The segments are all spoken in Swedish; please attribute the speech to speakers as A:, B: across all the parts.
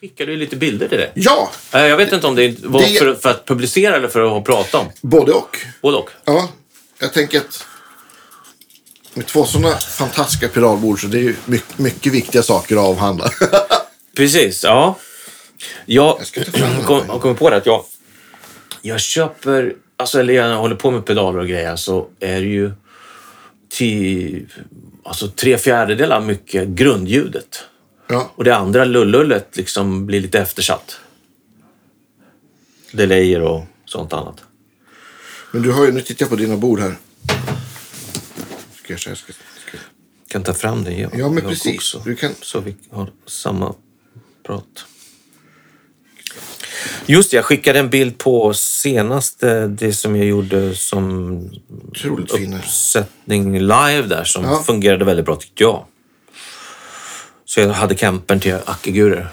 A: skickade ju lite bilder till dig.
B: Ja,
A: Eh, Jag vet inte om det var
B: Det-
A: för, för att publicera eller för att prata om.
B: både och.
A: Både och.
B: Ja, jag tänker att med två sådana fantastiska piratbord så det är ju mycket, mycket viktiga saker att avhandla.
A: Precis, ja. Jag,
B: Jag ska ta fram den.
A: kom, jag kom på det att jag, jag köper, alltså, eller jag håller på med pedaler och grejer så är det ju till, alltså, tre fjärdedelar mycket grundljudet.
B: ja.
A: Och det andra, lullullet, liksom blir lite eftersatt. Delayer och sånt annat.
B: Men du har ju, nu tittar jag på dina bord här. Ska jag, ska jag, ska jag.
A: kan ta fram den. Jag,
B: Ja, men
A: jag
B: precis. Du kan-
A: Så vi har samma prat. Just det, jag skickade en bild på senaste, det som jag gjorde som
B: Otroligt fina.
A: uppsättning live där som
B: Ja.
A: fungerade väldigt bra tyckte jag. Så jag hade campern till ackigurer.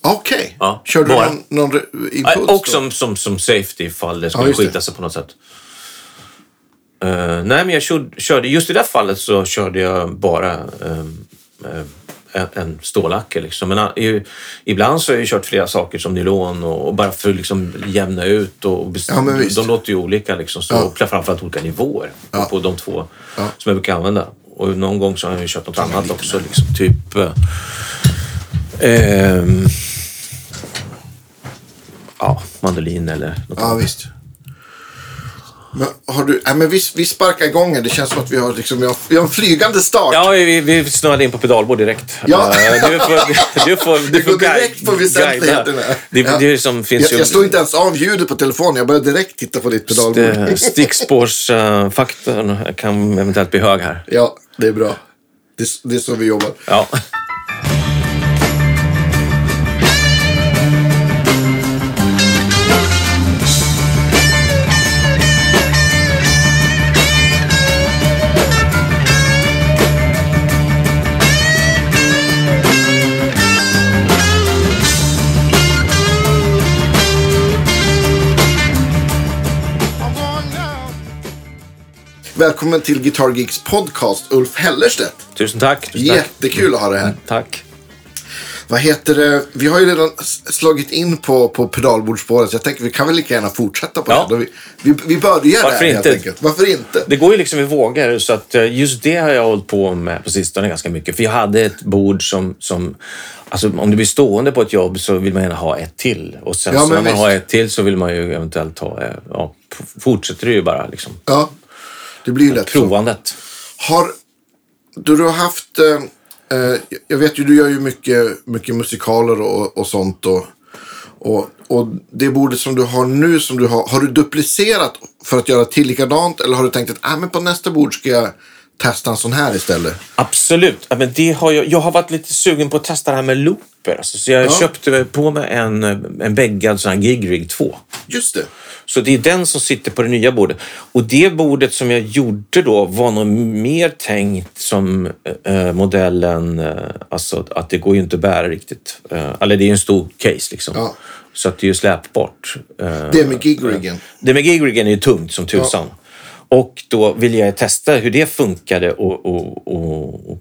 B: Okej.
A: Ja,
B: Kör du
A: bara.
B: någon, någon re-
A: Nej,
B: impuls?
A: Och
B: då?
A: som, som, som safety ifall det skulle
B: just det.
A: skita sig på något sätt. Eh, nej, men jag körde, körde, just i det här fallet så körde jag bara ehm, eh, en- en stålacke. Liksom. Men eh, i, ibland så har jag ju kört flera saker som nylon och, och bara för att liksom jämna ut. Och best-
B: Ja, men visst.
A: de låter ju olika, liksom, så,
B: Ja.
A: och framförallt olika nivåer
B: Ja.
A: på de två
B: Ja.
A: som jag brukar använda. Och någon gång så har jag ju kört något annat också. Liksom, typ... eh, ehm, ja, mandolin eller något
B: Ja, visst. Men har du... Nej, men vi, vi sparkar igång här. Det känns som att vi har, liksom, vi har, vi har en flygande start.
A: Ja, vi, vi snöade in på pedalbord direkt.
B: Ja.
A: Eh, Du får, du får, du
B: Vi
A: får
B: går direkt
A: guide-
B: på väsentligheterna.
A: guida. Det,
B: Ja.
A: det är som finns
B: jag, jag slår inte ens av ljudet på telefonen. Jag börjar direkt titta på ditt pedalbord.
A: ju... Stickspårsfaktorn kan eventuellt bli hög här.
B: Ja, det är bra. Det, är- det är så vi jobbar.
A: Ja.
B: Välkommen till Guitar Geeks podcast, Ulf Hellerstedt.
A: Tusen tack. Tusen tack.
B: Jättekul att ha det här.
A: tack.
B: Vad heter det? Vi har ju redan s- slagit in på, på pedalbordsspåret. så Jag tänker vi kan väl lika gärna fortsätta på
A: Ja.
B: det. Då Vi, vi, vi börjar
A: Varför
B: där helt
A: inte?
B: enkelt. Varför inte?
A: Det går ju liksom i vågor, så att eh, just det har jag hållit på med på sistone ganska mycket. För jag hade ett bord som... som alltså om du blir stående på ett jobb så vill man gärna ha ett till. Och sen
B: Ja,
A: så
B: men
A: när man
B: visst.
A: har ett till så vill man ju eventuellt ha... eh, Ja, f- fortsätter det ju bara liksom.
B: Ja, det blir ju lätt så.
A: Provandet.
B: Har du, du har haft... Eh, eh, jag vet ju, du gör ju mycket, mycket musikaler och, och sånt. Och, och, och det bordet som du har nu, som du har, har du duplicerat för att göra till likadant? Eller har du tänkt att ah, men på nästa bord ska jag testa en sån här istället?
A: Absolut. Ja, men det har jag, jag har varit lite sugen på att testa det här med looper. Alltså, så jag köpte på mig en, eh, en bäggad sån här Gig Rig 2.
B: Just det.
A: Så det är den som sitter på det nya bordet. Och det bordet som jag gjorde då var nog mer tänkt som eh, modellen, eh, alltså att- att det går ju inte att bära riktigt. Eh, eller det är ju en stor case liksom.
B: Ja.
A: Så att det är ju släpbart. Eh,
B: Det med gigriggen.
A: det med Gigrigen är ju tungt som tusan. Och då ville jag testa hur det funkade och, och, och, och,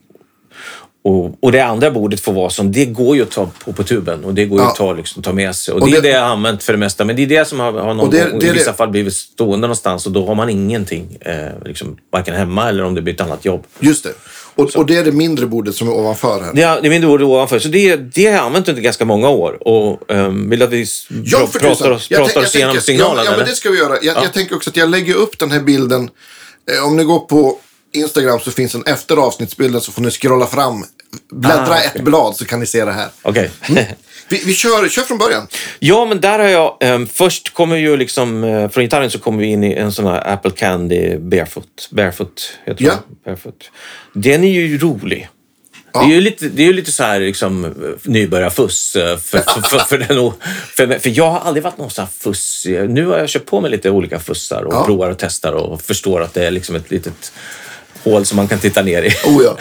A: och, och det andra bordet får vara som, det går ju att ta på, på tuben och det går ju
B: Ja.
A: att ta, liksom, ta med sig. Och,
B: Och
A: det är
B: det-
A: det jag har använt för det mesta. Men det är det som har, har någon
B: Och det-
A: gång,
B: det-
A: i vissa
B: det-
A: fall blivit stående någonstans och då har man ingenting. Eh, liksom, varken hemma eller om det blir ett annat jobb.
B: Just det. Och, och det är det mindre bordet som är ovanför här.
A: Det är, det är mindre ord ovanför. Så det, det har jag använt under ganska många år. Och um, vill att vi s-
B: Ja,
A: pra-
B: för
A: pratar
B: tusan.
A: oss,
B: Jag
A: pratar
B: tänk-
A: oss
B: jag
A: igenom
B: tänker-
A: signalen?
B: Ja, men, ja, men
A: eller?
B: det ska vi göra. Jag, jag tänker också att jag lägger upp den här bilden. Eh, om ni går på Instagram så finns den efter avsnittsbilden så får ni scrolla fram. Bläddra
A: Ah,
B: ett blad så kan ni se det här.
A: Okej.
B: Mm. Vi, vi kör, kör från början.
A: Ja, men där har jag... ehm, först kommer ju liksom... eh, från gitarren så kommer vi in i en sån här Apple Candy Barefoot. Barefoot heter
B: Ja.
A: den. Barefoot. Den är ju rolig. Det är ju lite, det är ju lite så här liksom, eh, nybörjarfuss. eh, För, för, för, för, den, o- för, för jag har aldrig varit någon sån här fussig. Nu har jag köpt på mig lite olika fussar och
B: Ja.
A: provar och testar och förstår att det är liksom ett litet hål som man kan titta ner i.
B: Oh ja.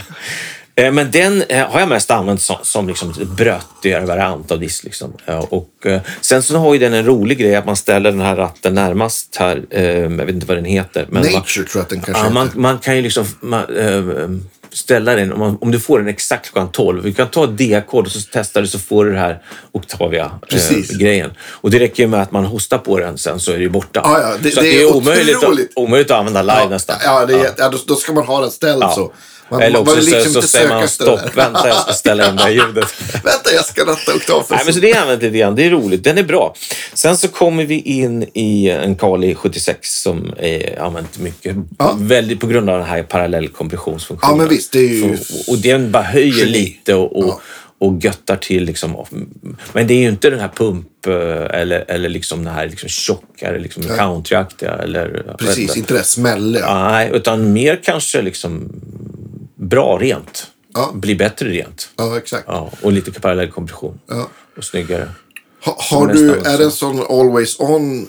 A: Eh, Men den eh, har jag mest använt som, som liksom ett brötigare variant av diss. Liksom. Ja, och, eh, sen så har ju den en rolig grej att man ställer den här ratten närmast här. eh, Jag vet inte vad den heter. Men man,
B: Nature tror jag att den kanske
A: ja, man,
B: heter.
A: man kan ju liksom... Man, eh, ställa den, om, man, om du får den exakt klockan 12. Du kan ta ett D-ackord och så testar du så får du den här
B: Precis.
A: Octavia-grejen. och det räcker ju med att man hostar på den sen så är det ju borta.
B: Ja, ja, det-
A: så att
B: det
A: det
B: är
A: är omöjligt att,
B: otroligt.
A: omöjligt att använda live
B: Ja,
A: nästan.
B: Ja, det är, ja. då, då ska man ha den ställd
A: Ja.
B: så. Man,
A: Eller
B: man
A: också
B: vill liksom
A: så, så
B: inte
A: säger
B: söka
A: man
B: efter det där.
A: stopp, vänta jag ska ställa in det här ljudet.
B: Vänta, jag ska ratta
A: Nej, men
B: oktaven.
A: så det har jag använt lite grann. Det är roligt. Den är bra. Sen så kommer vi in i en Kali 76 som är använt mycket. Väldigt på grund av den här parallellkompressionsfunktionen.
B: Ja, men visst, det är ju-
A: Så- Och den bara höjer
B: Geni.
A: lite och, och, och göttar till. Liksom. Men det är ju inte den här pump eh, eller, eller liksom den här liksom tjockare liksom countryaktiga. Eller, jag vet inte.
B: Precis, inte det smälliga.
A: Nej, utan mer kanske liksom bra rent.
B: Ja.
A: Bli bättre rent.
B: Ja, exakt.
A: Ja, och lite parallellkompression.
B: Ja.
A: Och snyggare.
B: Ha, har
A: nästan
B: du,
A: också.
B: är det en sån always on?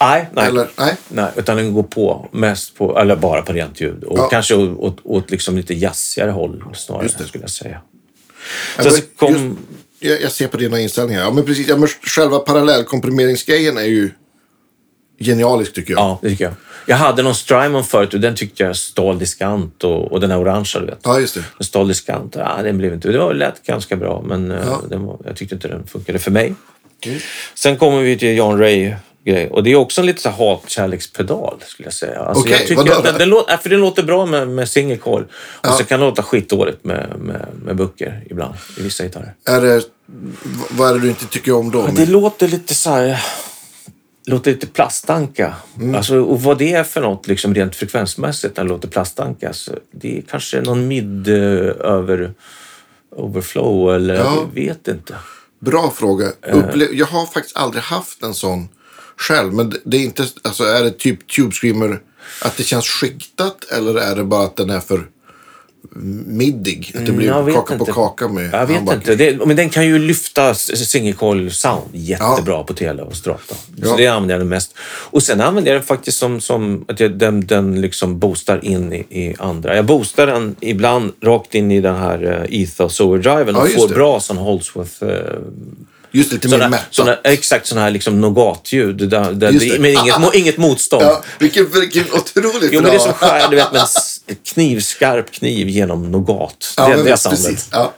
A: Nej, nej.
B: Eller, nej?
A: nej utan den går på mest på, eller bara på rent ljud. Och
B: Ja.
A: kanske åt, åt, åt liksom lite jazzigare håll snarare, skulle jag säga. Sen
B: men
A: så kom...
B: just- Jag, jag ser på dina inställningar. Ja, men precis. Ja, men själva parallellkomprimeringsgrejen är ju genialisk tycker jag.
A: Ja, det tycker jag. Jag hade någon Strymon förut och den tyckte jag stal diskant och, och den här orangea, du vet.
B: Ja, just det.
A: En stal diskant, ah, den blev inte... Det var lät ganska bra, men eh, den var, jag tyckte inte den funkade för mig. Mm. Sen kommer vi till John Ray grej och det är också en lite så här hatkärlekspedal skulle jag säga. Alltså,
B: Okej,
A: jag tycker
B: vadå
A: att den,
B: då?
A: den låter, för den låter bra med, med single coil och så kan den låta skitdåligt med, med, med böcker ibland i vissa gitarrer.
B: Är det, v- vad är det du inte tycker om då?
A: Det låter lite så här... låter lite plastanka.
B: Mm.
A: Alltså, och vad det är för något liksom, rent frekvensmässigt när det låter plastanka. Så det är kanske någon mid eh, över overflow eller
B: Ja.
A: jag vet inte.
B: Bra fråga.
A: Eh.
B: Upple- jag har faktiskt aldrig haft en sån själv. Men det- det är inte, alltså är det typ Tube Screamer att det känns skiktat eller är det bara att den är för middig? Att det blir
A: Mm, jag vet
B: kaka
A: inte.
B: på kaka med
A: Jag vet
B: handbacken?
A: inte. Det, men den kan ju lyfta s- single coil sound jättebra på tele och strata.
B: Ja.
A: Så det använder jag den mest. Och sen använder jag den faktiskt som, som att jag, den, den liksom boostar in i, i andra. Jag boostar den ibland rakt in i den här eh, Ethos overdriven
B: Ja,
A: och
B: just
A: får
B: det.
A: bra sån Holsworth eh,
B: Just lite mer
A: Såna,
B: mättat.
A: såna, exakt sådana här liksom nougat-ljud där, där
B: Just
A: det,
B: det.
A: med inget, mo- inget motstånd.
B: Ja, vilken, vilken otroligt
A: Jo, men
B: bra.
A: det är som skär, du vet, med en s- knivskarp kniv genom nougat.
B: Ja,
A: det är
B: men
A: det
B: visst,
A: soundet.
B: precis. Ja.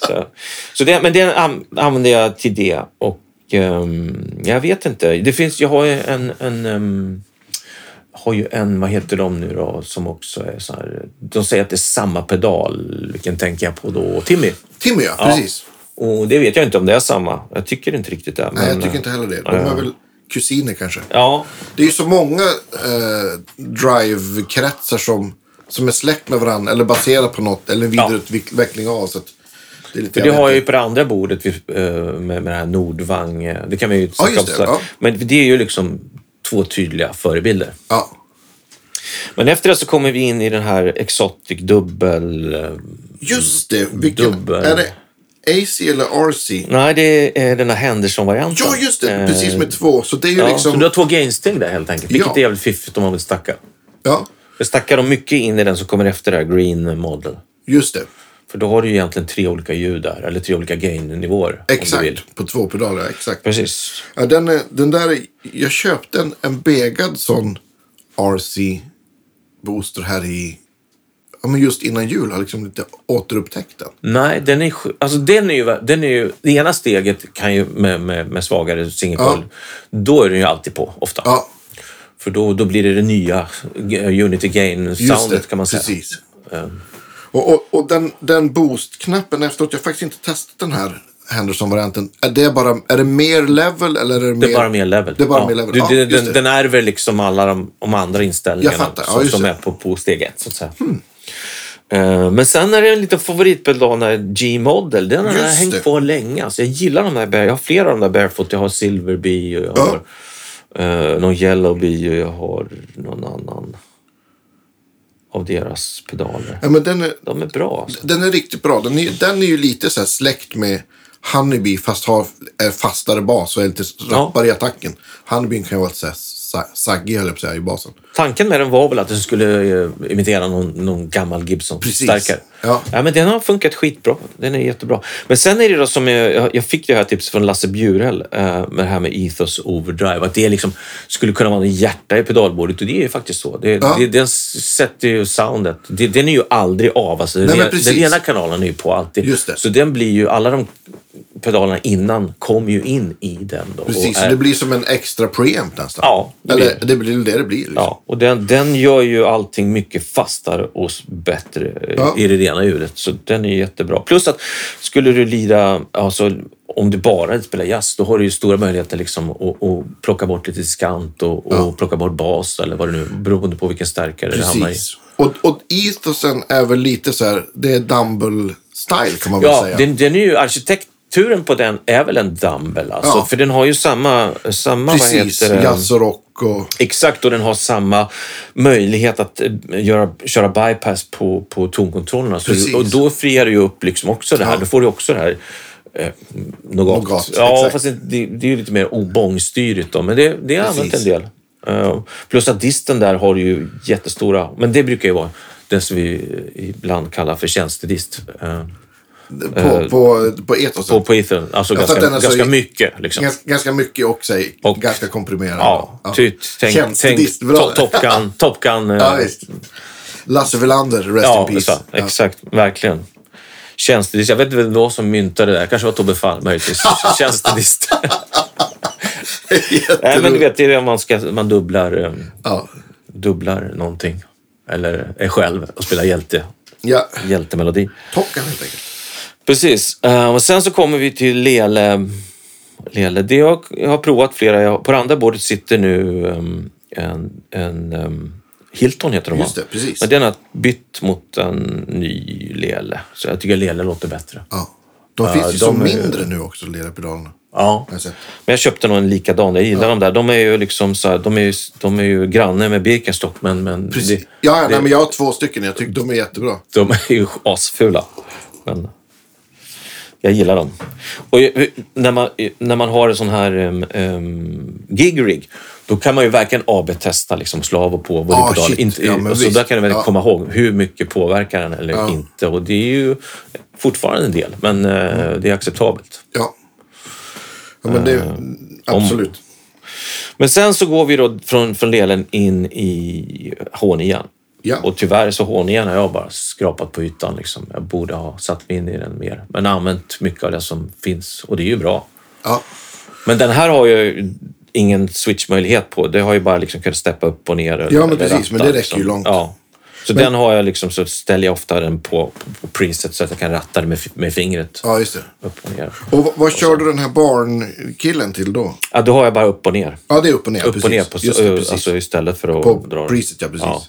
A: Så, så det, men den an- använder jag till det. Och ehm, jag vet inte. Det finns, jag har ju en... en ehm, har ju en, vad heter de nu då, som också är så här... De säger att det är samma pedal. Vilken tänker jag på då? Timmy.
B: Timmy, ja. Precis.
A: Och det vet jag inte om det är samma. Jag tycker inte riktigt det.
B: Nej,
A: men, eh,
B: jag tycker inte heller det. De är väl kusiner kanske.
A: Ja,
B: Det är ju så många eh, drive-kretsar som, som är släkt med varandra eller baserat på något eller en vidareutveckling av. Så att det är lite,
A: Det
B: jag vet
A: har jag ju
B: inte.
A: på det andra bordet vid, eh, med, med det här Nordvang. eh, Det kan vi ju snacka
B: just
A: om
B: det,
A: såklart.
B: ja.
A: Men det är ju liksom två tydliga förebilder.
B: Ja,
A: Men efter det så kommer vi in i den här Exotic Dubbel... eh,
B: just det. Vilken,
A: Dubbel.
B: Är det AC eller RC?
A: Nej, det är den här Henderson-varianten.
B: Ja, just det.
A: Eh,
B: Precis med två. Så det är ju
A: Ja, Så
B: liksom...
A: du har två gainsteg där helt enkelt, vilket
B: Ja.
A: är jävligt fiffigt om man vill stacka.
B: Ja,
A: För Stackar de mycket in i den som kommer efter det här Green Model.
B: just det.
A: För då har du ju egentligen tre olika ljud där, eller tre olika gain-nivåer. Om du vill.
B: Exakt. På två pedaler, ja, exakt.
A: Precis.
B: Ja, den, är- den där, är- jag köpte en, en begad sån RC Booster här i, ja men just innan jul, har liksom lite återupptäckt den.
A: Nej, den är, sj- alltså den är, ju, den är ju... Det ena steget kan ju med, med, med svagare singelkoll, då är den ju alltid på ofta.
B: Ja,
A: För då, då blir det det nya eh, Unity
B: just
A: Gain-soundet
B: det.
A: kan man säga.
B: Precis. Och, och, och den, den boost-knappen efteråt, jag har faktiskt inte testat den här Henderson-varianten. Är det bara, är det mer level eller är det mer?
A: Det är bara mer level.
B: Det är bara
A: ja.
B: mer level.
A: Du,
B: Ja,
A: den-
B: just det.
A: den, den ärver liksom alla de, de andra inställningarna
B: Jag fattar. Ja,
A: som,
B: just
A: som
B: det. Hmm.
A: är på, på steg ett, så att säga. Eh, Men sen är det en liten favoritpedal, den här G-model. Den har jag
B: Just det.
A: hängt på länge. Alltså jag gillar de där, bare- jag har flera av de där barefoot. Jag har Silverbee och jag har eh, någon Yellowbee och jag har någon annan av deras pedaler.
B: Ja, men den är,
A: De är bra. Alltså.
B: den är riktigt bra. Den är, den är ju lite så här släkt med Honeybee fast har är fastare bas och är lite rappare i attacken. Honeybee kan ju vara lite så här sa- saggig höll jag på att säga i basen.
A: Tanken med den var väl att den skulle eh, imitera någon, någon gammal
B: Precis.
A: Gibson-stärkare.
B: Ja.
A: Ja, men den har funkat skitbra. Den är jättebra. Men sen är det då som jag- jag, jag fick det här tipset från Lasse Bjurell eh, med det här med ethos overdrive. Att det liksom skulle kunna vara en hjärta i pedalbordet och det är ju faktiskt så. Det,
B: Ja.
A: det, den s- sätter ju soundet. Det, den är ju aldrig av. Alltså,
B: men
A: den,
B: precis.
A: den ena kanalen är ju på alltid.
B: Just det.
A: Så den blir ju, alla de pedalerna innan kommer ju in i den. Då,
B: Precis,
A: och
B: så
A: är-
B: det blir som en extra preamp nästan.
A: Ja, det
B: det
A: blir
B: Eller det blir det det blir. Liksom.
A: Ja, och den, den gör ju allting mycket fastare och s- bättre eh,
B: Ja.
A: i det rena ljudet. Så den är jättebra. Plus att skulle du lira, alltså, om du bara spelar jazz, då har du ju stora möjligheter liksom att, att plocka bort lite diskant och, och plocka bort bas eller vad det nu beroende på vilken stärkare det hamnar i.
B: Precis. Och, och ethosen är väl lite så här, det är Dumble-style kan man väl
A: Ja,
B: säga.
A: den, den är ju arkitekturen på den är väl en dumbbell alltså,
B: Ja.
A: för den har ju samma, samma vad
B: Precis,
A: heter eh, det?
B: jazz och rock och...
A: Exakt, och den har samma möjlighet att eh, göra, köra bypass på, på tonkontrollerna. Så,
B: Precis.
A: och då friar du ju upp liksom också det här.
B: Ja.
A: Då får du också det här eh, Nogat.
B: Nogat,
A: ja,
B: exakt.
A: fast det- det, det är ju lite mer obongstyrigt då, men det, det har jag använt en
B: Precis.
A: del. Eh, plus att disten där har ju jättestora, men det brukar ju vara det som vi eh, ibland kallar för tjänstedist. eh,
B: På, på, på ethosen.
A: på, på ether, alltså
B: tror att
A: ganska,
B: den är så-
A: ganska mycket. Liksom.
B: Gans, ganska mycket och, sig,
A: Och-
B: ganska komprimerad.
A: Ja, ty, tänk, tänk
B: Tjänstedist, bra.
A: to, Top Gun, top gun eh,
B: Ja, visst. Lasse Welander, rest
A: Ja,
B: in peace.
A: exakt, exakt. Verkligen. Tjänstedist. Jag vet inte vem det var som myntade det där. Kanske var Tobbe Fall möjligtvis. Tjänstedist.
B: Jätteroligt.
A: Nej, men du vet, det är det man, ska, man dubblar, eh,
B: Ja.
A: dubblar någonting. Eller är själv och spelar hjälte,
B: ja.
A: hjältemelodi.
B: Top Gun helt enkelt.
A: Precis. Eh, och sen så kommer vi till Lele. Lele. Det jag, jag har provat flera. Jag, på det andra bordet sitter nu ehm, en, en ehm, Hilton heter de va?
B: Just det, precis.
A: Men den har jag bytt mot en ny Lele. Så jag tycker Lele låter bättre.
B: Ja. De
A: Ja,
B: finns ju som
A: de är-
B: mindre nu också, lerapedalerna.
A: Ja.
B: Har jag sett.
A: Men jag köpte nog en likadan. Jag gillar de där. De är ju liksom så här, de är ju, de är ju granne med Birkenstock men, men
B: Precis.
A: det,
B: ja, nej, men jag har två stycken. Jag tycker de är jättebra.
A: de är ju asfula. Men jag gillar dem. Och ju- när man, när man har en sån här um, um, gig-rig då kan man ju verkligen AB-testa liksom, slav och på
B: Ah,
A: volleypedal.
B: shit.
A: Inte-
B: Ja, men
A: och så
B: visst.
A: där kan du väl
B: Ja.
A: komma ihåg hur mycket påverkar den eller inte. Och det är ju fortfarande en del, men eh, det är acceptabelt.
B: Ja. ja men
A: Eh,
B: det, absolut.
A: Men sen så går vi då från, från lelen in i H9.
B: Ja.
A: Och tyvärr så H9 har jag bara skrapat på ytan. Liksom. Jag borde ha satt mig in i den mer. Men använt mycket av det som finns och det är ju bra.
B: Ja.
A: Men den här har ju ingen switchmöjlighet på. Det har ju bara liksom kunnat steppa upp och ner.
B: Ja, men precis. Men det räcker ju
A: liksom.
B: långt.
A: Ja. Så den har jag liksom, så ställer jag ofta den på, på, på preset så att jag kan ratta den med, fi- med fingret.
B: ja, just det.
A: Upp och ner.
B: Och vad, vad körde den här barnkillen till då?
A: Ja, då har jag bara upp och ner.
B: Ja, det är upp och ner.
A: Upp
B: precis.
A: och ner på,
B: just det, precis.
A: alltså, istället för att
B: på
A: dra den.
B: preset, ja precis.
A: Ja.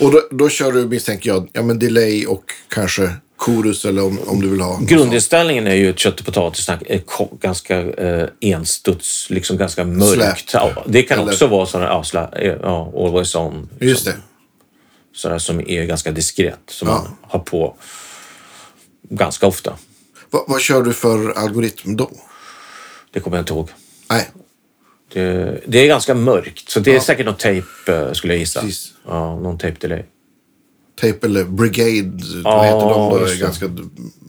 B: Och då, då kör du, misstänker jag, ja, men delay och kanske chorus eller om, om du vill ha. något sånt.
A: Grundinställningen är ju ett kött och potatissnack. eh, ko- Ganska eh, enstuds, liksom ganska mörkt.
B: Släpt.
A: Ja, det kan
B: Eller-
A: också vara sådana avsla, eh, ja, always on.
B: Just det.
A: Sådana som är ganska diskret, som
B: Ja.
A: man har på ganska ofta.
B: Va, vad kör du för algoritm då?
A: Det kommer jag inte ihåg.
B: Nej,
A: Det, det är ganska mörkt, så det är säkert någon tejp eh, skulle jag gissa.
B: Precis.
A: Ja, någon tejp delay.
B: Tape eller Brigade,
A: Ja,
B: vad heter de då?
A: just
B: Är
A: det.
B: ganska d-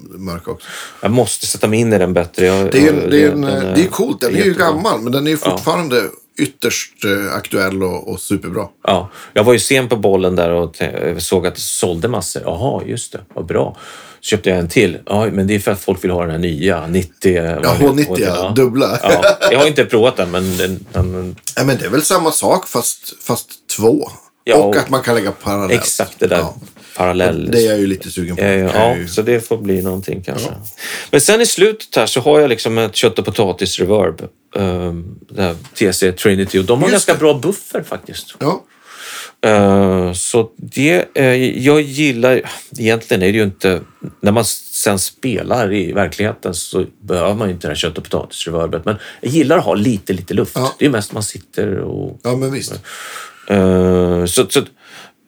B: mörka också.
A: Jag måste sätta mig in i den bättre. Jag,
B: Det är,
A: jag-
B: en, det, är en,
A: den
B: eh, det är coolt, den är ju
A: jättebra.
B: gammal men den är ju fortfarande ytterst eh, aktuell och, och superbra.
A: Ja, jag var ju sen på bollen där och te- såg att det sålde massor. Jaha, just det, vad bra. Så köpte jag en till. Ja, men det är för att folk vill ha den här nya, 90...
B: Ja,
A: vad heter-
B: H90 ja, dubbla.
A: Ja, jag har inte provat den, men den, den,
B: Ja, men det är väl samma sak fast, fast två.
A: Ja,
B: och,
A: och-
B: att man kan lägga parallellt.
A: exakt det där
B: Ja.
A: parallell...
B: Det är jag ju lite sugen på.
A: Ja, ja,
B: Kan jag
A: ja,
B: ju-
A: så det får bli någonting kanske. Men sen i slutet här så har jag liksom ett kött och potatis reverb. Um, det här TC Trinity och de har
B: Just
A: ganska bra buffer faktiskt.
B: ja.
A: Eh, så det, eh, jag gillar, egentligen är det ju inte, när man sen spelar i verkligheten så behöver man ju inte det här kött och potatisreverbet. Men jag gillar att ha lite, lite luft.
B: Ja.
A: Det är mest man sitter och...
B: ja, men visst.
A: eh, så så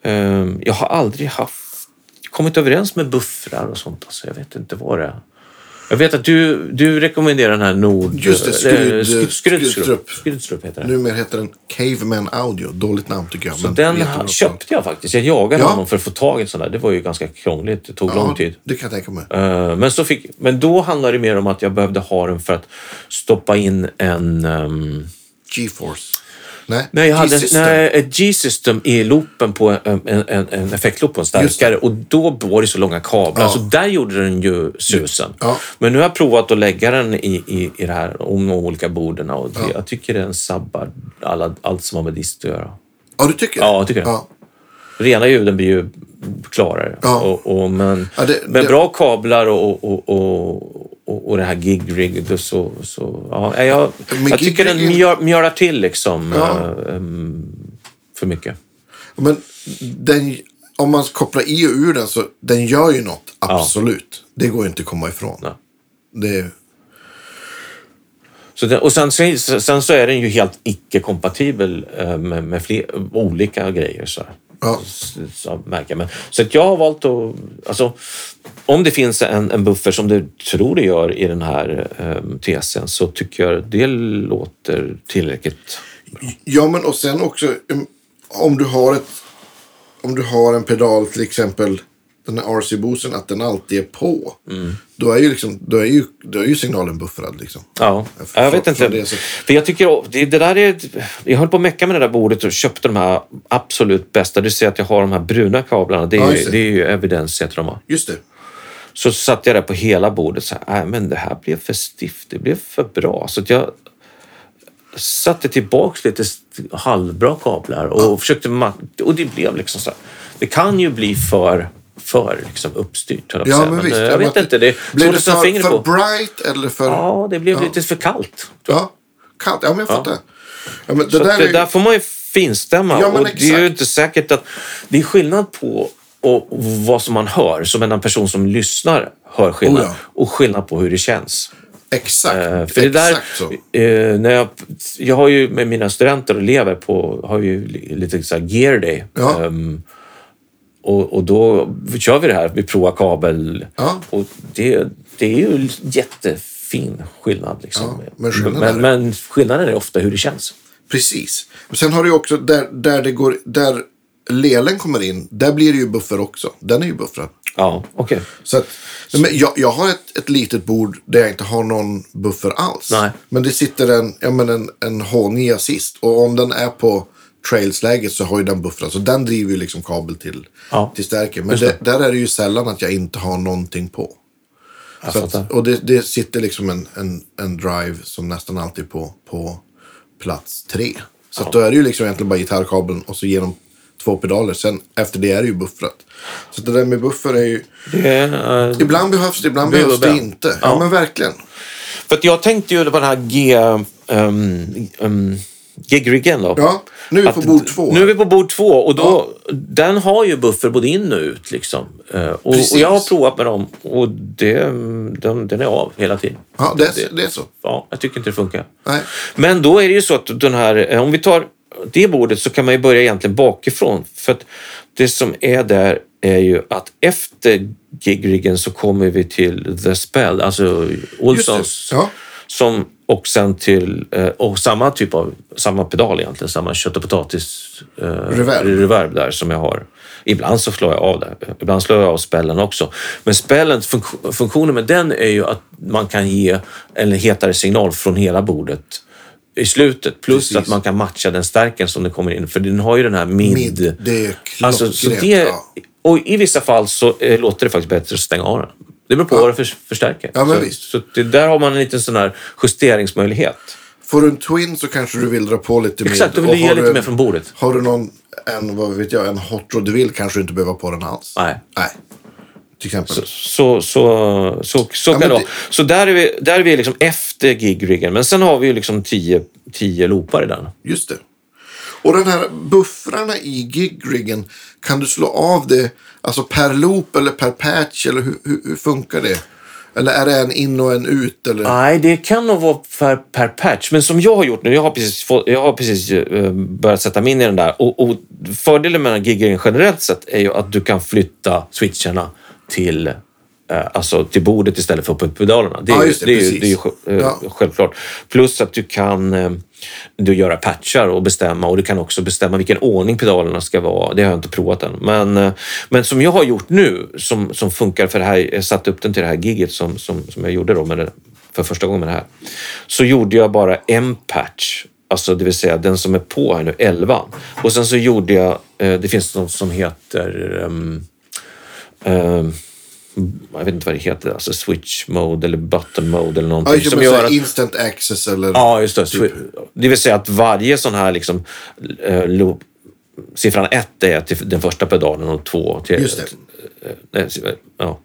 A: eh, jag har aldrig haft, kommit överens med buffrar och sånt. Alltså, jag vet inte vad det är. Jag vet att du, du rekommenderar den här Nord...
B: Just det, Skryd-
A: eh, Sk- Skrydstrup.
B: Skrydstrup.
A: Skrydstrup heter den.
B: Numera heter den Caveman Audio. Dåligt namn tycker jag.
A: Så
B: men
A: den
B: jättebra
A: ha-
B: sound.
A: köpte jag faktiskt. Jag jagade
B: Ja.
A: honom för att få tag i en sån där. Det var ju ganska krångligt. Det tog lång tid.
B: Ja, det kan jag tänka mig.
A: Eh, Men, så fick, men då handlade det mer om att jag behövde ha den för att stoppa in en... ehm,
B: GeForce. Nej,
A: nej, jag hade
B: G-System.
A: nej, ett G-system i loopen på eh, en, en, en, en effektloop på en starkare och då var det så långa kablar. Så där gjorde den ju susen.
B: Ja.
A: Men nu har jag provat att lägga den i, i, i det här om de olika borden och det, jag tycker den sabbar alla, allt som har med dist att göra.
B: Ja, du tycker
A: Ja, jag tycker det.
B: ja.
A: Rena ljuden blir ju klarare.
B: Ja.
A: Och, och, men
B: Ja, det-
A: men
B: det-
A: bra kablar och, och, och, och, och det här gig-rig, då så, så ja, nej, jag,
B: Men
A: jag tycker den
B: gig-rig-
A: mjöl, mjölar till liksom
B: Ja.
A: eh, em, för mycket.
B: Men den, om man kopplar i och ur den så den gör ju något, absolut. Det går ju inte att komma ifrån.
A: Nej.
B: Det är,
A: Så den, och sen, sen, sen så är den ju helt icke-kompatibel eh, med, med fler, olika grejer. Så. här.
B: ja.
A: så märker jag. Men, så att jag har valt att... Alltså, om det finns en, en buffer som du tror det gör i den här um, tesen så tycker jag det låter tillräckligt.
B: ja, men och sen också um, om du har ett om du har en pedal till exempel den här RC boosten att den alltid är på.
A: Mm.
B: Då, är ju liksom, då, är ju, då är ju signalen buffrad liksom.
A: Ja,
B: för-
A: jag vet
B: för-
A: inte.
B: för det så-
A: För jag tycker det, det där är... ett- Jag höll på att mecka med det där bordet och köpte de här absolut bästa. Du ser att jag har de här bruna kablarna. Det är,
B: Ja,
A: ju-
B: just det.
A: det är ju evidens heter de. va?
B: Just det.
A: Så satt jag där på hela bordet så här, "Nej, men det här blev för stift, det blev för bra. Så att jag satte tillbaks lite st- halvbra kablar och försökte ma- och det blev liksom så här. Det kan ju bli för, för liksom uppstyrt höll jag på att säga.
B: Ja, men visst.
A: eh,
B: det
A: jag
B: var
A: vet
B: att-
A: inte, det är
B: Blev
A: svårt
B: det
A: att sätta
B: för,
A: fingret
B: för
A: på.
B: bright eller för...
A: Ja, det blev lite för kallt.
B: Ja, kallt. Ja, men jag fattar. Ja, men det
A: Så
B: där
A: att det
B: är,
A: där får man ju finstämma.
B: Ja, men
A: och det är ju
B: exakt.
A: inte säkert att... Det är skillnad på och, och vad som man hör, som en person som lyssnar hör skillnad,
B: Oh ja.
A: och skillnad på hur det känns.
B: Exakt.
A: Eh, För det där,
B: exakt så.
A: eh, när jag, jag har ju med mina studenter och elever på, har ju li- lite så här gear day.
B: Ja.
A: Ehm, och, och då kör vi det här, vi provar kabel.
B: Ja.
A: Och det, det är ju jättefin skillnad. Liksom.
B: Ja, men skillnaden
A: men,
B: är-
A: men skillnaden är ofta hur det känns.
B: Precis. Och sen har du ju också där, där det går, där lelen kommer in, där blir det ju buffer också. Den är ju buffrad.
A: Ja, okej.
B: Så att, nej, men jag, jag har ett, ett litet bord där jag inte har någon buffer alls.
A: Nej.
B: Men det sitter en, ja, men en, en H9 assist och om den är på trailsläget så har ju den buffrat. Så den driver ju liksom kabel till,
A: Ja.
B: till stärken. Men det, där är det ju sällan att jag inte har någonting på. Så att,
A: fattar.
B: och det, det sitter liksom en, en, en drive som nästan alltid är på, på plats tre. Så att då är det ju liksom egentligen bara gitarrkabeln och så genom två pedaler. Sen efter det är det ju buffrat. Så att det där med buffer är ju...
A: Det är, eh,
B: Ibland behövs det, ibland
A: Vi
B: behövs det
A: behöver.
B: inte. Ja,
A: Ja.
B: men verkligen.
A: För att jag tänkte ju på den här G... Um, um, Giggriggen då.
B: Ja, nu är vi på bord två.
A: Nu är vi på bord två och då, den har ju buffer både in och ut. Liksom. Eh, Och,
B: Precis.
A: och jag har provat med dem och det, den, den är av hela tiden.
B: Ja, det, är- det är så.
A: Ja, jag tycker inte det funkar.
B: Nej.
A: Men då är det ju så att den här, eh, om vi tar det bordet så kan man ju börja egentligen bakifrån. För att det som är där är ju att efter gigriggen så kommer vi till The Spell, alltså Olssons.
B: Just det, ja.
A: Som, och sen till, eh, och samma typ av, samma pedal egentligen, samma kött och potatis eh,
B: Reverb.
A: reverb där som jag har. Ibland så slår jag av det, ibland slår jag av spällen också. Men spällen, funk- funktionen med den är ju att man kan ge en hetare signal från hela bordet i slutet. Plus
B: Precis.
A: att man kan matcha den stärken som det kommer in, för den har ju den här mid...
B: Mid, det är klockrent.
A: Alltså, så det,
B: ja.
A: och i vissa fall så eh, låter det faktiskt bättre att stänga av den. Det beror på vad det för, förstärker.
B: Ja, men
A: så
B: visst.
A: så det, där har man en liten sån här justeringsmöjlighet.
B: Får du en twin så kanske du vill dra på lite mer.
A: Exakt, då vill
B: Och
A: du ge
B: har
A: lite mer från bordet.
B: Har du någon, en, vad vet jag, en hot rod du vill kanske du inte behöver på den alls.
A: Nej.
B: Nej. Till exempel.
A: Så, så, så, så kan
B: men
A: det vara.
B: det-
A: Så där är vi, där är vi liksom efter gigriggen. Men sen har vi ju liksom tio, tio loopar i den.
B: Just det. Och den här buffrarna i gigriggen, kan du slå av det alltså per loop eller per patch? Eller hur, hur, hur funkar det? Eller är det en in och en ut? Eller?
A: Nej, det kan nog vara per, per patch. Men som jag har gjort nu, jag har precis, fått, jag har precis eh, börjat sätta mig in i den där. Och, och fördelen med den här giggen generellt sett är ju att du kan flytta switcharna till eh, alltså till bordet istället för på pedalerna. Det är,
B: Ja,
A: ju-
B: just det,
A: det är, ju-
B: precis.
A: det är ju sj- eh,
B: Ja.
A: självklart. Plus att du kan eh, du göra patchar och bestämma och du kan också bestämma vilken ordning pedalerna ska vara. Det har jag inte provat än. Men, eh, men som jag har gjort nu, som, som funkar för det här, jag satte upp den till det här giget som, som, som jag gjorde då med det, för första gången med det här, så gjorde jag bara en patch Alltså det vill säga den som är på här nu, 11. Och sen så gjorde jag, eh, det finns något som heter ehm, ehm, jag vet inte vad det heter, alltså switch mode eller button mode eller
B: Ja,
A: någonting.
B: just det,
A: som
B: men så
A: gör
B: här Typ.
A: att,
B: instant access eller...
A: ja, just det. Det vill säga att varje sån här liksom, eh, loop, siffran 1 är till den första pedalen och 2 till... Eh,
B: Just det.
A: Nej, ja.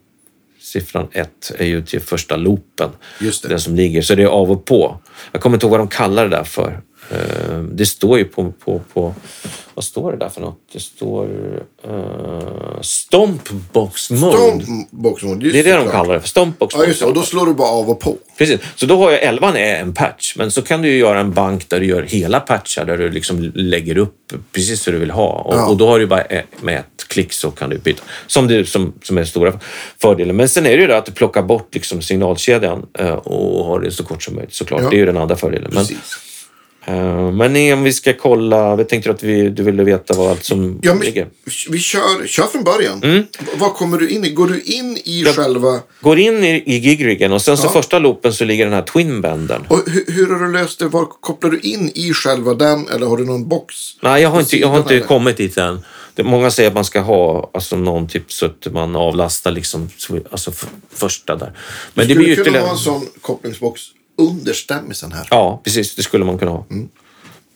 A: Siffran 1 är ju till första loopen.
B: Just det.
A: Den som ligger. Så det är av och på. Jag kommer inte ihåg vad de kallar det där för. Eh, Det står ju på... på, på vad står det där för något? Det står... Uh, stompbox mode.
B: Stompbox mode, just
A: Det är det de
B: klart.
A: kallar det för. Stompbox
B: Ja, just det. Och då slår du bara av och på.
A: Precis. Så då har jag 11 är en patch, men så kan du ju göra en bank där du gör hela patchar, där du liksom lägger upp precis hur du vill ha. Och,
B: Ja.
A: och då har du bara e- med ett klick så kan du byta. Som, du, som, som är stora fördelen. Men sen är det ju det att du plockar bort liksom signalkedjan eh, och har det så kort som möjligt såklart.
B: Ja.
A: Det är ju den andra fördelen. Men,
B: Precis.
A: eh, men om vi ska kolla, jag tänkte att vi, du ville veta vad allt som
B: Ja, men,
A: ligger. Mm.
B: vi kör, kör från början. V- Vad kommer du in i? Går du in i själva...
A: Går in i, i gigriggen och sen så första loopen så ligger den här twinbanden.
B: Och hur, hur har du löst det? Var kopplar du in i själva den eller har du någon box?
A: Nej, jag har inte, jag har inte
B: eller?
A: kommit dit än. Det, många säger att man ska ha alltså, någon typ så att man avlastar liksom, så- alltså, f- första där. Men det
B: Skulle
A: blir ju
B: du kunna
A: ytterligare...
B: ha en sån kopplingsbox under stämmisen här?
A: Ja, precis. Det skulle man kunna ha.
B: Mm.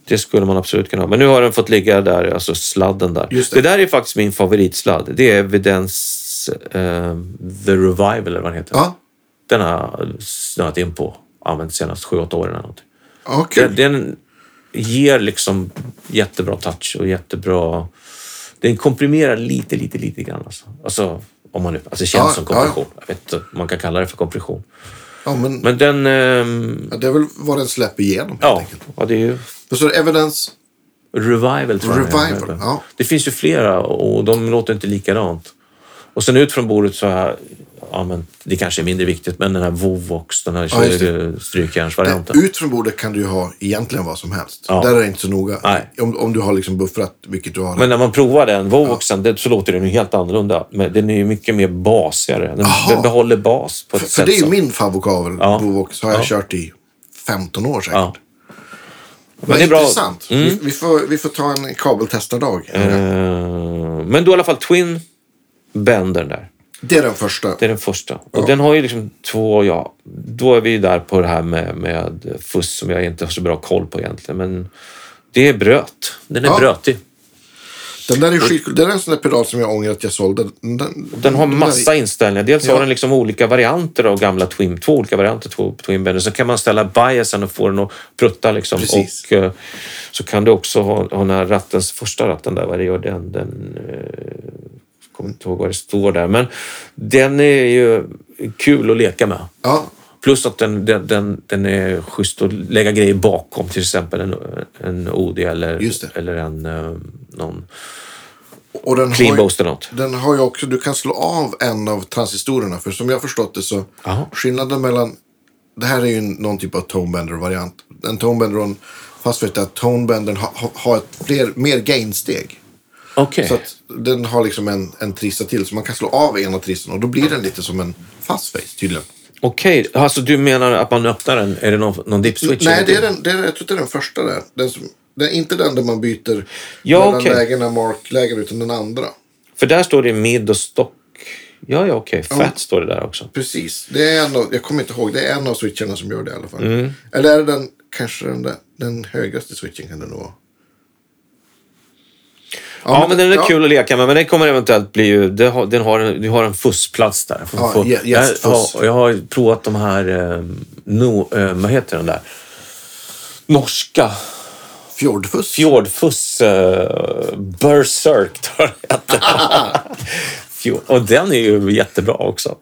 A: Det skulle man absolut kunna ha. Men nu har den fått ligga där, alltså sladden där.
B: Just det.
A: det. där är faktiskt min favoritsladd. Det är Evidence eh, The Revival, eller vad den heter.
B: Ja,
A: Den har jag snöat in på. Använt senast 7-8 åren eller någonting.
B: ja kul.
A: Den, den ger liksom jättebra touch och jättebra... Den komprimerar lite, lite, lite grann. Alltså, alltså om man nu... Alltså det känns
B: Ja,
A: som
B: ja.
A: kompression. Jag vet inte om man kan kalla det för kompression.
B: Ja, men,
A: Men den... ehm,
B: ja, det är väl vad den släpper igenom helt
A: ja,
B: enkelt.
A: ja, det är ju...
B: Då står det evidence.
A: Revival tror jag den
B: Revival,
A: heter.
B: ja.
A: Det finns ju flera och de låter inte likadant. Och sen ut från bordet så här... Ja, men det kanske är mindre viktigt, men den här Vovox, den här
B: Ja, just
A: ja, strykjärnsvarianten.
B: Ut från bordet kan du ju ha egentligen vad som helst.
A: Ja.
B: Där är det inte så noga.
A: Nej.
B: Om, om du har liksom buffrat, vilket du har.
A: Men när man provar den, Vovoxen, det, så låter den ju helt annorlunda. Men den är ju mycket mer basigare. Den,
B: Jaha.
A: den behåller bas på ett
B: För
A: sätt
B: det är ju
A: som...
B: min favokavel,
A: Ja.
B: Bovox, har jag
A: Ja.
B: kört i 15 år säkert.
A: Ja.
B: Men
A: det är bra. Mm.
B: intressant. Vi, vi, får, vi får ta en kabeltestardag.
A: Eh, men då i alla fall Twin Bender där.
B: Det är den första.
A: Det är den första. Och den har ju liksom två, ja, då är vi ju där på det här med, med fusk som jag inte har så bra koll på egentligen. Men det är bröt. Den är
B: Ja.
A: brötig.
B: Den där är skitcool. Det där är en sån där pedal som jag ångrar att jag sålde. Den,
A: Den har
B: där-
A: massa inställningar. Dels
B: Ja.
A: har den liksom olika varianter av gamla Twin, två olika varianter av Twin Bender. Sen kan man ställa biasen och få den att prutta. Liksom.
B: Precis.
A: Och, eh, så kan du också ha, ha den här rattens, första ratten där, vad är det gör den? den eh, kommer inte ihåg vad det står där, men den är ju kul att leka med.
B: Ja,
A: Plus att den, den, den, den är schysst att lägga grejer bakom, till exempel en, en OD eller,
B: Just det.
A: eller en eh, någon
B: och den
A: clean
B: har ju,
A: boost eller något.
B: den har ju också, du kan slå av en av transistorerna. För som jag har förstått det så,
A: Aha.
B: skillnaden mellan, det här är ju en- någon typ av tonebender-variant. En tonebender och en, fast vet jag att tonebendern har ha, har ett fler, mer gainsteg.
A: Okej.
B: Så att den har liksom en, en trissa till. Så man kan slå av ena trissen och då blir den lite som en fast face tydligen.
A: Okej, alltså du menar att man öppnar den? Är det någon, någon dip switch?
B: Nej,
A: eller
B: det är
A: någonting?
B: den, det är, jag tror att det är den första där. Den som, det är inte den där man byter
A: Ja,
B: mellan
A: okej.
B: lägena, marklägen, utan den andra.
A: För där står det mid och stock. Ja, ja, okej. Fat står det där också.
B: Precis. Det är en av, jag kommer inte ihåg, det är en av switcherna som gör det i alla fall.
A: Mm.
B: Eller är det den, kanske den, där, den högraste switchen kan det nog vara.
A: Ja, men den är
B: ja,
A: kul att leka med, men den kommer eventuellt bli ju... det har- Den har, en- du har en fussplats där. Får-
B: Ja,
A: får-
B: jä- jästfuss.
A: jag, har- jag har provat de här... Eh, no, eh, vad heter den där? Norska
B: Fjordfuss.
A: fjordfuss... Eh, berserk tror jag det heter. Fjord- Och den är ju jättebra också.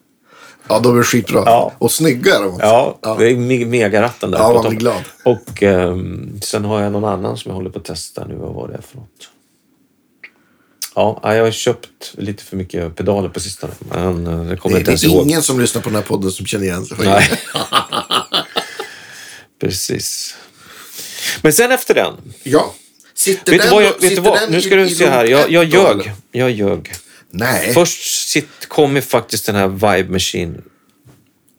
B: Ja, de är skitbra.
A: Ja.
B: Och snygga är de också.
A: Ja, det är me- megaratten där.
B: Ja,
A: på
B: man
A: toppen.
B: blir glad.
A: Och ehm, sen har jag någon annan som jag håller på att testa nu. Vad var det för något? Ja, nej, jag har köpt lite för mycket pedaler på sistone. Men eh, det kommer jag
B: Det,
A: inte ens
B: det
A: ihåg.
B: är ingen som lyssnar på den här podden som känner igen sig.
A: Nej. Precis. Men sen efter den.
B: Ja. Sitter
A: Vet du
B: den
A: vad?
B: då-
A: Jag, vet du
B: sitter
A: vad?
B: den
A: Nu
B: i-
A: ska
B: i Eh.
A: du se här. Jag, jag
B: runt ett då,
A: ljög.
B: eller?
A: Jag ljög.
B: Nej.
A: Först sitt, kom ju faktiskt den här Vibe Machine.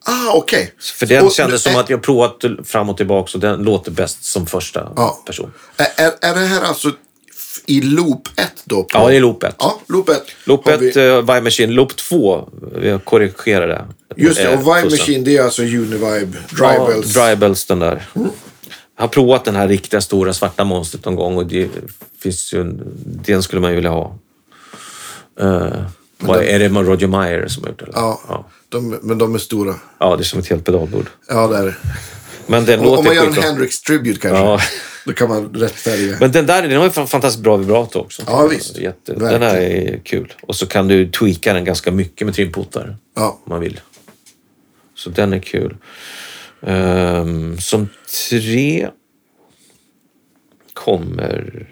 B: Ah, okej.
A: För den
B: Och- Eh.
A: kändes
B: ä-
A: som att jag provat fram och tillbaka och den låter bäst som första
B: Ja.
A: person.
B: Ä- Är, är det här alltså f- i loop 1 då? På,
A: Ja, det är loop 1.
B: Ja, loop 1.
A: Loop 1, eh, Vibe Machine. Loop 2, jag korrigerade.
B: Just det,
A: Eh,
B: och Vibe
A: tusen.
B: Machine det är alltså Univibe
A: Ja,
B: Drybells.
A: Drybells, den där.
B: Mm.
A: Jag har provat den här riktiga stora svarta monstret någon gång och det finns ju en, den skulle man ju vilja ha. Eh, vad är det med Roger Meyer som har gjort det? eller?
B: ja,
A: ja.
B: De, men de är stora.
A: Ja, det är som ett helt pedalbord.
B: Ja, det är det.
A: Men den
B: Om
A: låter
B: man gör en
A: skitbra.
B: Hendrix Tribute kanske,
A: Ja.
B: då kan man rättfärdiga.
A: Men den där den har ju fan- fantastiskt bra vibrato också.
B: Ja, visst.
A: Jätte,
B: Verkligen.
A: den här är kul. Och så kan du tweaka den ganska mycket med trimputtar.
B: ja.
A: om man vill. Så den är kul. Ehm, som tre kommer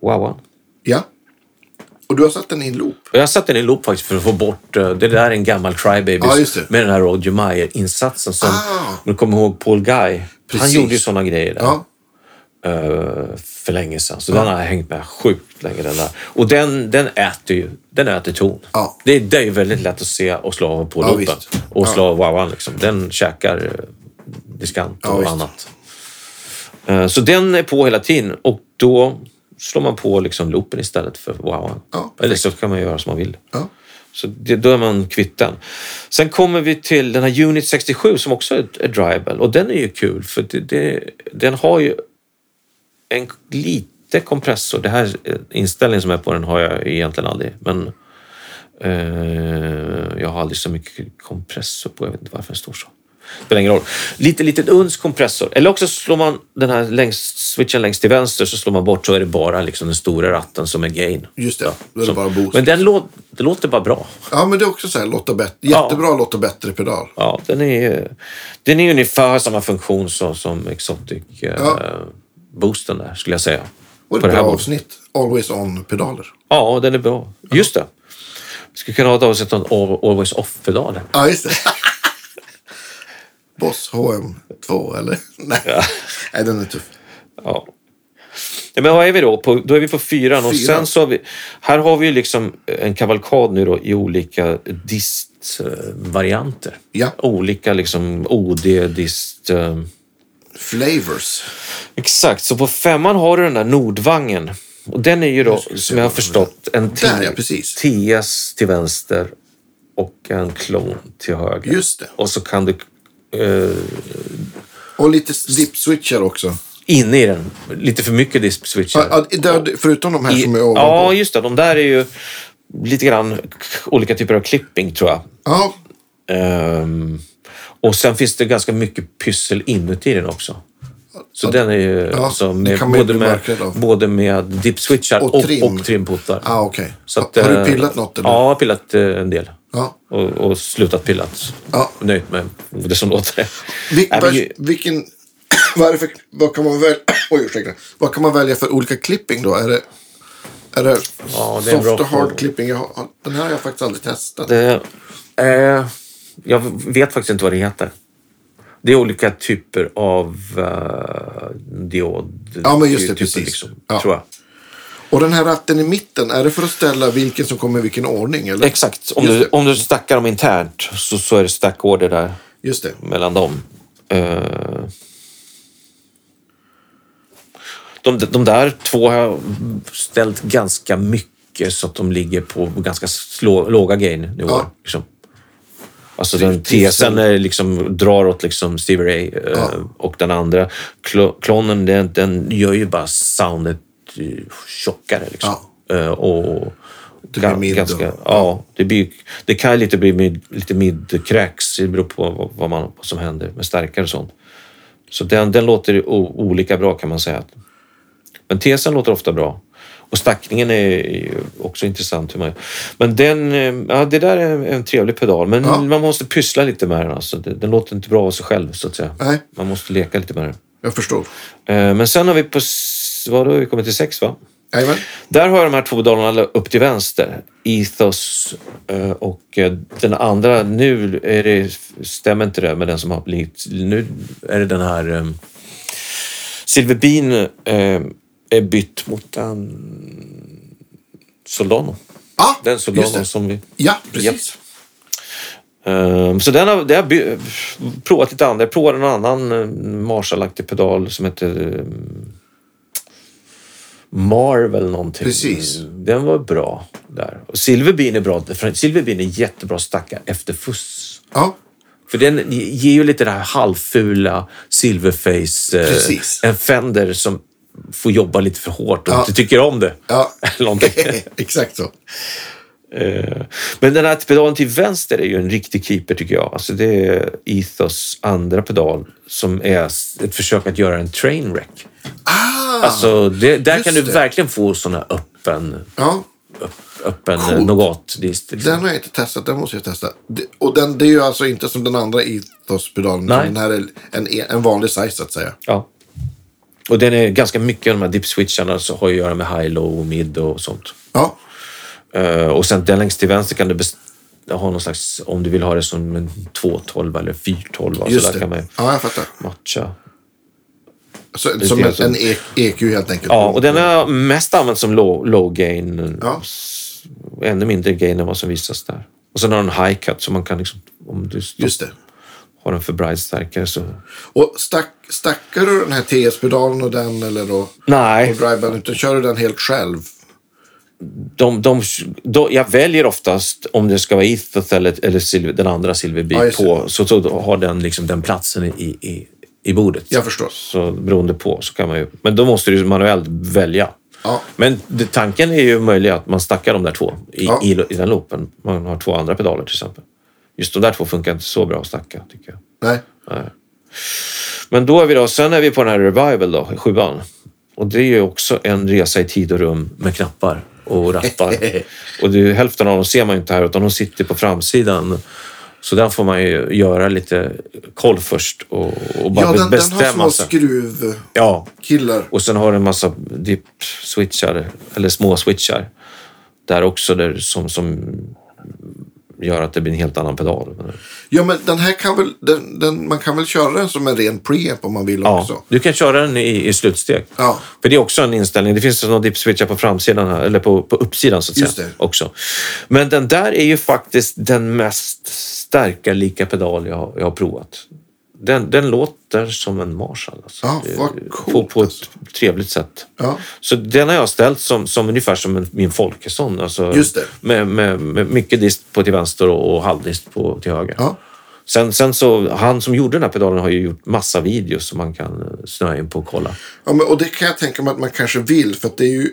A: wowan.
B: ja. Och du har satt den i en loop?
A: Och Jag satte den i loop faktiskt för att få bort... eh, Det där är en gammal Crybaby
B: Ja, just det.
A: med den här Roger Meyer-insatsen som...
B: Ah.
A: Om du kommer ihåg Paul Guy. Han
B: Precis.
A: gjorde ju sådana grejer där.
B: Ja.
A: eh, för länge sedan. Så den har hängt med sjukt länge den där. Och den, den äter ju, den äter ton.
B: Ja.
A: Det, är- det är ju väldigt lätt att se och slå på
B: Ja,
A: loopen.
B: visst.
A: Och slå av wowan liksom. Den käkar eh, diskant
B: Ja,
A: och
B: visst.
A: annat. Eh, så den är på hela tiden och då slår man på liksom loopen istället för wowan.
B: Ja,
A: Eller så kan man göra som man vill.
B: ja.
A: Så det, då är man kvitten. Sen kommer vi till den här Unit 67 som också är, är drybel och den är ju kul för det, det, den har ju en lite kompressor. Det här eh, inställningen som är på den har jag egentligen aldrig, men eh, jag har aldrig så mycket kompressor på. Jag vet inte varför den står så. Spelar ingen roll. Lite litet uns kompressor. Eller också slår man den här längst, switchen längst till vänster så slår man bort så är det bara liksom den stora ratten som är gain.
B: Just det, då är det bara boost. liksom.
A: Men den lå- det låter bara bra.
B: Ja, men det är också så här, låta bättre. Jättebra låta bättre pedal.
A: Ja, den är, den är ungefär samma funktion som, som Exotic eh, boosten där, skulle jag säga.
B: Och
A: På
B: ett
A: det här
B: bra
A: bordet.
B: avsnitt. Always on-pedaler.
A: Ja, den är bra. Just det. Vi skulle kunna ha ett avsnitt om Al- Always Off-pedalen.
B: Ja, just det. Boss HM2, eller? Nej. Nej, den är tuff.
A: Ja. Ja, Men vad är vi då? På, då är vi på fyran. Och
B: Fyran.
A: sen så har vi, här har vi ju liksom en kavalkad nu då i olika dist-varianter.
B: Ja.
A: Olika liksom OD-dist... Eh,
B: Flavors.
A: Exakt, så på femman har du den där Nordvangen. Och den är ju då, som jag har förstått, en T-
B: Där, ja, precis.
A: TS till vänster och en klon till höger.
B: Just det.
A: Och så kan du eh,
B: Och lite dip-switchar också.
A: inne i den, lite för mycket disp-switchar.
B: Ja, ja, där, förutom de här som är ovanpå.
A: ja, just det. De där är ju lite grann olika typer av clipping, tror jag.
B: Ja,
A: Ehm, och sen finns det ganska mycket pyssel inuti den också. Så den är ju
B: Ja,
A: alltså,
B: det
A: med,
B: kan man ju
A: både,
B: bli
A: med,
B: mörkrädd av.
A: både med dipswitchar
B: Och
A: och,
B: trim.
A: och trimputtar.
B: ah, okej.
A: Så
B: Ha-
A: att,
B: Har
A: eh,
B: du pillat något? Eller?
A: Ja, jag har pillat eh, en del.
B: Ja.
A: Och, och slutat pillat.
B: Ja.
A: Nöjt med det som låter.
B: Vil,
A: Nej, men ju-
B: vilken... Vad, är det för, vad, kan man väl, oj, ursäkta, vad kan man välja för olika clipping då? Är det, är det
A: Ja, det är en
B: soft
A: bra
B: och hard
A: fråga.
B: clipping? Jag har, den här har jag faktiskt aldrig testat.
A: Det, eh, jag vet faktiskt inte vad det heter. Det är olika typer av eh, diod.
B: Ja, men just det,
A: typer
B: precis.
A: Liksom,
B: Ja.
A: tror jag.
B: Och den här ratten i mitten, är det för att ställa vilken som kommer i vilken ordning? Eller?
A: Exakt. Om
B: Just
A: du,
B: det.
A: om du stackar dem internt så, så är det stackorder där
B: Just det.
A: mellan dem. Eh, de, de där två har jag ställt ganska mycket så att de ligger på ganska slå, låga gain-nivåer.
B: Ja.
A: Liksom. Alltså den tesen är liksom, drar åt liksom Stevie Ray eh,
B: Ja.
A: och den andra klo- klonen den, den gör ju bara soundet eh, tjockare. Liksom. Eh, och det
B: blir mid
A: ganska,
B: och-
A: ja, det, blir, det kan lite bli mid, lite mid-cracks. Det beror på vad, vad, man, vad som händer med starkare och sånt. Så den, den låter ju o, olika bra kan man säga. Men tesen låter ofta bra. Och stackningen är ju också intressant. Hur man gör. Men den, eh, ja, det där är en trevlig pedal, men
B: Ja.
A: man måste pyssla lite med den. Alltså. Den den låter inte bra av sig själv, så att säga.
B: Nej.
A: Man måste leka lite med den.
B: Jag förstår.
A: Eh, Men sen har vi på... s- Vad då? Vi kommer till sex, va?
B: Jajamän.
A: Där har jag de här två dollarna upp till vänster. Ethos eh, och eh, den andra, nu är det, stämmer inte det med den som har blivit... Nu är det den här... eh, Silverbin eh, är bytt mot en Solano.
B: Ja,
A: Den
B: Ah, just
A: Solano
B: det.
A: som vi...
B: Ja, precis.
A: Ehm, Så den har, det har jag by- provat lite andra. Jag provade någon annan eh, Marshall-aktig pedal som heter eh, Marvel någonting.
B: Precis.
A: Den var bra där. Och Silverbean är bra. för Silverbean är jättebra stacka efter fuss.
B: Ja,
A: För den ger ju lite det här halvfula Silverface. eh,
B: Precis.
A: En Fender som får jobba lite för hårt och
B: Ja.
A: inte tycker om det.
B: ja.
A: Eller någonting.
B: exakt så.
A: Eh, Men den här pedalen till vänster är ju en riktig keeper tycker jag. Alltså det är Ethos andra pedal som är s- ett försök att göra en trainwreck.
B: Ah,
A: Alltså det, där
B: just
A: kan du
B: det.
A: verkligen få såna öppen,
B: ja.
A: öppen eh, nougat-dist.
B: Den har jag inte testat, den måste jag testa. Det- Och den, det är ju alltså inte som den andra Ethos-pedalen. utan
A: Nej.
B: Den här är en, e- en vanlig size så att säga.
A: Ja. Och den är ganska mycket av de här dipswitcharna som har att göra med high-low och mid och sånt.
B: Ja,
A: Eh, och sen den längst till vänster kan du best- ha någon slags, om du vill ha det som en 212 eller 412 så
B: just
A: där kan man
B: det.
A: ju
B: Ja, jag fattar.
A: matcha.
B: Så, som en,
A: så.
B: en E- EQ helt enkelt.
A: Ja, och den har jag mest använt som low, low gain.
B: Ja.
A: S- Ännu mindre gain än vad som visas där. Och sen har den high cut så man kan liksom, om du stopp,
B: Just det.
A: har den för bright starkare så...
B: Och stack, stackar du den här TS-pedalen och den eller då?
A: Nej,
B: Och driveband, utan kör du den helt själv?
A: de, de, de, jag väljer oftast om det ska vara Ethoth eller, eller silver, den andra Silverbeat
B: Ja, just det.
A: på. Så, så har den liksom den platsen i, i, i bordet.
B: Jag förstår.
A: Så beroende på så kan man ju... Men då måste du ju manuellt välja.
B: Ja.
A: Men det, tanken är ju möjlig att man stackar de där två i,
B: Ja.
A: i, i den loopen. Man har två andra pedaler till exempel. Just de där två funkar inte så bra att stacka tycker jag.
B: Nej.
A: Men då är vi då, sen är vi på den här Revival då, i sjuan. Och det är ju också en resa i tid och rum med knappar och rattar. och det är, ju- hälften av dem ser man ju inte här utan de sitter på framsidan. Så den får man ju göra lite koll först och, och bara
B: Ja, den, den har
A: bestämma
B: små
A: sig.
B: skruvkillar.
A: Ja, och sen har den en massa dip-switchar, eller små switchar, där också där, som, som gör att det blir en helt annan pedal. Men-
B: Ja, men den här kan väl, den, den, man kan väl köra den som en ren preamp om man vill också?
A: Ja, du kan köra den i, i slutsteg.
B: Ja.
A: För det är också en inställning. Det finns några dip-switchar på framsidan här, eller på, på uppsidan så att
B: Just
A: säga.
B: det.
A: Också. Men den där är ju faktiskt den mest starka lika pedal jag, har- jag har provat. Den, den låter som en Marshall. Alltså.
B: Ja,
A: Det-
B: vad
A: på,
B: coolt,
A: på ett trevligt sätt.
B: Ja.
A: Så den har jag ställt som, som ungefär som en, min Folkesson. Alltså,
B: Just det.
A: Med, med, med mycket dist på till vänster och, och halvdist på till höger.
B: Ja.
A: Sen, sen så, han som gjorde den här pedalen har ju gjort massa videos som man kan eh, snöa in på och kolla.
B: Ja, men, och det kan jag tänka mig att man kanske vill för att det är ju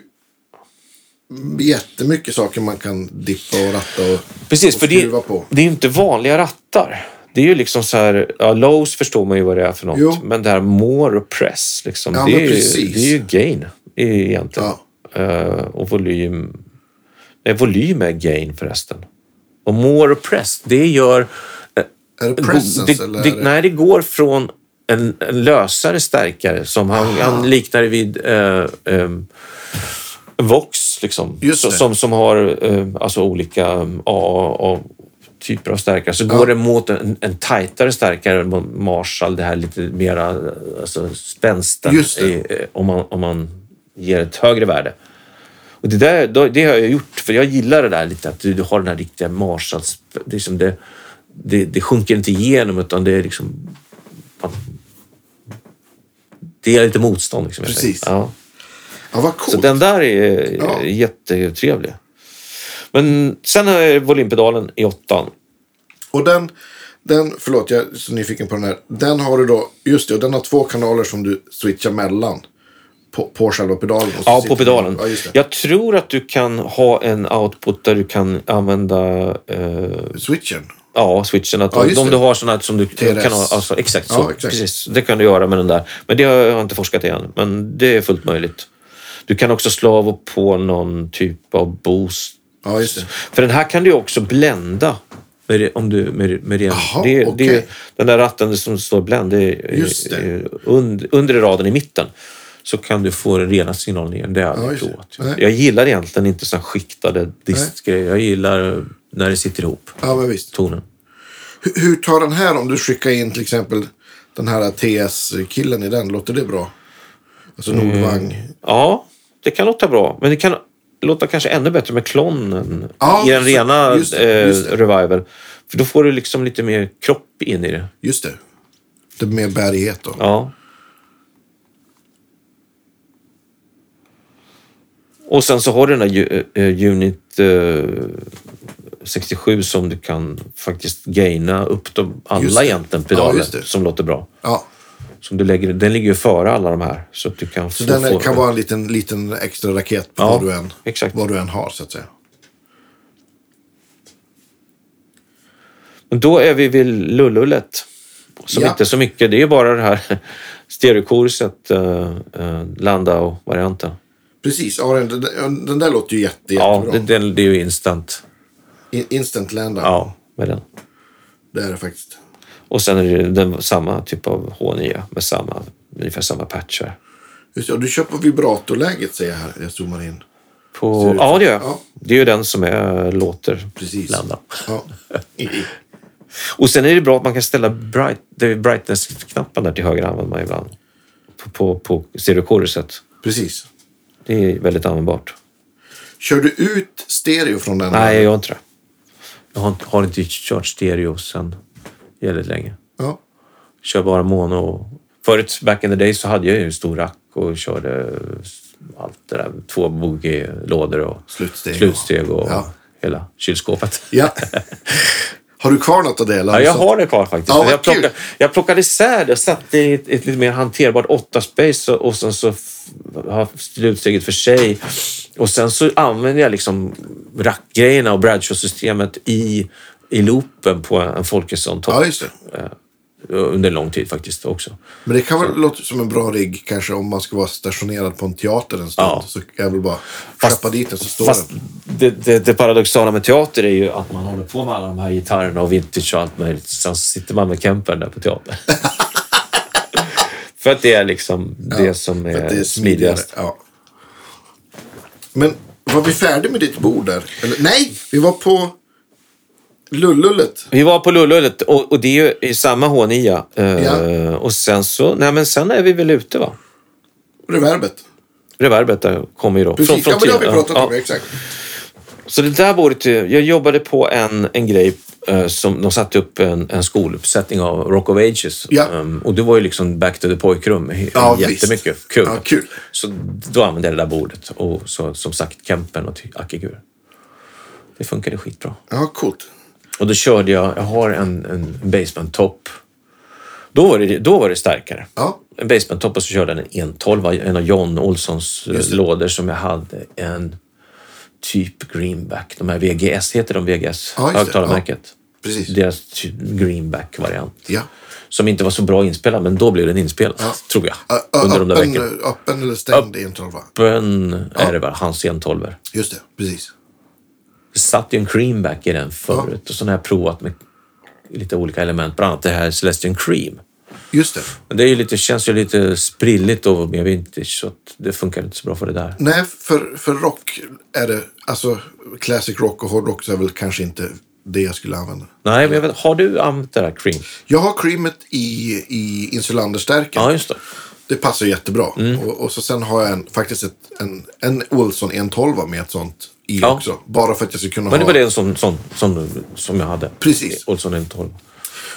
B: jättemycket saker man kan dippa och ratta och,
A: Precis,
B: och
A: för det,
B: skruva på.
A: det är ju inte vanliga rattar. Det är ju liksom så här, ja, lows förstår man ju vad det är för något.
B: Jo.
A: Men det här more och press, liksom,
B: Ja,
A: det,
B: men
A: är ju,
B: precis.
A: det är ju gain eh, egentligen.
B: Ja.
A: Eh, och volym... Nej, volym är gain förresten. Och more och press, det gör... eh,
B: Är det presence
A: det,
B: eller?
A: det,
B: är det-
A: Nej, det går från en, en lösare starkare som han,
B: Ah.
A: han liknar det vid eh, ehm, Vox, liksom.
B: Just
A: Så-
B: det.
A: Som, som har eh, alltså olika um, A, A, typer av stärkare. Så går det mot en, en tajtare stärkare, mot Marshall, det här lite mera eh, alltså, spänsten.
B: Just det.
A: i- eh, om, man, om man ger ett högre värde. Och det, där, då- det har jag gjort, för jag gillar det där lite att du, du har den här riktiga Marshalls... Det, är som det, det, det sjunker inte igenom utan det är liksom... Man, det är lite motstånd. Liksom, jag säger.
B: Precis.
A: Ja.
B: Ja, vad coolt.
A: Så den där är
B: Ja.
A: jättetrevlig. Men sen är volympedalen i åttan.
B: Och den, den, förlåt jag är så nyfiken på den här. Den har du då, just det, och den har två kanaler som du switchar mellan. På, på själva pedalen. och så
A: Ja,
B: sitter
A: på
B: den-
A: pedalen.
B: Ja, just det.
A: Jag tror att du kan ha en output där du kan använda eh,
B: Switchen.
A: Ja, switchen. Att
B: Ja, just
A: om
B: det.
A: du har sådana som du
B: TRS.
A: kan ha. Alltså, exakt så.
B: Ja, exakt.
A: Precis. Det kan du göra med den där. Men det har jag inte forskat igen. Men det är fullt möjligt. Du kan också slå av och på någon typ av boost.
B: Ja, just det.
A: För den här kan du också blända. Med, det- om du, med, det- med det.
B: Jaha,
A: det, är- det är-
B: okej.
A: den där ratten som står bländ, det är,
B: Just det.
A: är und, under raden i mitten. så kan du få rena signaler igen. Det är
B: Ja,
A: jag
B: just det.
A: ja,
B: Nej.
A: Jag gillar egentligen inte så här skiktade distgrejer. Jag gillar eh, när det sitter ihop,
B: Ja, men visst.
A: tonen.
B: Hur, hur tar den här om du skickar in till exempel den här TS-killen i den? Låter det bra? Alltså
A: Mm.
B: Nordvang.
A: Ja, det kan låta bra. Men det kan låta kanske ännu bättre med klonen
B: Ja,
A: i den
B: så-
A: rena
B: just det, just det.
A: eh, revival. För då får du liksom lite mer kropp in i det.
B: Just det. Det är mer bärighet då.
A: Ja. Och sen så har du den där ju- eh, Unit eh, 67 som du kan faktiskt gaina upp de
B: Just
A: alla
B: det.
A: egentligen
B: Ja,
A: pedaler
B: just det.
A: som låter bra.
B: Ja.
A: Som du lägger, den ligger ju före alla de här. Så att du kan
B: Så den är- kan vara en liten, liten extra raket på
A: Ja,
B: vad, du än,
A: exakt.
B: vad du än har så att säga.
A: Men då är vi vid lullullet. Som
B: Ja.
A: inte är så mycket. Det är bara det här stereokurset, eh, eh, Landau-varianten.
B: Precis, ja, den, den, den där låter ju jätte,
A: Ja,
B: jättebra.
A: det, det, det är ju instant.
B: I- Instant landa,
A: Ja, med den.
B: det är det faktiskt.
A: Och sen är det den, samma typ av H9 med samma, ungefär samma patcher.
B: Just, det, ja, du kör på vibratorläget säger jag här. Jag zoomar in. Ser
A: På,
B: ut
A: ja,
B: som-
A: det gör jag.
B: ja.
A: Det är ju den som är, låter
B: Precis.
A: blanda.
B: Ja.
A: Och sen är det bra att man kan ställa bright, det är brightness-knappen där till höger använder man ibland. På, på, på stereokoruset.
B: Precis.
A: Det är väldigt användbart.
B: Kör du ut stereo från den?
A: Nej, jag gör inte det. Jag har inte, har inte kört stereo sen väldigt länge.
B: Ja.
A: Kör bara mono. Förut, back in the day, så hade jag ju en stor rack och körde allt det där. Två boogie-lådor och
B: Slutsteg.
A: slutsteg och
B: Ja.
A: hela kylskåpet.
B: ja. Har du kvar något av det? Eller?
A: Ja,
B: du
A: jag
B: satt-
A: har det kvar faktiskt.
B: Ja, vad
A: jag, plockade,
B: kul.
A: jag plockade isär det och satte i ett, ett lite mer hanterbart 8-space och, och sen så f- har slutsteget för sig. Och sen så använde jag liksom rackgrejerna och Bradshaw-systemet i, i loopen på en Folkesson-topp Eh,
B: Ja, just det.
A: under lång tid faktiskt också.
B: Men det kan väl låta som en bra rigg kanske om man ska vara stationerad på en teater en stund.
A: Ja.
B: Så jag vill bara
A: Fast-
B: släppa dit den så står
A: Fast
B: den.
A: det, det, det paradoxala med teater är ju att man håller på med alla de här gitarrerna och vintage och allt möjligt. Sen så sitter man med Kempern där på teatern. För att det är liksom det som
B: För
A: är,
B: att
A: smidigast.
B: Ja. Men var vi färdiga med ditt bord där? Eller, nej, vi var på lullullet.
A: Vi var på Lullullet och, och det är ju i samma H9. Eh,
B: Ja.
A: Och sen så, nej men sen är vi väl ute va?
B: Reverbet.
A: Reverbet där kommer ju då.
B: Precis, ja men det har vi
A: tiden.
B: pratat
A: Ja.
B: om. Exakt.
A: Så det där bordet, eh, jag jobbade på en, en grej eh, som de satte upp en, en skoluppsättning av Rock of Ages.
B: Ja.
A: Ehm, och det var ju liksom back to the pojkrum he-
B: Ja,
A: jättemycket.
B: visst.
A: Kul.
B: Ja, kul.
A: Så då använde jag det där bordet och så, som sagt Kempen och Akigura. Det funkade skitbra.
B: Ja, coolt.
A: Och då körde jag, jag har en, en basement-topp. Då, var det- då var det starkare.
B: Ja,
A: En basement-topp och så körde jag en 112, en av John Olssons eh, lådor som jag hade. En typ greenback. De här VGS, heter de VGS?
B: Ja, just det.
A: Högtalarmärket.
B: precis.
A: Deras ty- greenback-variant.
B: Ja.
A: Som inte var så bra inspelad, men då blev den inspelad, tror jag.
B: Ö- ö-
A: under de där veckorna.
B: öppen, öppen eller stängd i en tolva.
A: Öppen är det väl, hans 112.
B: Just det, precis.
A: Det satt ju en greenback i den förut och så har jag provat med lite olika element, bland annat det här Celestian Cream.
B: Just det.
A: Men det är ju lite, känns ju lite sprilligt och mer vintage så att det funkar inte så bra för det där.
B: Nej, för, för rock är det, alltså classic rock och hårdrock så är väl kanske inte det jag skulle använda.
A: Nej, men jag vet, har du använt det där cream?
B: Jag har creamet i, i insulanderstärken.
A: Ja, Mm. just det.
B: Det passar jättebra. Och, och så sen har jag en, faktiskt ett, en, en Olsson 112 med ett sånt i
A: Ja.
B: också. Bara för att jag ska kunna
A: Men det
B: ha,
A: var det som, som, som, som jag hade.
B: Precis.
A: Olsson 112.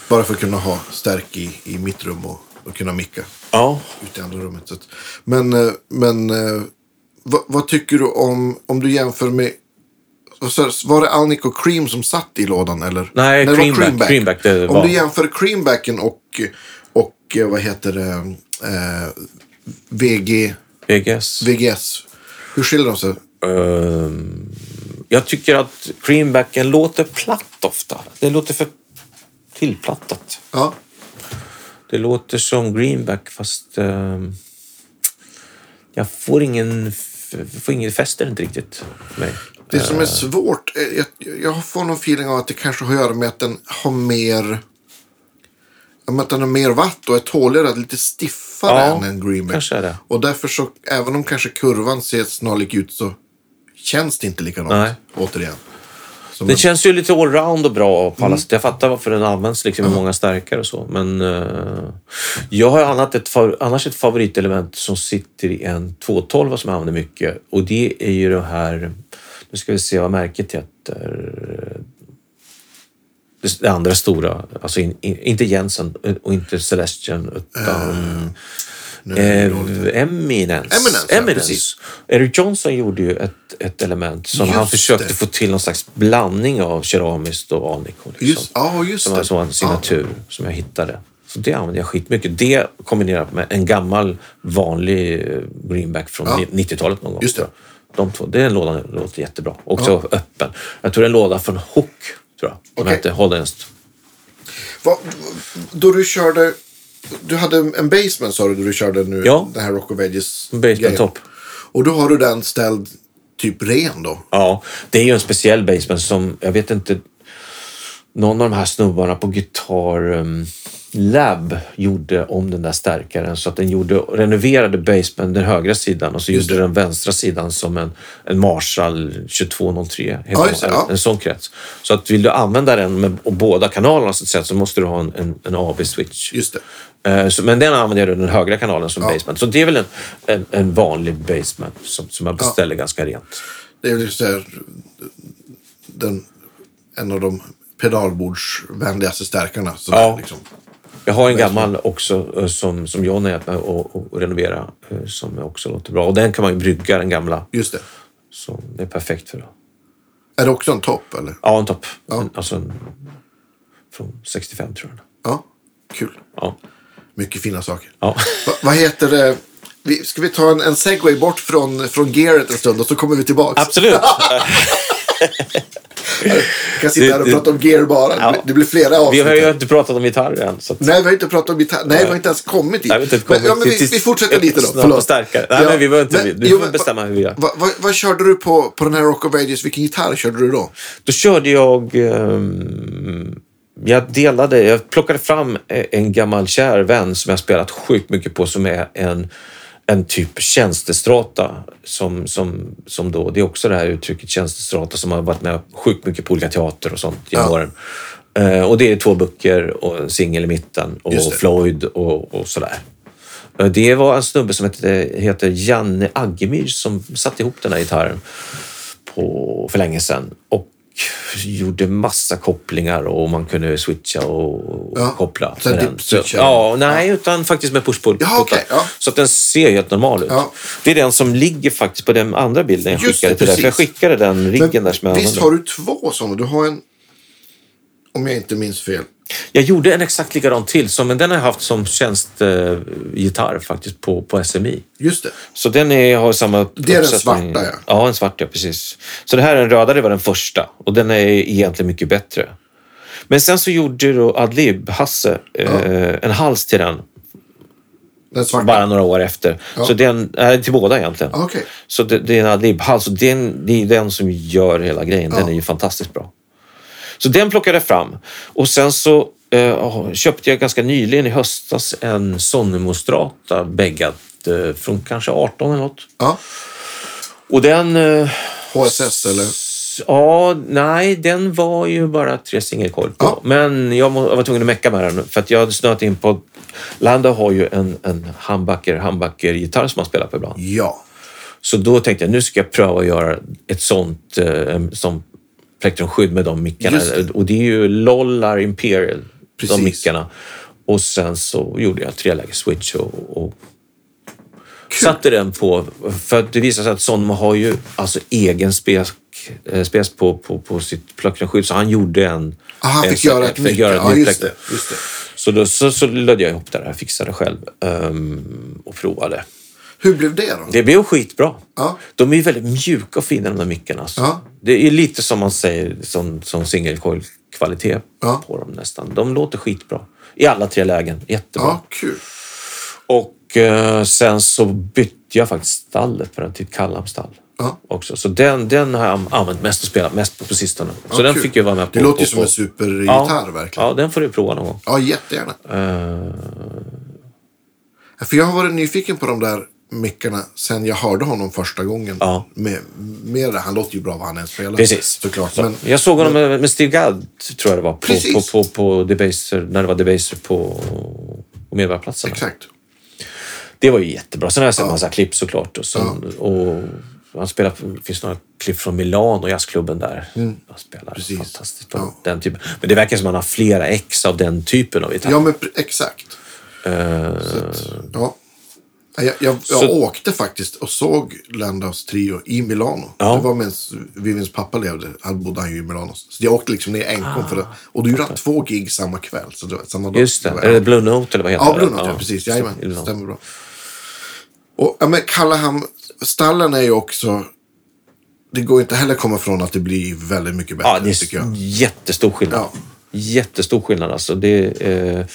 B: Bara för att kunna ha stärk i, i mitt rum och, och kunna micka
A: Ja.
B: ut i andra rummet. Så att, men eh, men eh, vad, vad tycker du om, om du jämför med vad sa du, var det Alnico Cream som satt i lådan eller?
A: Nej,
B: det var
A: Creamback. Creamback, det
B: Om
A: var-
B: du jämför Creambacken och, och eh, vad heter det, eh, VG,
A: VGS.
B: VGS. Hur skiljer de sig?
A: Ehm, jag tycker att creambacken låter platt ofta. Det låter för tillplattat.
B: Ja,
A: Det låter som greenback fast ehm, jag får ingen, f- får ingen fäster inte riktigt för mig.
B: det som är
A: Eh.
B: svårt, eh, är- jag, jag får någon feeling av att det kanske har att göra med att den har mer men att den har mer watt och är tåligare, lite stiffare
A: Ja,
B: än en greenback.
A: kanske är det.
B: Och därför så, även om kanske kurvan ser snarlik ut så känns det inte likadant.
A: Nej.
B: Återigen. Som
A: Den känns ju lite allround och bra på alla
B: Mm.
A: sätt. Jag fattar varför den används liksom i många stärkare och så. Men eh, jag har annat ett, fa- annars ett favoritelement som sitter i en 212 som jag använder mycket. Och det är ju det här... Nu ska vi se vad märket heter. Det, det andra stora. Alltså in, in, inte Jensen och inte Celestion utan...
B: nu,
A: Eh,
B: då-
A: Eminence.
B: Eminence, ja, precis.
A: Eric Johnson gjorde ju ett, ett element som
B: Just
A: han försökte
B: det.
A: få till någon slags blandning av keramiskt och aniko. Liksom.
B: just, ja, just
A: som,
B: det.
A: var, som var en signatur som jag hittade. Så det använde jag skitmycket. Det kombinerat med en gammal vanlig eh, greenback från ni- 90-talet någon gång.
B: Just det.
A: tror jag. De två. Den lådan låter jättebra. Och så öppen. Jag tror det är en låda från Hook. Tror jag. De
B: Okej.
A: hette Holländsk.
B: Va, då du körde... Du hade en basement sa du, då du körde nu
A: Ja.
B: den här Rock of Ages.
A: Basement
B: grejen.
A: top.
B: Och då har du den ställd typ ren då?
A: Ja, det är ju en speciell basement som, jag vet inte, någon av de här snubbarna på Guitar ehm, Lab gjorde om den där stärkaren så att den gjorde, renoverade basement, den högra sidan och så gjorde den vänstra sidan som en, en Marshall 2203. heter
B: Ja, just det,
A: den,
B: ja.
A: En sån krets. Så att vill du använda den med och båda kanalerna så, att säga, så måste du ha en, en, en AB-switch.
B: Just det.
A: Eh, så, men den använder jag då, den högra kanalen som
B: Ja.
A: basement. Så det är väl en, en, en vanlig basement som, som jag beställer ganska rent.
B: Det är väl så här, den, en av de pedalbordsvänligaste stärkarna. Så
A: Ja.
B: där, liksom.
A: Jag har en gammal också eh, som, som John har hjälpt mig att- att att renovera eh, som också låter bra. Och den kan man ju brygga, den gamla.
B: Just det.
A: Så det är perfekt för det.
B: Är det också en topp eller?
A: Ja, en topp. En, alltså en, från 65 tror jag.
B: Ja, kul.
A: Ja.
B: Mycket fina saker.
A: ja.
B: Va, vad heter det? Vi, ska vi ta en, en segway bort från, från gearet en stund och så kommer vi tillbaka?
A: Absolut!
B: Vi kan sitta här och
A: Det- det-
B: prata om gear bara. Det
A: Ja.
B: blir- Det blir flera
A: Vi
B: avsnitt.
A: har ju
B: här.
A: inte pratat om gitarr än. Så att,
B: Nej, vi har inte pratat om gitarr. Nej, vi har inte ens kommit dit.
A: Nej, vi har inte
B: men,
A: kommit
B: ja, men
A: till-
B: vi,
A: till-
B: vi fortsätter lite då.
A: snart och starkare. Nej, men vi behöver inte- vi- vi får
B: men
A: bestämma
B: vad-
A: hur vi gör.
B: Vad, vad, vad körde du på, på den här Rock of Ages? Vilken gitarr körde du då?
A: Då körde jag... ehm, jag delade, jag plockade fram e- en gammal kär vän som jag spelat sjukt mycket på som är en, en typ tjänstestrata. Som, som, som då, det är också det här uttrycket tjänstestrata som har varit med sjukt mycket på olika teater och sånt genom
B: Ja.
A: åren. Eh, och det är två böcker och en singel i mitten
B: Just
A: och
B: det.
A: Floyd och, och sådär. Eh, Det var en snubbe som heter, heter Janne Aggemyr som satte ihop den här gitarren på, för länge sedan och gjorde massa kopplingar och man kunde switcha och
B: Ja,
A: koppla.
B: så
A: med
B: dip
A: den.
B: switch, eller?
A: ja, nej, utan faktiskt med pushpull.
B: Jaha, okej, ja.
A: Så att den ser helt normal ut.
B: Ja.
A: Det är den som ligger faktiskt på den andra bilden jag
B: Just
A: skickade
B: det,
A: till dig. För jag
B: precis.
A: skickade den riggen där som jag
B: Visst
A: använde.
B: har du två sådana? Du har en, om jag inte minns fel.
A: Jag gjorde en exakt likadan till, som, men den har jag haft som tjänstgitarr faktiskt på, på SMI.
B: Just det.
A: Så den är, har samma
B: Det är den
A: uppsättning.
B: svarta, ja.
A: Ja, en svart, ja, precis. Så det här är den röda, det var den första. Och den är egentligen mycket bättre. Men sen så gjorde då Adlib, Hasse, eh, en hals till den.
B: Den svarta.
A: Bara några år efter. Så den, nej, till båda egentligen.
B: Ah, Okej.
A: Så det, det är en Adlib-hals och den, det är den som gör hela grejen. Den är ju fantastiskt bra. Så den plockade jag fram. Och sen så eh, köpte jag ganska nyligen i höstas en Sonnemostrata bäggad eh, från kanske 18 eller något.
B: Ja.
A: Och den... eh,
B: HSS eller?
A: Ja, nej, den var ju bara tre singelkorv på.
B: Ja.
A: Men jag må- jag var tvungen att mecka med den för att jag hade snöat in på... Landa har ju en, en humbucker, humbucker gitarr som han spelar på ibland.
B: Ja.
A: Så då tänkte jag, nu ska jag pröva att göra ett sånt, eh, en sån plektrumskydd med de mickarna.
B: Just det.
A: Och det är ju Lollar Imperial,
B: Precis.
A: de mickarna. Och sen så gjorde jag treläges-switch och, och satte den på. För att det visar sig att Sonma har ju alltså egen spec, eh, spec på, på, på sitt plektrumskydd. Så han gjorde en...
B: Ah, han
A: en
B: fick
A: sån-
B: göra ett
A: fick
B: nytt.
A: göra
B: Ja,
A: nytt
B: just
A: plek-
B: det. Just det.
A: Så då så, så lödde jag ihop det där, fixade det själv ehm, och provade.
B: Hur blev det då?
A: Det blev skitbra.
B: Ja.
A: De är ju väldigt mjuka och fina de där mickarna. Alltså.
B: Ja.
A: Det är lite som man säger som, som singelcoil-kvalitet
B: Ja.
A: på dem nästan. De låter skitbra. I alla tre lägen. Jättebra.
B: Ja, kul.
A: Och eh, sen så bytte jag faktiskt stallet på den till Kallamstall.
B: Ja.
A: också. Så den, den har jag använt mest och spelat mest på, på sistone. Så
B: Ja,
A: den
B: kul.
A: fick jag vara med på.
B: Det låter
A: på,
B: ju som
A: på.
B: en supergitarr verkligen.
A: Ja, den får du prova någon gång.
B: Ja, jättegärna.
A: Eh,
B: För jag har varit nyfiken på de där mickarna sen jag hörde honom första gången.
A: Ja.
B: Med, med det. Han låter ju bra vad han än spelar.
A: Precis.
B: Såklart.
A: Så,
B: Men,
A: jag såg honom med, med Steve Gadd, tror jag det var, på,
B: Precis.
A: på, på, på Debaser, när det var Debaser på, på Medborgarplatsen.
B: exakt.
A: Det var ju jättebra. Sen har jag sett massa klipp såklart. Och, sen, och han spelar, det finns några klipp från Milano, jazzklubben där. Han spelar
B: Mm. Precis.
A: fantastiskt på
B: Ja.
A: den typen. Men det verkar som att han har flera ex av den typen av gitarr.
B: Ja, men pre- exakt.
A: Eh,
B: Så att, ja. Jag, jag, jag
A: Så-
B: åkte faktiskt och såg Landaus trio i Milano.
A: Ja.
B: Det var medan Vivians pappa levde. Han bodde han ju i Milano. Så jag åkte liksom ner enkom för det. Och du gjorde han två gig samma kväll. Så det var samma dag.
A: Ah, just det.
B: var-
A: Eller Blue Note eller vad heter
B: Ja,
A: det?
B: Brunnot, ja. Precis. Jajamän,
A: Blue Note.
B: stämmer bra. Och ja, men Callahan-stallen är ju också... Det går inte heller att komma ifrån att det blir väldigt mycket bättre,
A: Ja, det
B: tycker
A: är
B: jag.
A: jättestor skillnad.
B: Ja.
A: Jättestor skillnad alltså. Det, eh,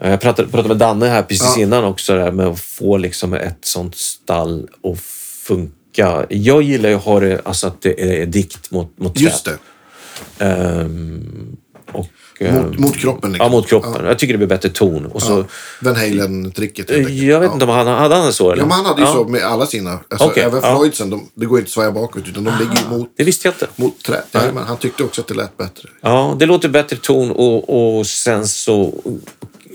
A: jag pratade, pratade med Danne här precis
B: Ja.
A: innan också, där med att få liksom ett sånt stall att funka. Jag gillar ju att ha det, alltså att det är dikt mot, mot
B: Just
A: trä.
B: det.
A: Ehm, och, ehm,
B: Mot, mot kroppen.
A: ja,
B: Liksom.
A: mot kroppen. Jag tycker det blir bättre ton. Och så,
B: Van Halen-tricket. helt enkelt.
A: Jag vet inte om han hade han så. Eller?
B: Ja, men han hade ju
A: Ja,
B: så med alla sina. Alltså,
A: Okej,
B: även
A: ja. Ah.
B: Floydsen, de, det går inte att svaja bakåt utan de ligger ju mot,
A: Det visste jag inte.
B: mot träet. Ja, men han tyckte också att det lät bättre.
A: Ja, det låter bättre ton och, och sen så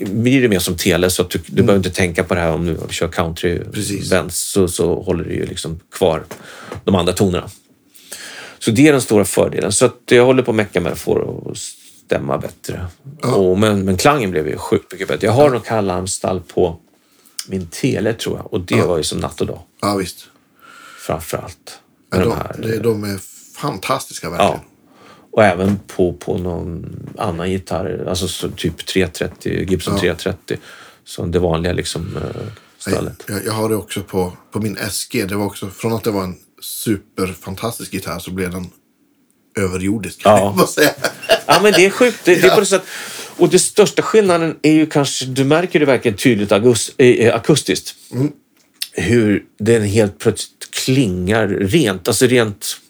A: blir det mer som tele så att du, du behöver inte tänka på det här om du kör country
B: Mm. Precis.
A: bands så, så håller du ju liksom kvar de andra tonerna. Så det är den stora fördelen. Så att jag håller på att mecka med det för att stämma bättre. Och, men, men klangen blev ju sjukt mycket bättre. Jag har nog Kalamstall på min tele tror jag och det var ju som natt och dag
B: Ja, visst.
A: framför allt.
B: Ja,
A: Med de
B: de,
A: här.
B: de, de är fantastiska verkligen.
A: Ja. Och även på, på någon annan gitarr, alltså så typ 330, Gibson 330. Som det vanliga liksom eh, stället.
B: Jag, jag har det också på, på min SG. Det var också, från att det var en superfantastisk gitarr så blev den överjordisk. kan
A: Ja.
B: jag bara säga.
A: Ja men det är sjukt. Det, det är på det sätt. Och det största skillnaden är ju kanske, du märker det verkligen tydligt agus, eh, eh, akustiskt.
B: Mm.
A: Hur den helt plötsligt klingar rent, alltså rent...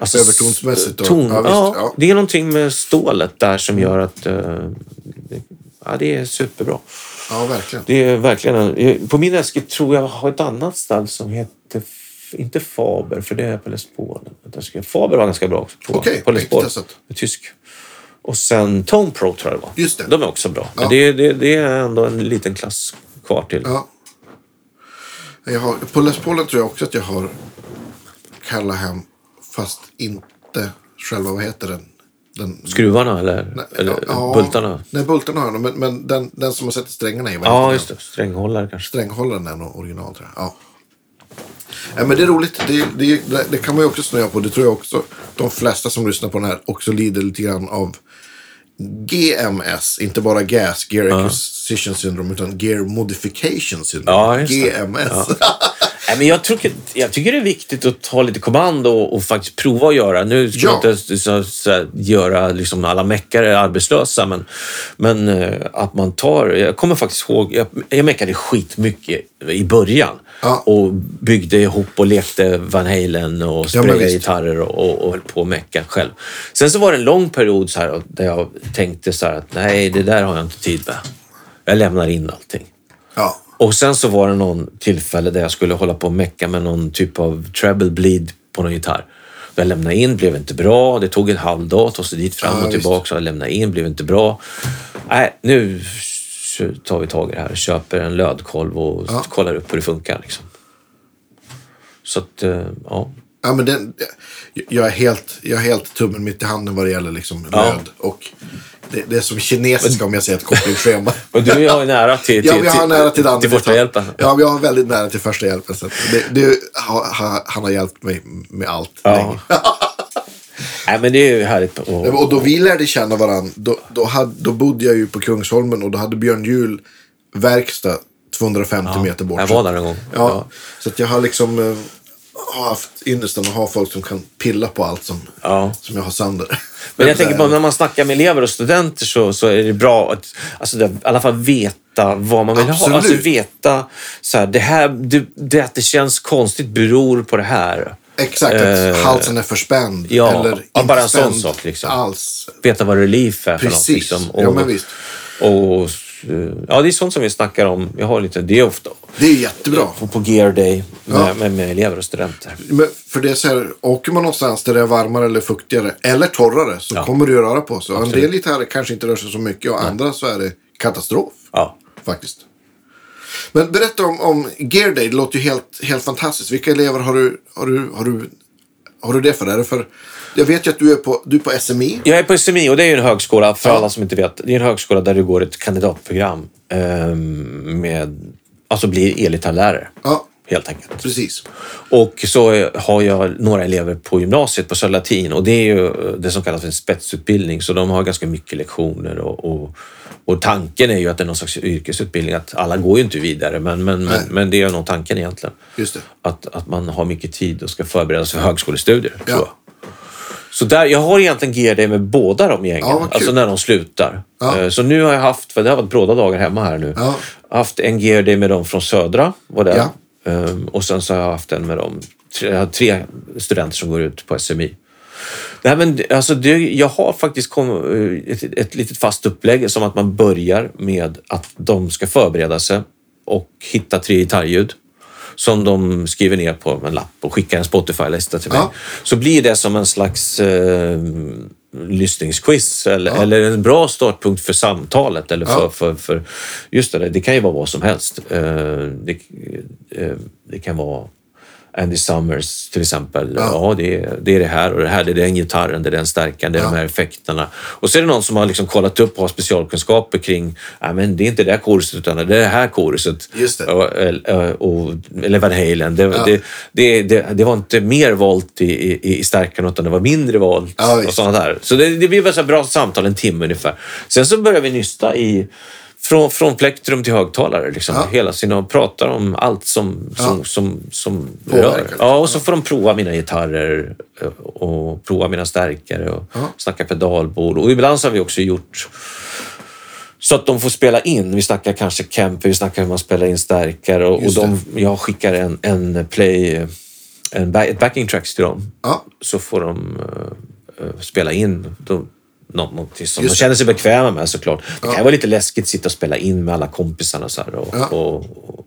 A: Alltså,
B: Övertonsmässigt då.
A: Ton,
B: Ja,
A: ja,
B: visst, ja.
A: Det är någonting med stålet där som gör att... Eh, det, ja, det är superbra.
B: Ja, verkligen.
A: Det är verkligen en, På min äske tror jag har ett annat stall som heter... F- Inte Faber, för det är på Les Paul. Där ska- Faber var ganska bra också på,
B: Okej,
A: på Les Paul.
B: testat.
A: Det är Tysk. Och sen Tone Pro tror jag det var.
B: Just det.
A: De är också bra.
B: Ja.
A: Men det, är- det, det är ändå en liten klass kvar till.
B: Ja. Jag har, på Les Paulen tror jag också att jag har Callahan fast inte själva, vad heter den? den
A: Skruvarna eller, eller bultarna.
B: Nej, bultarna har jag nog, men, men den, den som man sätter strängarna i. vad heter
A: Ja,
B: den?
A: just det. Stränghållare kanske.
B: stränghållaren är nog original tror jag. Ja. Ja, men det är roligt. Det, det, det, det kan man ju också snöa på. Det tror jag också. De flesta som lyssnar på den här också lider lite grann av GMS. Inte bara GAS, Gear Acquisition Syndrome, utan Gear Modification
A: Ja,
B: Syndrome.
A: just det.
B: GMS.
A: Nej, men jag, tycker, jag tycker det är viktigt att ta lite kommando och, och faktiskt prova att göra. Nu ska
B: Ja.
A: man inte så, så, här göra liksom alla meckare arbetslösa, men, men eh, att man tar... Jag kommer faktiskt ihåg, jag, jag meckade skitmycket i början
B: Ja.
A: och byggde ihop och lekte Van Halen och
B: Ja, men
A: sprayade
B: visst.
A: gitarrer och, och, och höll på att mecka själv. Sen så var det en lång period så här, där jag tänkte så här att nej, det där har jag inte tid med. Jag lämnar in allting.
B: ja.
A: Och sen så var det någon tillfälle där jag skulle hålla på och mecka med någon typ av treble bleed på någon gitarr. Jag lämnade in, blev inte bra. Det tog en halv dag att ta sig dit fram
B: Ja,
A: och
B: visst.
A: tillbaka. Jag lämnade in, blev inte bra. Nej, nu tar vi tag i det här. Köper en lödkolv och kollar upp hur det funkar. Liksom. Så att, eh, ja.
B: Ja, men den, jag, är helt, jag är helt tummen mitt i handen vad det gäller liksom löd. Och det, det är som kinesiska om jag säger ett kopplingsschema.
A: Och du och jag är nära till,
B: Ja,
A: till,
B: vi har nära till Danne.
A: till första hjälpen.
B: Ja, vi har väldigt nära till första hjälpen. Så att det, det, ha, ha, han har hjälpt mig med allt.
A: Ja. Nej, men det är ju härligt. att-
B: Och då vi lärde känna varandra, då, då, hade, då bodde jag ju på Kungsholmen och då hade Björn Juhl verkstad 250 meter bort.
A: jag
B: Så
A: var
B: att-
A: där en gång.
B: Ja,
A: Ja.
B: Så att jag har liksom eh, har haft ynnesten att ha folk som kan pilla på allt som,
A: Ja.
B: som jag har sönder.
A: Men jag tänker på när man snackar med elever och studenter så, så är det bra att alltså, det, i alla fall veta veta vad man vill
B: Absolut.
A: ha. Alltså veta så här, det här, det, det att det känns konstigt beror på det här.
B: Exakt, att halsen är förspänd.
A: Eh, ja,
B: eller
A: ja, bara
B: inte
A: en sån
B: spänd
A: sak, liksom.
B: Alls.
A: Veta vad relief är för något.
B: Precis.
A: Liksom.
B: Ja, men visst.
A: Och, eh, ja, det är sånt som vi snackar om. Jag har lite, det är ofta
B: Det är jättebra.
A: på, på Gear Day med,
B: Ja.
A: med, med elever och studenter.
B: Men för det är så här, åker man någonstans där det är varmare eller fuktigare eller torrare så kommer det ju röra på sig. Och en del gitarrer kanske inte rör sig så mycket och andra så är det katastrof.
A: Ja.
B: Faktiskt. Men berätta om, om Gear Day. Det låter ju helt, helt fantastiskt. Vilka elever har du, har du, har du, har du det för? Är det för? Jag vet ju att du är på, du är på E. SMI.
A: Jag är på SMI och det är ju en högskola, för alla som inte vet. Det är en högskola där du går ett kandidatprogram ehm, med, alltså blir elgitarrlärare
B: Ja,
A: helt enkelt.
B: precis.
A: Och så eh, har jag några elever på gymnasiet på Södra Latin och det är ju eh, det som kallas för en spetsutbildning så de har ganska mycket lektioner och, och, och tanken är ju att det är någon slags yrkesutbildning. Att alla går ju inte vidare men, men, men, men det är nog tanken egentligen.
B: Just det.
A: Att, att man har mycket tid och ska förbereda sig för högskolestudier.
B: Ja.
A: Tror jag. Så där, jag har egentligen GD med båda de gängen,
B: Ja, vad kul.
A: alltså när de slutar.
B: Ja.
A: Eh, Så nu har jag haft, för det har varit bråda dagar hemma här nu,
B: Ja.
A: haft en GD med dem från Södra, var det.
B: Ja.
A: Ehm, Och sen så har jag haft en med dem, tre- jag har tre studenter som går ut på SMI. Nej, men alltså det, jag har faktiskt kom, eh, ett, ett litet fast upplägg som att man börjar med att de ska förbereda sig och hitta tre gitarrljud som de skriver ner på en lapp och skickar en Spotify-lista till mig.
B: Ja.
A: Så blir det som en slags eh, lyssningsquiz eller, eller en bra startpunkt för samtalet. Eller för, för, för, just det, det kan ju vara vad som helst. Eh, det, eh, det kan vara Andy Summers till exempel. Ja, det, är, det är det här och det här. Det är den gitarren, det är den stärkan, det är de här effekterna. Och så är det någon som har liksom kollat upp och har specialkunskaper kring, nej men det är inte det här koruset utan det är det här koruset.
B: Just det.
A: Och, eller- och, eller Van Halen. Det, det, det, det, det var inte mer volt i, i, i stärkan utan det var mindre volt.
B: Ja,
A: och
B: visst.
A: sånt där. Så det, det blir bara så här bra samtal, en timme ungefär. Sen så börjar vi nysta i från, från plektrum till högtalare. Liksom, Hela sin, och pratar om allt som, som, som, som
B: Påverkar. liksom.
A: rör. Ja, och så får de prova mina gitarrer eh, och prova mina stärkare och snacka pedalbord. Och ibland så har vi också gjort så att de får spela in. Vi snackar kanske camper, vi snackar hur man spelar in stärkare och, och
B: Just
A: de, jag skickar en, en play, en, ba- ett backing tracks till dem.
B: Ja,
A: Så får de eh, eh, spela in de, nå- någonting som
B: Just
A: de
B: det.
A: känner sig bekväma med såklart. Det kan ju vara lite läskigt att sitta och spela in med alla kompisarna så här och,
B: Ja.
A: och, och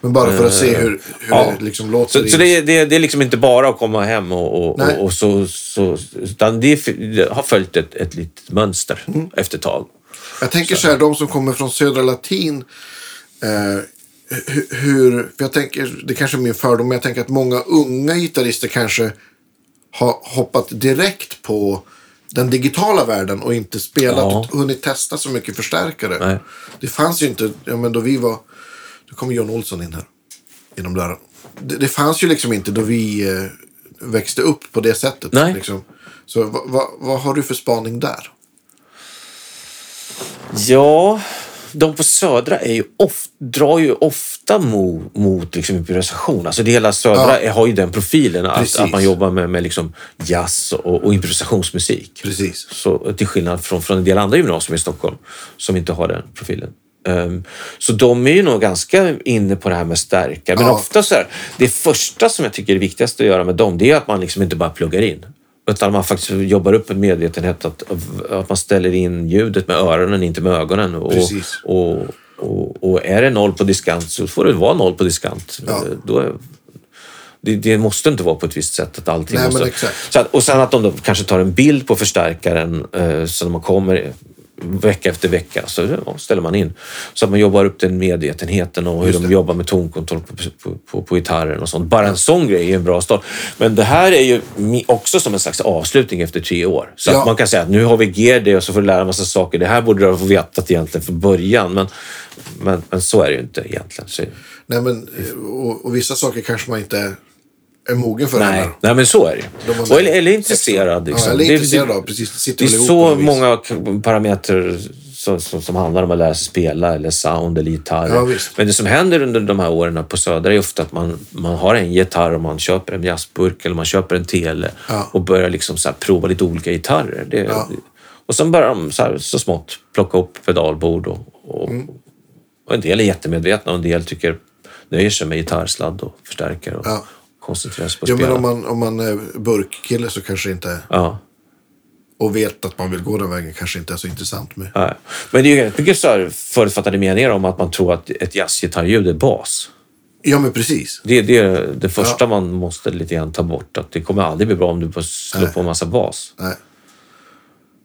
B: men bara för att se hur, hur
A: Eh, ja.
B: det liksom låter.
A: så,
B: i-
A: så det, är- det, är- det är liksom inte bara att komma hem och, och,
B: Nej.
A: och, och så, så... Utan det, är f- det har följt ett, ett litet mönster
B: Mm.
A: efter ett tag.
B: Jag tänker så här, de som kommer från södra latin. Eh, hu- hur, för jag tänker, det kanske är min fördom, men jag tänker att många unga gitarrister kanske har hoppat direkt på den digitala världen och inte spelat
A: Ja.
B: och hunnit testa så mycket förstärkare.
A: Nej.
B: Det fanns ju inte, ja men då vi var, då kom John Olsson in här, inom där. Det, det fanns ju liksom inte då vi eh, växte upp på det sättet.
A: Nej.
B: Liksom. Så va, va, vad har du för spaning där?
A: Ja, de på Södra är ju of- drar ju ofta mo- mot liksom improvisation. Alltså det hela Södra är- har ju den profilen att,
B: Precis.
A: att man jobbar med, med liksom jazz och, och improvisationsmusik.
B: Precis.
A: Så, till skillnad från, från en del andra gymnasier i Stockholm som inte har den profilen. Ehm, så de är ju nog ganska inne på det här med stärka. Men
B: Ja.
A: ofta så här, det första som jag tycker är viktigast att göra med dem, det är att man liksom inte bara pluggar in. Utan man faktiskt jobbar upp en medvetenhet att, att man ställer in ljudet med öronen, inte med ögonen. Och,
B: Precis.
A: Och, och, och är det noll på diskant så får det vara noll på diskant.
B: Ja.
A: Eh, Då är, det, det måste inte vara på ett visst sätt. Att allting
B: Nej, men
A: måste,
B: exakt.
A: Så att, och sen att de då kanske tar en bild på förstärkaren eh, så när man kommer vecka efter vecka så ja, ställer man in. Så att man jobbar upp den medvetenheten och hur de jobbar med tonkontroll på, på, på, på gitarren och sånt. Bara en sån grej är en bra start. Men det här är ju mi- också som en slags avslutning efter tre år. Så
B: Ja.
A: att man kan säga att nu har vi GD och så får du lära en massa saker. Det här borde du ha vetat egentligen från början. Men, men, men så är det ju inte egentligen. Så,
B: Nej, men, eh, och, och vissa saker kanske man inte är mogen för.
A: nej.
B: heller.
A: nej, men så är det
B: De
A: ju.
B: var
A: Och Eller, eller intresserad.
B: Ja,
A: Liksom.
B: eller
A: Det- det-
B: intresserad av, precis. Det sitter
A: Det är
B: väl ihop
A: så
B: på något vis.
A: många k- parametrar som, som, som handlar om att lära sig spela eller sound eller gitarr.
B: Ja, visst.
A: Men det som händer under de här åren på Södra är ofta att man, man har en gitarr och man köper en jazzburk eller man köper en tele
B: Ja.
A: och börjar liksom så här prova lite olika gitarrer.
B: Mm.
A: Det, Och sen börjar de så, här, så smått plocka upp pedalbord och, och, Och en del är jättemedvetna och en del tycker nöjer sig med gitarrsladd och förstärkare och
B: Ja.
A: koncentrerar sig på att
B: Ja, men
A: spela.
B: om man, om man är burkkille så kanske inte,
A: Ja.
B: och vet att man vill gå den vägen, kanske inte är så intressant med.
A: Nej. Men det är ju rätt mycket så här förutfattade meningar om att man tror att ett jazzgitarrljud är bas.
B: Ja, men precis.
A: Det, det är det första man måste lite grann ta bort. Att det kommer aldrig bli bra om du bara slår på en massa bas.
B: Nej.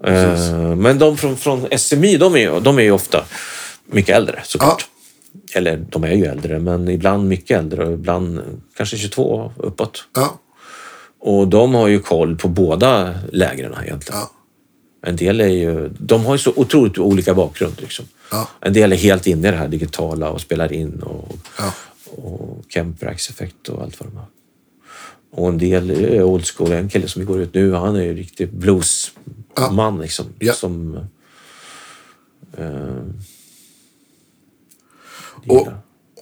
A: Eh, men de från, från SMI, de är, ju- de är ju ofta mycket äldre såklart. Eller de är ju äldre, men ibland mycket äldre och ibland eh, kanske 22 uppåt.
B: Ja,
A: Och de har ju koll på båda lägren egentligen.
B: ja,
A: En del är ju, de har ju så otroligt olika bakgrund. Liksom.
B: Ja.
A: En del är helt inne i det här digitala och spelar in och,
B: ja.
A: och Kemprax-effekt och allt vad de har. Och en del är old school. En kille som vi går ut nu, han är ju riktig bluesman liksom.
B: Ja.
A: Som, eh,
B: Och,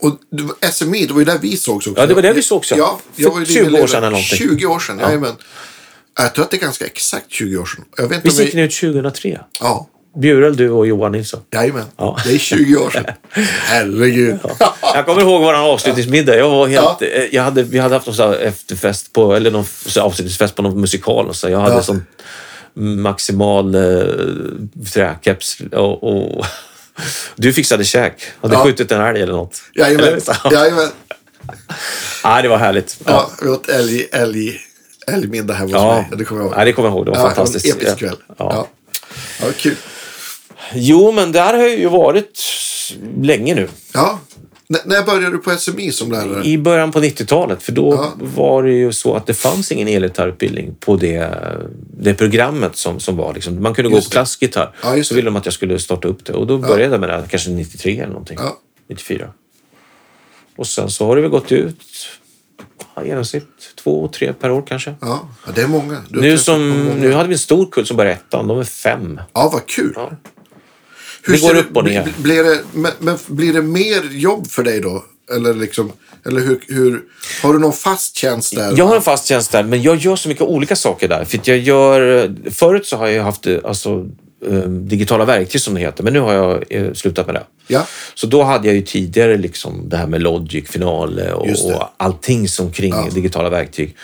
B: och du- SMI, det var ju där vi sågs också.
A: Ja, det var där vi sågs, ja.
B: ja jag var ju
A: För
B: din
A: 20 år sedan
B: elev.
A: eller någonting.
B: 20 år sedan, jajamän. Jag tror att det är ganska exakt 20 år sedan. Jag vet
A: vi
B: inte om
A: gick
B: vi...
A: ut 2003.
B: Ja,
A: Bjurel, du och Johan Nilsson.
B: jajamän.
A: Ja.
B: Det är 20 år sedan. Herregud.
A: Jag kommer ihåg vår avslutningsmiddag. Jag var helt,
B: Ja.
A: eh, jag hade, vi hade haft någon sån här efterfest på, eller någon f- så här avslutningsfest på någon musikal. Och så. Jag hade
B: Ja.
A: sån maximal eh, träkeps och, och du fixade käk. Hade
B: Ja.
A: skjutit en älg eller något. Eller
B: Jajamän.
A: så. Ja.
B: Jajamän.
A: Nej, det var härligt. Ja.
B: Ja, vi åt älg, älg, älgmiddag hemma hos
A: Ja.
B: mig. Det kommer jag ihåg.
A: Nej, det kommer jag ihåg. Det var
B: Ja,
A: fantastiskt.
B: En episk kväll.
A: Ja.
B: Ja. Ja, kul.
A: Jo, men där har jag ju varit länge nu.
B: Ja. N- när började du på SMI som lärare?
A: I början på 90-talet, för då
B: Ja.
A: var det ju så att det fanns ingen elgitarrutbildning på det, det programmet som, som var. Liksom. Man kunde gå på klassgitarr.
B: Ja, just
A: så
B: det.
A: ville de att jag skulle starta upp det och då började jag med det, här, kanske 93 eller någonting.
B: Ja.
A: 94. Och sen så har det väl gått ut ja, i genomsnitt två, tre per år kanske.
B: Ja, ja, det är många. Du har
A: Nu,
B: träffat
A: som,
B: många.
A: nu hade vi en stor kull som började ettan, de är fem.
B: Ja, vad kul.
A: Ja.
B: Hur
A: Det
B: ser
A: går
B: du-
A: upp och ner.
B: bl- Blir det, men, men blir det mer jobb för dig då? Eller, liksom, eller hur, hur, har du någon fast tjänst där?
A: Jag har en fast tjänst där, men jag gör så mycket olika saker där. För att jag gör, förut så har jag haft eh, alltså, eh, digitala verktyg som det heter, men nu har jag eh, slutat med det.
B: Ja.
A: Så då hade jag ju tidigare liksom det här med Logic, Finale och,
B: Just det.
A: och allting som kring digitala verktyg.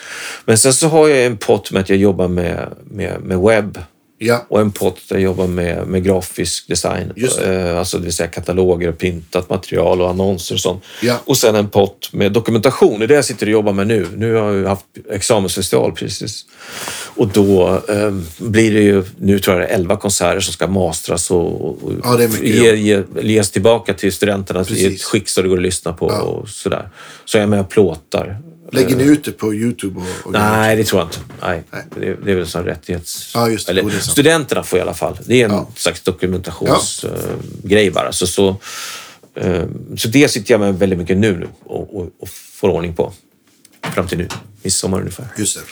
A: Men sen så har jag en pott med att jag jobbar med, med, med webb
B: Ja,
A: och en pott där jag jobbar med, med grafisk design.
B: Just
A: Eh, Alltså det vill säga kataloger och printat material och annonser och sånt.
B: Ja.
A: Och sen en pott med dokumentation. Det är det jag sitter och jobbar med nu. Nu har jag ju haft examensfestival precis. Och då eh, blir det ju, nu tror jag det är 11 konserter som ska mastras och, och
B: Ja, det är mycket
A: ge, ge, ges tillbaka till studenterna i ett
B: Precis.
A: skick så det går att lyssna på och sådär. Så jag är med och plåtar.
B: lägger ni ut det på YouTube? Och, och
A: Nej, det tror jag inte. Nej. Det, det är väl en sån rättighets...
B: Ja, just det.
A: Eller,
B: Jo, det är sant.
A: studenterna får i alla fall. Det är en slags dokumentationsgrej bara. Så, så, eh, så det sitter jag med väldigt mycket nu, nu och, och, och får ordning på. Fram till nu, midsommar ungefär.
B: Just det.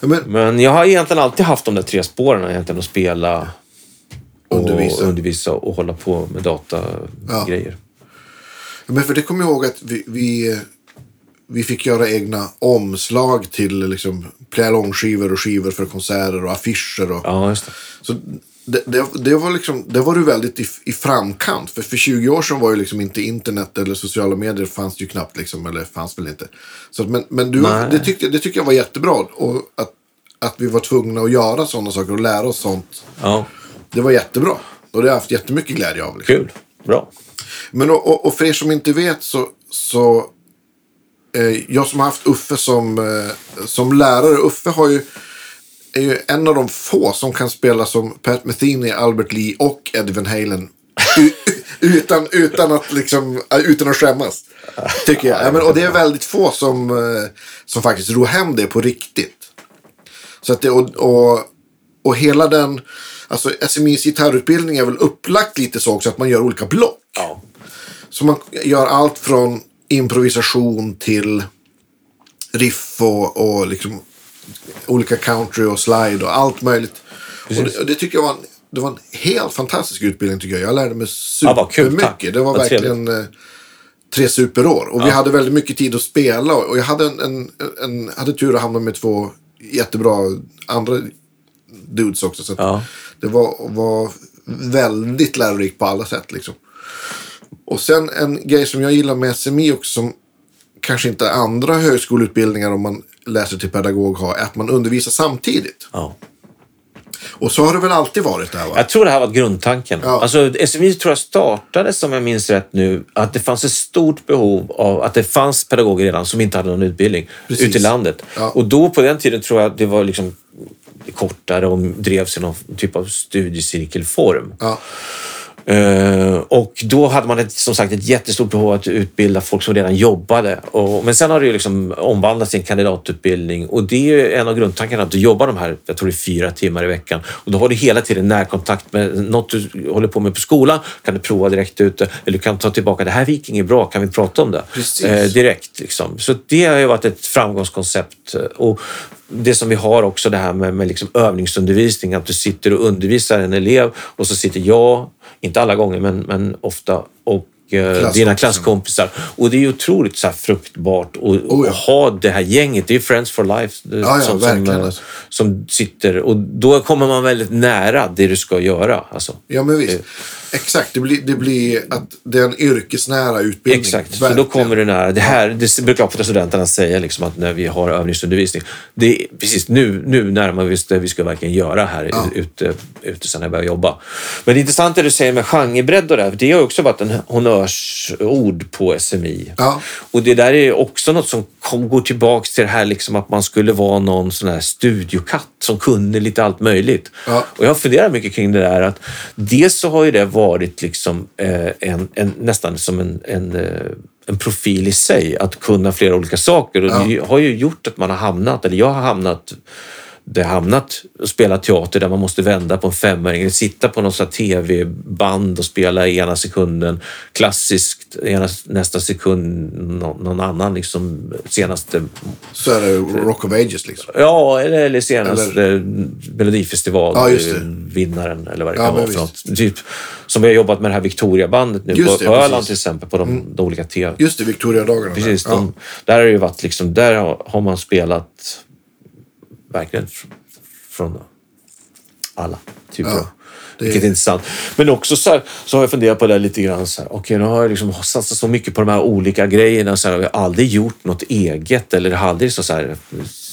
B: Ja, men,
A: Men jag har egentligen alltid haft de där tre spåren egentligen att spela, och
B: Undervisa.
A: undervisa och hålla på med
B: Ja.
A: datagrejer.
B: men för det kommer jag ihåg att vi, vi, vi fick göra egna omslag till liksom, play-along-skivor och skivor för konserter och affischer. Och,
A: Ja, just det.
B: Så det, det, det var liksom, det var du väldigt i, i framkant. För för 20 år sedan var ju liksom inte internet eller sociala medier fanns det ju knappt liksom, eller fanns väl inte. Så att, men men du,
A: Nej.
B: det, tyckte, det tycker jag var jättebra. Och att, att vi var tvungna att göra sådana saker och lära oss sånt.
A: Ja,
B: Det var jättebra. Och det har jag haft jättemycket glädje av. Liksom.
A: kul. Bra.
B: Men och, och, och för er som inte vet så, så eh, jag som har haft Uffe som, eh, som lärare, Uffe har ju, är ju en av de få som kan spela som Pat Metheny, Albert Lee och Eddie Van Halen. U- utan, utan, att liksom, eh, utan att skämmas. Tycker jag. Ja, men, och det är väldigt få som, eh, som faktiskt ror hem det på riktigt. Så att det, och, och, och hela den, alltså SMIs gitarrutbildning är väl upplagt lite så också att man gör olika block.
A: Ja.
B: Så man gör allt från improvisation till riff och, och liksom olika country och slide och allt möjligt. Och det, och det tycker jag var en, det var en helt fantastisk utbildning tycker jag. Jag lärde mig
A: Ja, vad kul,
B: supermycket.
A: tack.
B: det var
A: Vad
B: verkligen eh, tre superår. Och vi hade väldigt mycket tid att spela. Och jag hade, en, en, en, hade tur att hamna med två jättebra andra dudes också. Så att
A: Ja.
B: Det var, var väldigt lärorikt på alla sätt liksom. Och sen en grej som jag gillar med SMI också som kanske inte andra högskoleutbildningar om man läser till pedagog har är att man undervisar samtidigt.
A: Ja.
B: Och så har det väl alltid varit där va?
A: Jag tror det här var grundtanken.
B: Ja.
A: Alltså, SMI tror jag startade, som jag minns rätt nu, att det fanns ett stort behov av att det fanns pedagoger redan som inte hade någon utbildning
B: Precis.
A: ute i landet.
B: Ja.
A: Och då på den tiden tror jag det var liksom kortare och drevs i någon typ av studiecirkelform.
B: Ja.
A: Eh, och då hade man ett, som sagt ett jättestort behov av att utbilda folk som redan jobbade. Och, men sen har det ju liksom omvandlats till en kandidatutbildning och det är ju en av grundtankarna att du jobbar de här, jag tror det är fyra timmar i veckan och då har du hela tiden närkontakt med något du håller på med på skolan kan du prova direkt ute eller du kan ta tillbaka det här Viking är bra, kan vi prata om det?
B: Precis.
A: Eh, direkt. Liksom. Så det har ju varit ett framgångskoncept. eh, Och det som vi har också det här med, med liksom övningsundervisning, att du sitter och undervisar en elev och så sitter jag, inte alla gånger men, men ofta, och eh, dina klasskompisar. Och det är ju otroligt så här fruktbart att
B: Oh, ja.
A: att ha det här gänget. Det är ju friends for life det,
B: Ja, ja,
A: som, som,
B: verkligen,
A: eh,
B: alltså.
A: som sitter och då kommer man väldigt nära det du ska göra. Alltså.
B: Ja, men visst. Exakt, det blir, det blir att det är en yrkesnära utbildning.
A: Exakt, för då
B: Verkligen.
A: kommer det nära. Det här det brukar ofta studenterna säga liksom, att när vi har övningsundervisning. Det är, precis nu, nu närmar vi oss det vi ska verkligen göra här ute, ute sen när jag börjar jobba. Men det intressanta är det du säger med genrebredd och det här, för det har ju också varit en honnörsord på SMI.
B: Ja.
A: Och det där är också något som kom, går tillbaks till det här liksom att man skulle vara någon sån här studiokatt som kunde lite allt möjligt.
B: Ja.
A: Och jag funderar mycket kring det där att dels så har ju det varit liksom eh, en, en, nästan som en, en, eh, en profil i sig att kunna flera olika saker och det har ju gjort att man har hamnat, eller jag har hamnat det har hamnat och spela teater där man måste vända på en femöring eller sitta på någon sån här tv-band och spela i ena sekunden klassiskt, i ena, nästa sekund någon, någon annan liksom senaste
B: Så är det Rock of Ages liksom.
A: Ja, eller, eller senast eh, Melodifestival,
B: Ja, just
A: eh,
B: det.
A: vinnaren eller vad det
B: Ja,
A: kan vara
B: men
A: för något. Typ, som vi har jobbat med det här Victoria-bandet nu
B: Just
A: på
B: det,
A: Öland
B: precis. Mm.
A: till exempel, på de, de olika tv...
B: Just det, Victoria-dagarna. där.
A: Precis,
B: ja.
A: de, där har det ju varit liksom, där har, har man spelat verkligen fr- från alla typer.
B: Ja,
A: av-
B: det-
A: Vilket är intressant. Men också så, här, så har jag funderat på det här lite grann. så här, Okej, nu har jag liksom satsat så mycket på de här olika grejerna. Så här, jag har aldrig gjort något eget eller har aldrig så så här,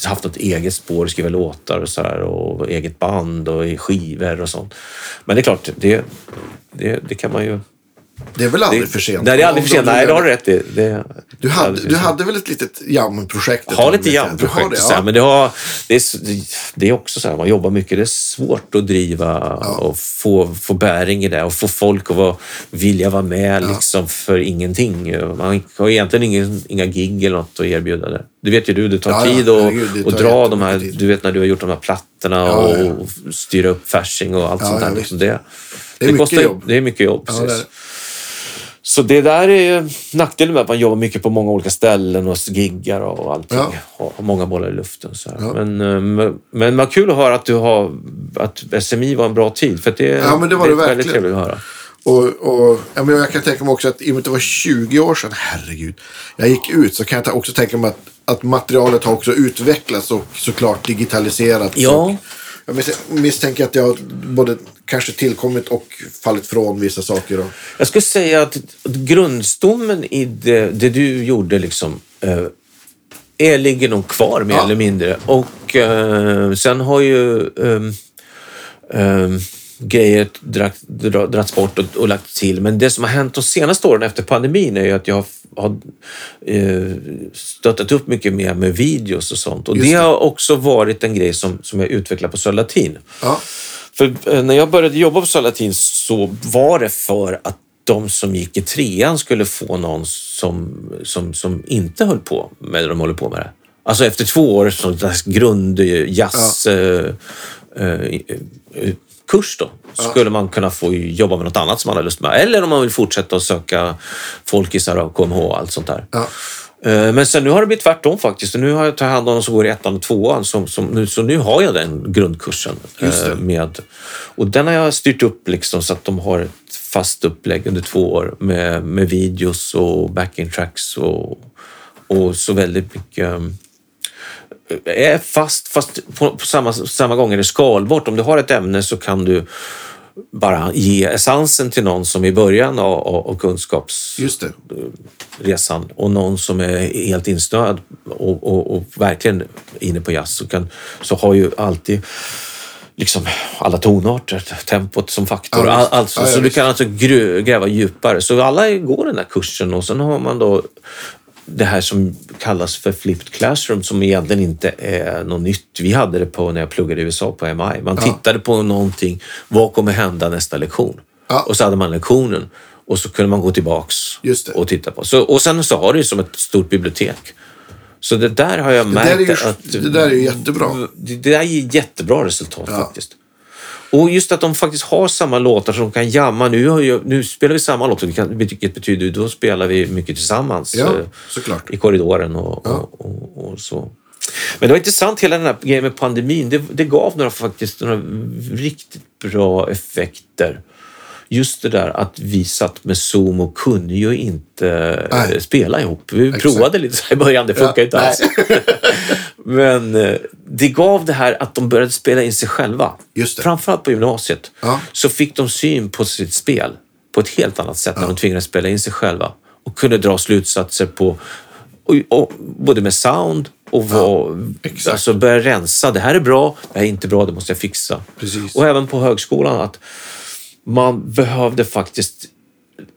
A: haft något eget spår, skriva låtar och så här, och eget band och i skivor och sånt. Men det är klart, det, det, det kan man ju...
B: Det är väl aldrig
A: Det,
B: för sent?
A: Nej, det är aldrig
B: Om
A: för sent.
B: de-
A: Nej, det har du rätt i. Det,
B: Du
A: det är aldrig
B: hade,
A: för
B: du
A: sent.
B: hade väl ett litet jam-projekt? ett
A: har
B: tag,
A: lite
B: vet jag. Du har
A: jam-projekt
B: det,
A: och så här, men det, har, det, är, s- det är också så här, man jobbar mycket. Det är svårt att driva och få, få bäring i det och få folk att vara, vilja vara med liksom, för ingenting. Man har egentligen ingen, inga gig eller något att erbjuda där. Det vet ju du, det tar
B: Ja, ja,
A: tid att
B: herregud, det
A: och
B: tar
A: dra de
B: jättemycket
A: här,
B: tid.
A: du vet när du har gjort de här plattorna och,
B: ja.
A: och styra upp färsing och allt
B: Ja,
A: sånt
B: ja,
A: där.
B: visst.
A: liksom det,
B: Det är mycket
A: kostar ju-
B: jobb.
A: Det är mycket jobb,
B: Ja,
A: precis.
B: det är det.
A: Så det där är ju nackdelen med att man jobbar mycket på många olika ställen och giggar och allting.
B: Ja.
A: Och har många bollar i luften. Så här. Men, eh, men- men vad kul att höra att, du har, att SMI var en bra tid. För att det,
B: Ja, men det var det
A: väldigt
B: verkligen.
A: trevligt att höra.
B: Och, och, ja, men jag kan tänka mig också att i och med att det var 20 år sedan, herregud, jag gick ut så kan jag ta- också tänka mig att, att materialet har också utvecklats och såklart digitaliserats.
A: Ja.
B: Och jag mis- misstänker att det har både kanske tillkommit och fallit från vissa saker. Och,
A: Jag skulle säga att grundstommen i det, det du gjorde liksom, eh, är, ligger nog kvar mer
B: Ja.
A: eller mindre. Och eh, sen har ju ehm, ehm, grejer drack, dra, dragits bort och, och lagt till. Men det som har hänt de senaste åren efter pandemin är ju att jag har, har eh, stöttat upp mycket mer med videos och sånt. Och det,
B: Just det.
A: har också varit en grej som, som jag utvecklat på Södra Latin.
B: ja,
A: För eh, när jag började jobba på Salatin så var det för att de som gick i trean skulle få någon som, som, som inte höll på med det de håller på med. Det. Alltså efter två år så grundjazz eh, eh, eh, kurs då, skulle man kunna få jobba med något annat som man har lust med. Eller om man vill fortsätta att söka folkisar och KMH och allt sånt där.
B: ja,
A: Eh, Men sen nu har det blivit tvärtom faktiskt. Nu har jag tagit hand om de som går i ettan och tvåan. Som, som, nu, så nu har jag den grundkursen.
B: Just det.
A: eh, Med, och den har jag styrt upp liksom, så att de har ett fast upplägg under två år med, med videos och backing tracks och, och så väldigt mycket eh, är fast, fast på, på samma, samma gång är det skalbart. Om du har ett ämne så kan du bara ge essensen till någon som är i början av, av, av
B: Just det.
A: kunskapsresan och någon som är helt insnöad och, och, och verkligen inne på jazz så, kan, så har ju alltid liksom alla tonarter, tempot som faktor.
B: Ja,
A: Al-
B: visst.
A: alltså,
B: Ja, ja,
A: så du
B: visst.
A: kan alltså grö- gräva djupare. Så alla går den här kursen och sen har man då det här som kallas för flipped classroom som egentligen inte är något nytt. Vi hade det på när jag pluggade i USA på MI. Man tittade på någonting. Vad kommer hända nästa lektion?
B: Ja.
A: Och så hade man lektionen och så kunde man gå tillbaks
B: Just det.
A: och titta på. Så, och sen så har du som ett stort bibliotek. Så det där har jag
B: där är
A: märkt
B: ju-
A: att...
B: det där är ju jättebra.
A: Det det där ger jättebra resultat
B: Ja.
A: faktiskt. Och just att de faktiskt har samma låtar som de kan jamma. Nu, har ju, nu spelar vi samma låtar, vilket vilket betyder ju då spelar vi mycket tillsammans
B: Ja,
A: eh,
B: såklart.
A: i korridoren och, och, och, och så. Men det var intressant, hela den här grejen med pandemin. Det, det gav några faktiskt några riktigt bra effekter. Just det där att vi satt med Zoom och kunde ju inte
B: Nej.
A: eh, spela ihop. Vi provade lite så här i början, det funkar inte alls. Men eh, det gav det här att de började spela in sig själva.
B: Just det.
A: Framförallt på gymnasiet.
B: Ja.
A: Så fick de syn på sitt spel på ett helt annat sätt när de tvingades spela in sig själva. Och kunde dra slutsatser på och, och, både med sound och vad,
B: exakt.
A: alltså börja rensa. Det här är bra, det här är inte bra, det måste jag fixa.
B: Precis.
A: Och även på högskolan att man behövde faktiskt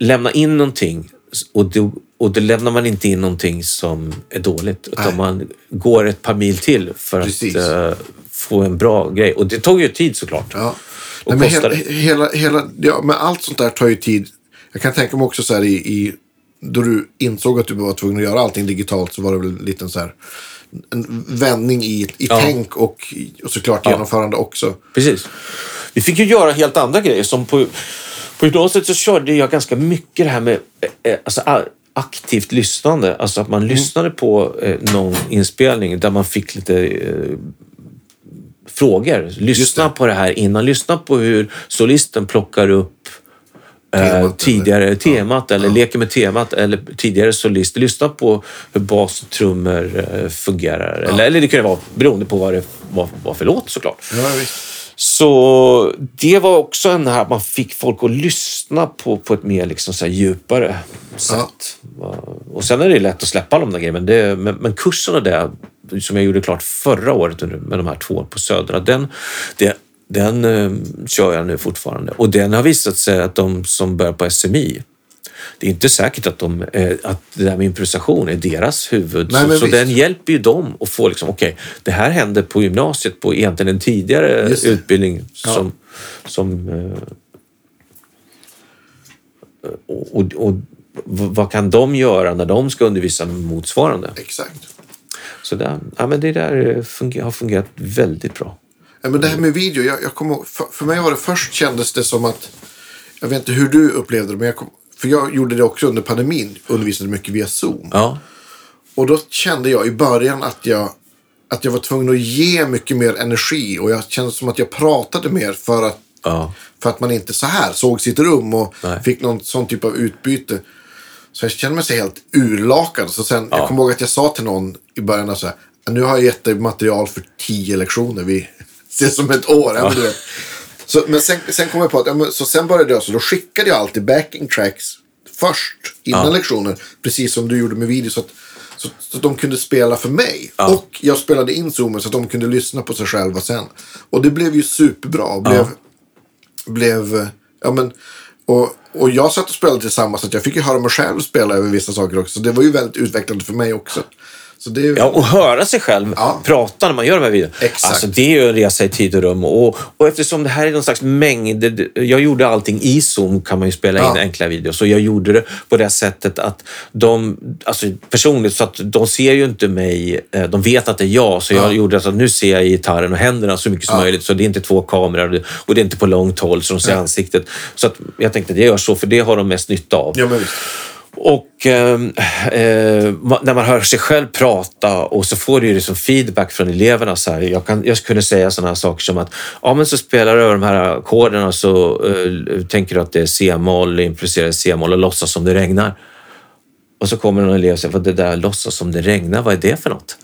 A: lämna in någonting och då, och då lämnar man inte in någonting som är dåligt utan
B: Nej.
A: man går ett par mil till för
B: Precis.
A: att eh, få en bra grej. Och det tog ju tid såklart.
B: Ja.
A: Och
B: Nej, men
A: kostar
B: hela, hela, hela, ja, men allt sånt där tar ju tid. Jag kan tänka mig också så här i, i då du insåg att du var tvungen att göra allting digitalt så var det väl en liten så här en vändning i, i
A: Ja.
B: tänk och, i- och såklart genomförande också.
A: Precis. Vi fick ju göra helt andra grejer. Som på, på gymnasiet så körde jag ganska mycket det här med eh, alltså, a- aktivt lyssnande. Alltså att man
B: Mm.
A: lyssnade på eh, någon inspelning där man fick lite eh, frågor. Lyssna på det här innan. Lyssna på hur solisten plockar upp
B: Temat
A: eh,
B: eller-
A: tidigare temat eller leker med temat eller tidigare solist. Lyssna på hur bas och trummor eh, fungerar. Eller, eller det kunde vara beroende på vad det var, var för låt såklart.
B: Ja, visst.
A: Så det var också en här, man fick folk att lyssna på, på ett mer liksom så här djupare sätt. Och sen är det lätt att släppa alla de där grejerna, men, det, men, men kursen och det som jag gjorde klart förra året under- med de här två åren på Södra, den, det, den eh, kör jag nu fortfarande. Och den har visat sig att de som börjar på SMI, det är inte säkert att, de, eh, att det där med improvisation är deras huvud.
B: Nej, men
A: så så
B: visst.
A: den hjälper ju dem att få liksom, okej, det här hände på gymnasiet på egentligen en tidigare
B: Just det.
A: utbildning som... som eh, och, och, och v- vad kan de göra när de ska undervisa motsvarande?
B: Exakt.
A: Så där, ja, men det där eh, funge- har fungerat väldigt bra.
B: Ja, men det här med video, jag, jag kommer, ihåg- för, för mig var det först kändes det som att, jag vet inte hur du upplevde det, men jag kom, för jag gjorde det också under pandemin, undervisade mycket via Zoom.
A: Ja,
B: Och då kände jag i början att jag, att jag var tvungen att ge mycket mer energi och jag kände som att jag pratade mer för att,
A: ja,
B: för att man inte så här såg sitt rum och
A: Nej.
B: fick någon sån typ av utbyte. Så jag kände mig så helt urlakad. Så sen, Jag kommer ihåg att jag sa till någon i början så här, nu har jag gett dig material för tio lektioner. Vi ses om ett år. Ja. men du vet. Så, men sen, sen kom jag på att, ja, men, så sen började jag, så då skickade jag alltid backing tracks först innan lektionen. Precis som du gjorde med video. Så att, så, så att de kunde spela för mig. Och jag spelade in zoomen så att de kunde lyssna på sig själva sen. Och det blev ju superbra. Och blev, blev, ja men, och, och jag satt och spelade tillsammans så att jag fick ju höra mig själv spela över vissa saker också. Så det var ju väldigt utvecklande för mig också. Så det,
A: Ja, och höra sig själv
B: Ja.
A: prata när man gör de här videorna.
B: Exakt.
A: Alltså, det är ju en resa i tid och rum. Och, och eftersom det här är någon slags mängd... Jag gjorde allting i Zoom, kan man ju spela in
B: Ja.
A: enkla videos. Och jag gjorde det på det sättet att de... Alltså personligt, så att de ser ju inte mig. eh, De vet att det är jag, så jag gjorde så att nu ser jag gitarren och händerna så mycket som möjligt. Så det är inte två kameror och det är inte på långt håll, så de ser ansiktet. Så att jag tänkte att jag gör så, för det har de mest nytta av.
B: ja men visst.
A: Och ehm, eh, ma- när man hör sig själv prata och så får du ju liksom feedback från eleverna. Så här. Jag, kan, jag kunde säga sådana här saker som att ja, men så spelar du de här ackorden och så eh, tänker du att det är C-moll, improviserar C-moll och låtsas som det regnar. Och så kommer någon elev och säger, vad det där låtsas som det regnar, vad är det för något?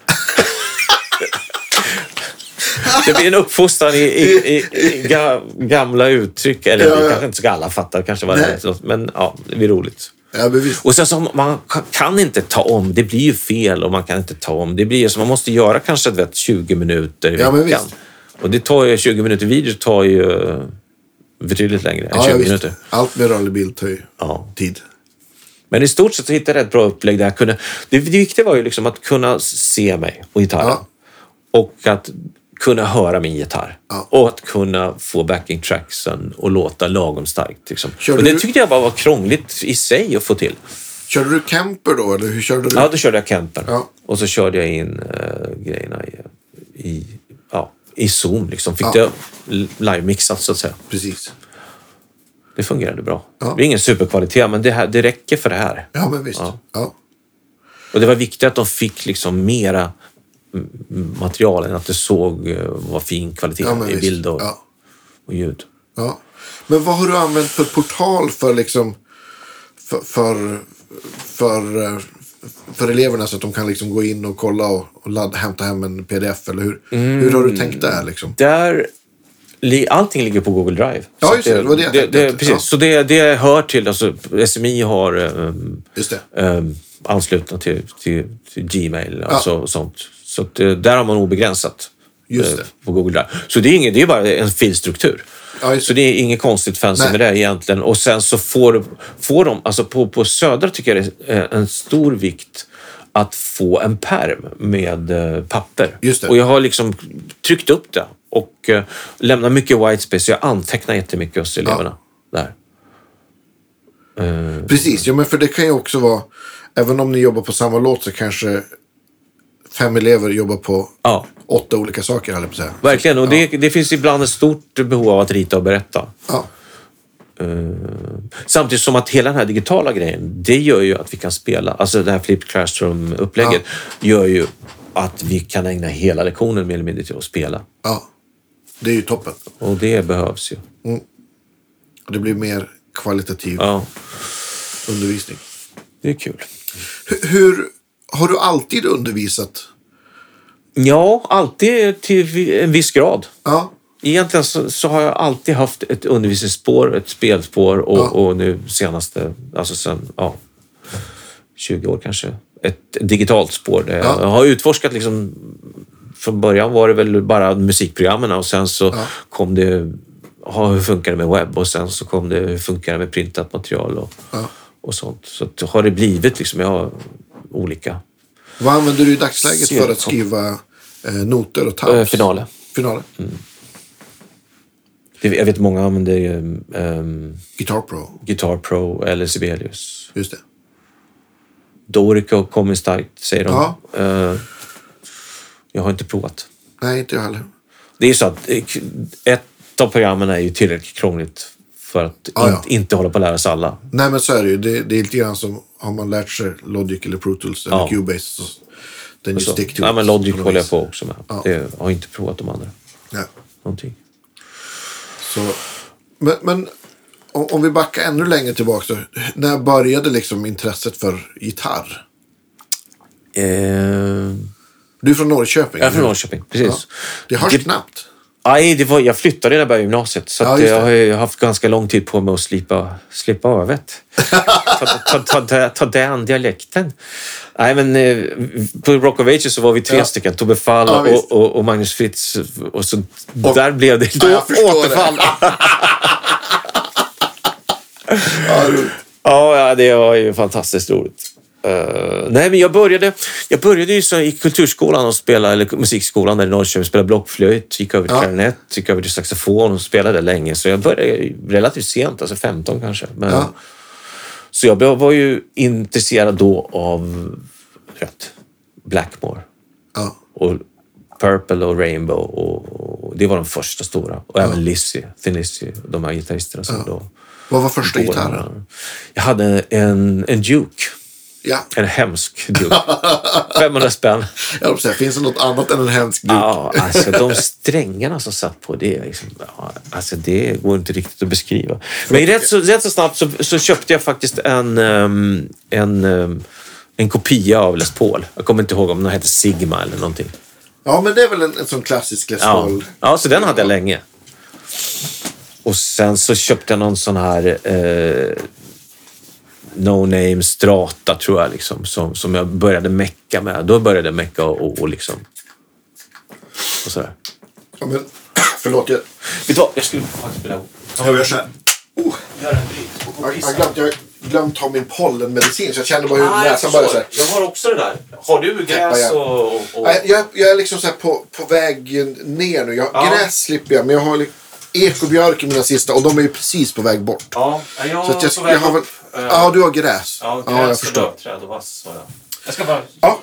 A: det blir en uppfostran i, i, i, i ga, gamla uttryck. Eller
B: Ja, ja.
A: vi kanske inte ska alla fatta kanske vad det
B: Nej.
A: är. för något, Men ja, det blir roligt.
B: Ja, men visst.
A: Och sen så man kan inte ta om. Det blir ju fel och man kan inte ta om. Det blir ju så man måste göra kanske du vet, 20 minuter i
B: Ja, men
A: veckan.
B: visst.
A: och det tar ju 20 minuter video tar ju betydligt längre än
B: Ja,
A: 20
B: ja, visst.
A: minuter.
B: Allt med rörlig bild tar ju
A: Ja.
B: tid.
A: Men i stort sett så hittade jag ett bra upplägg där jag kunde... Det det viktiga var ju liksom att kunna se mig och gitarren.
B: Ja.
A: Och att kunna höra min gitarr.
B: Ja.
A: Och att kunna få backing tracksen och låta lagom starkt. Liksom.
B: Körde
A: Och det
B: du-
A: tyckte jag bara var krångligt i sig att få till.
B: Körde du camper då, eller hur körde du?
A: Ja, då körde jag camper.
B: Ja.
A: Och så körde jag in eh, grejerna i, i, ja, i Zoom. Liksom. Fick
B: Ja.
A: det live-mixat så att säga.
B: Precis.
A: Det fungerade bra.
B: Ja.
A: Det är ingen superkvalitet, men det, här, det räcker för det här.
B: Ja, men visst.
A: Ja.
B: Ja.
A: Och det var viktigt att de fick liksom mera mm, material än att det såg eh, vad fin kvalitet
B: Ja, men
A: i
B: visst.
A: bild och,
B: Ja.
A: och ljud.
B: Ja. Men vad har du använt för portal för liksom för, för, för, eh, för eleverna så att de kan liksom gå in och kolla och, och ladda, hämta hem en pdf? Eller hur, hur har du tänkt där? Liksom?
A: Där, li- allting ligger på Google Drive.
B: Ja,
A: Så
B: just det.
A: att
B: Det var det jag
A: det,
B: tänkte.
A: det,
B: Ja.
A: precis. Så det, det hör till, alltså SMI har ehm,
B: Just det.
A: ehm, anslutna till, till, till Gmail alltså, och sånt. Så att, eh, där har man obegränsat
B: Just
A: eh,
B: det.
A: på Google Drive. Så det är, inget, det är bara en filstruktur.
B: Ja, just
A: Så det är inget konstigt fancy
B: Nej.
A: med det egentligen. Och sen så får, får de, alltså på, på Södra tycker jag det är eh, en stor vikt att få en perm med eh, papper.
B: Just det.
A: Och jag har liksom tryckt upp det och eh, lämnat mycket white space. Jag antecknar jättemycket hos eleverna där.
B: Precis, ja, men för det kan ju också vara, även om ni jobbar på samma låt så kanske fem elever jobbar på
A: Ja.
B: åtta olika saker, höll jag på att säga.
A: Verkligen, och det, det finns ibland ett stort behov av att rita och berätta.
B: Ja,
A: Samtidigt som att hela den här digitala grejen, det gör ju att vi kan spela. Alltså det här flipped classroom-upplägget gör ju att vi kan ägna hela lektionen mer eller mindre till att spela.
B: ja. Det är ju toppen.
A: Och det behövs ju.
B: Och det blir mer kvalitativ
A: Ja,
B: undervisning.
A: det är kul.
B: Hur, hur har du alltid undervisat?
A: Ja, alltid till vi- en viss grad.
B: Ja,
A: Egentligen så, så har jag alltid haft ett undervisningsspår, ett spelspår och,
B: Ja.
A: och nu senaste, alltså sen ja, 20 år kanske, ett digitalt spår. Där
B: Ja.
A: Jag har utforskat liksom, från början var det väl bara musikprogrammen och sen så kom det, ja, hur funkar det med webb och sen så kom det, hur funkar det med printat material och,
B: Ja.
A: och sånt. Så att, har det blivit liksom, jag har olika
B: Vad använder du i dagsläget
A: Ser
B: för att
A: kom-
B: skriva eh, noter och tabs?
A: äh, finaler.
B: Finaler?
A: Mm. Det- Jag vet många använder ju ehm,
B: Guitar Pro,
A: Guitar Pro eller Sibelius.
B: just det.
A: Dorico kommer starkt, säger de.
B: Ja.
A: Eh, jag har inte provat.
B: Nej, inte jag heller.
A: Det är ju så att eh, k- ett av programmen är ju tillräckligt krångligt för att
B: Ja,
A: in,
B: ja.
A: inte hålla på att lära sig alla.
B: Nej, men så är det ju. Det, det är lite grann som har man lärt sig Logic eller Pro Tools eller
A: Ja.
B: Cubase så den ju
A: Så,
B: stick to
A: ja,
B: it
A: men Logic
B: något
A: håller jag
B: vis.
A: på också med. Det, jag har inte provat de andra.
B: Nej.
A: Någonting.
B: Så, men men om, om vi backar ännu längre tillbaka då. När började liksom intresset för gitarr?
A: Eh,
B: Du är från Norrköping?
A: jag är från
B: eller?
A: Norrköping, precis.
B: Det hörs
A: Det-
B: knappt.
A: Nej, det var, jag flyttade när jag började gymnasiet så
B: Ja,
A: att
B: just
A: jag
B: det.
A: har ju haft ganska lång tid på mig att slipa, slipa övet. ta, ta, ta, ta, ta den dialekten. Nej, men eh, på Rock of Ages så var vi tre
B: Ja.
A: stycken. Tobbe Fall
B: Ja, visst.
A: och, och, och Magnus Fritz. Och så, där blev det
B: jag förstår det.
A: återfall. Ja, ja, det var ju fantastiskt roligt. Eh, nej, men jag började, jag började ju så i kulturskolan och spela, eller musikskolan där i Norrköping, spela blockflöjt, gick över till
B: Ja.
A: klarinett, gick över till saxofon och spelade länge. Så jag började ju relativt sent, alltså 15 kanske. Men,
B: Ja.
A: Så jag blev- var ju intresserad då av rätt, Blackmore
B: Ja.
A: och Purple och Rainbow. Och, och det var de första stora. Och även Lizzy, Thin Lizzy, de här gitarristerna som då...
B: Vad var första gitarren?
A: Jag hade en, en Duke.
B: Ja.
A: En hemsk Duke. 500 spänn.
B: Jag höll på att säga, finns det något annat än en hemsk duk?
A: Ja, alltså de strängarna som satt på det, är liksom, ja, alltså det går inte riktigt att beskriva. Men rätt så, rätt så snabbt så, så köpte jag faktiskt en, ehm, en, ehm, en kopia av Les Paul. Jag kommer inte ihåg om den hette Sigma eller någonting.
B: Ja, men det är väl en, en sån klassisk Les
A: Ja.
B: Paul.
A: ja, så den hade jag länge. Och sen så köpte jag någon sån här eh, No Name Strata, tror jag, liksom, som, som jag började mecka med. Då började jag mecka och, och, och liksom... Och sådär.
B: Ja, men, förlåt, jag,
A: Vet du vad? Jag skulle faktiskt vilja
B: jag gör så här. Oh,
A: göra en bryt och gå och
B: jag
A: pissa.
B: har glömt, jag har glömt ta min pollenmedicin så jag känner bara hur
A: Ah, jag,
B: näsan börjar så
A: förstår.
B: här.
A: jag har också det där. Har du
B: Täppa
A: gräs
B: igen.
A: och... och, och...
B: Nej, Jag, jag är liksom så här på, på väg ner nu. Jag,
A: Ja.
B: Gräs slipper jag, men jag har li- ekobjörk i mina sista och de är ju precis på väg bort.
A: Ja, jag
B: Så att jag,
A: på väg
B: jag har väl,
A: upp. Eh,
B: ja, du har gräs.
A: Ja, gräs
B: jag
A: och
B: förstår.
A: lövträd och vass har jag. Jag ska bara...
B: Ja.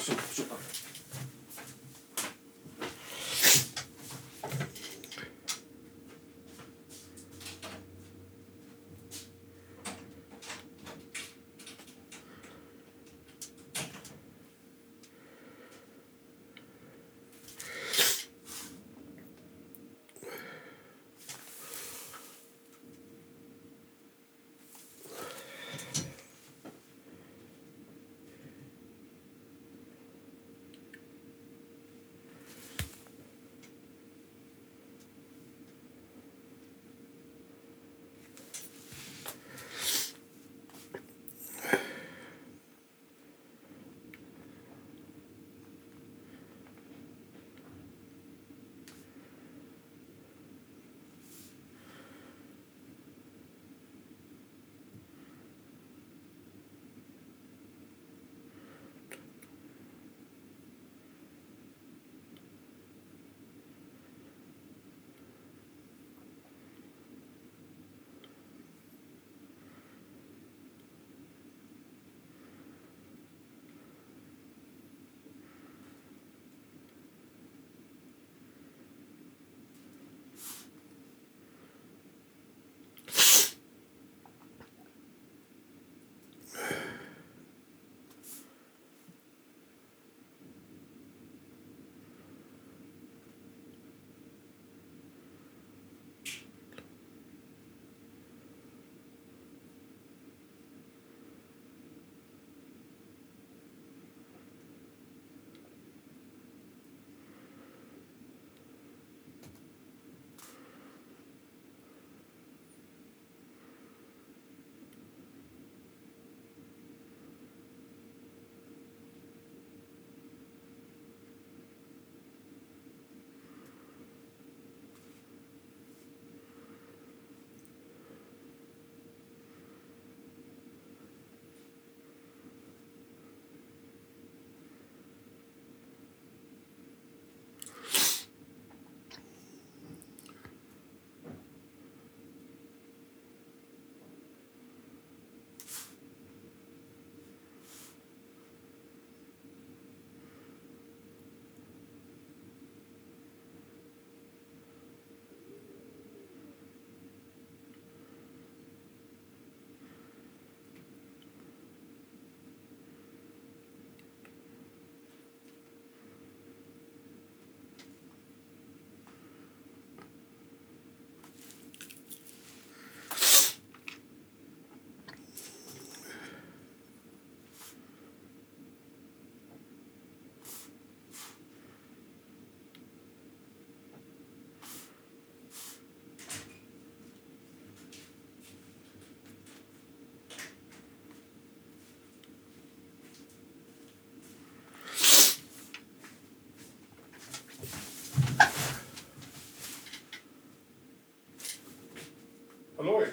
C: Halloj!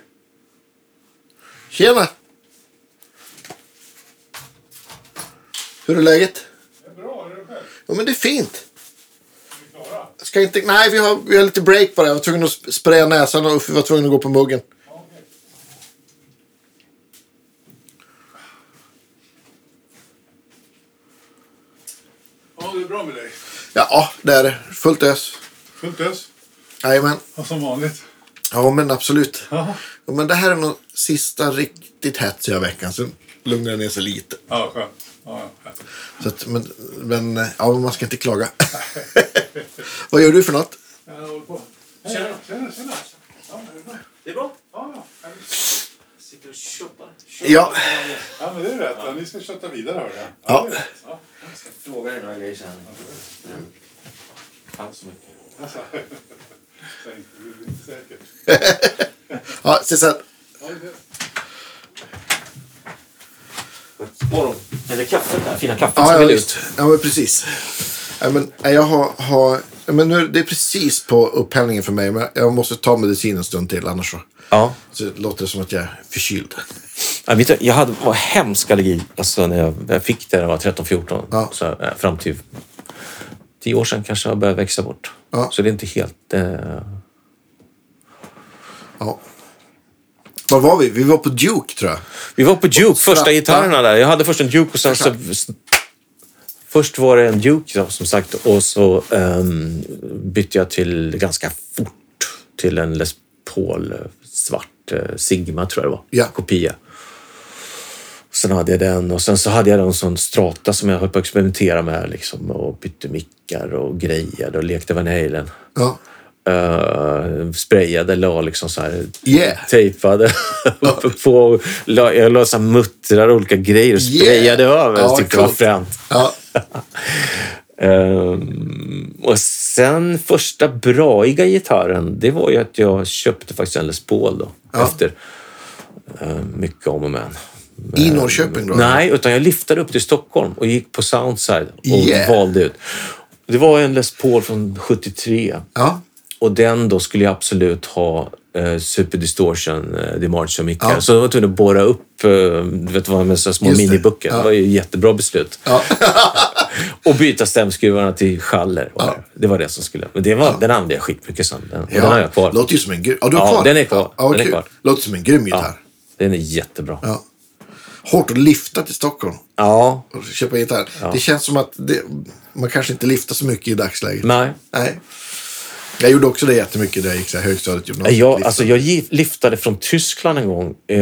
B: Tjena! Hur är läget?
C: Det är bra, är du själv?
B: Ja, men det är fint.
C: Är vi klara?
B: Ska inte, nej, vi har, vi har lite break bara. Jag var tvungen att sp- spraya näsan och vi var tvungna att gå på muggen.
C: Ja, okej. Ja, det är bra med dig.
B: Ja, det är det. Fullt ös.
C: Fullt ös.
B: Jajamän.
C: Ja, som vanligt.
B: Ja, men absolut.
C: Ja,
B: Ja, men det här är nog sista riktigt hetsiga veckan. Sen lugnar det ner sig lite.
C: ja skönt. Ja, ja.
B: Så att, men, men, eh, ja, men man ska inte klaga. Vad gör du för något?
C: Jag håller på.
A: Tjena.
C: Tjena, tjena. Ja, men det är bra.
A: Det är bra.
C: Ja, ja. Härligt.
A: Sitter och köpar.
B: Ja.
C: ja, men det är rätt. Ja, ni ska köta vidare, hörde jag.
B: Ja.
C: det är rätt. Ja.
A: Jag ska fråga dig några grejer sen. Tack så mycket.
C: Säg inte, du är inte säker.
B: Ja, ses sen.
C: Ja, det-
A: Morgon. Eller kaffet där. Fina kaffet
B: Ja,
A: som
B: ja,
A: är
B: visst.
A: ut.
B: Ja, men precis. Ja, men, nej, jag har, har, ja, men nu, det är precis på upphällningen för mig. Men jag måste ta medicin en stund till annars så,
A: Ja.
B: så låter det som att jag är förkyld.
A: Jag, vet, du, jag hade var hemsk allergi alltså, när jag, jag fick det när jag var 13-14.
B: Ja.
A: Så, eh, fram till tio år sedan kanske jag började växa bort.
B: Ja.
A: Så det är inte helt... Eh,
B: Ja. Var var vi? Vi var på Duke tror jag.
A: vi var på Duke, första gitarrerna där. Jag hade först en Duke och sen så... Först var det en Duke ja, som sagt och så ehm, bytte jag till ganska fort till en Les Paul eh, svart eh, Sigma tror jag det var.
B: Ja.
A: Kopia. Sen hade jag den och sen så hade jag en sån strata som jag höll på att experimentera med liksom, och bytte mickar och grejade och lekte Van Halen.
B: Ja.
A: Uh, sprayade, la liksom så här,
B: Yeah.
A: tejpade uppe på. La, jag la så här muttrar och olika grejer och
B: Yeah.
A: sprayade över.
B: Ja,
A: jag tyckte det var
B: coolt.
A: fränt.
B: Ja.
A: Ehm, och sen första braiga gitarren, det var ju att jag köpte faktiskt en Les Paul då. Efter ehm, mycket om och men.
B: I Norrköping då?
A: Nej, utan jag lyftade upp till Stockholm och gick på Soundside och
B: Yeah.
A: valde ut. Det var en Les Paul från 73.
B: Ja.
A: Och den då skulle jag absolut ha eh, Super Distortion eh, DiMarzio mickar.
B: Ja.
A: Så jag var tvungen att borra upp eh, du vet vad, med så här små
B: Just det.
A: minibuckar. Det.
B: Ja.
A: var ju ett jättebra beslut.
B: Ja.
A: Och byta stämskruvarna till schaller. var det. Det var det som skulle... Men det var, den använde jag skitmycket sen. Den, och den har jag kvar.
B: Låter ju som en grym... Ja, du har
A: Ja,
B: kvar
A: den är kvar.
B: Ja,
A: Den är
B: kul.
A: kvar.
B: Låter som en grym gitarr.
A: Den är jättebra. Ja.
B: Ja. Hårt att lyfta till Stockholm och köpa gitarr. Det känns som att det, man kanske inte lyfter så mycket i dagsläget.
A: Nej.
B: Nej. Jag gjorde också det jättemycket när jag gick så här högstadiet, gymnasiet.
A: Jag,
B: Lyfta.
A: alltså, jag gi- liftade från Tyskland en gång. Eh,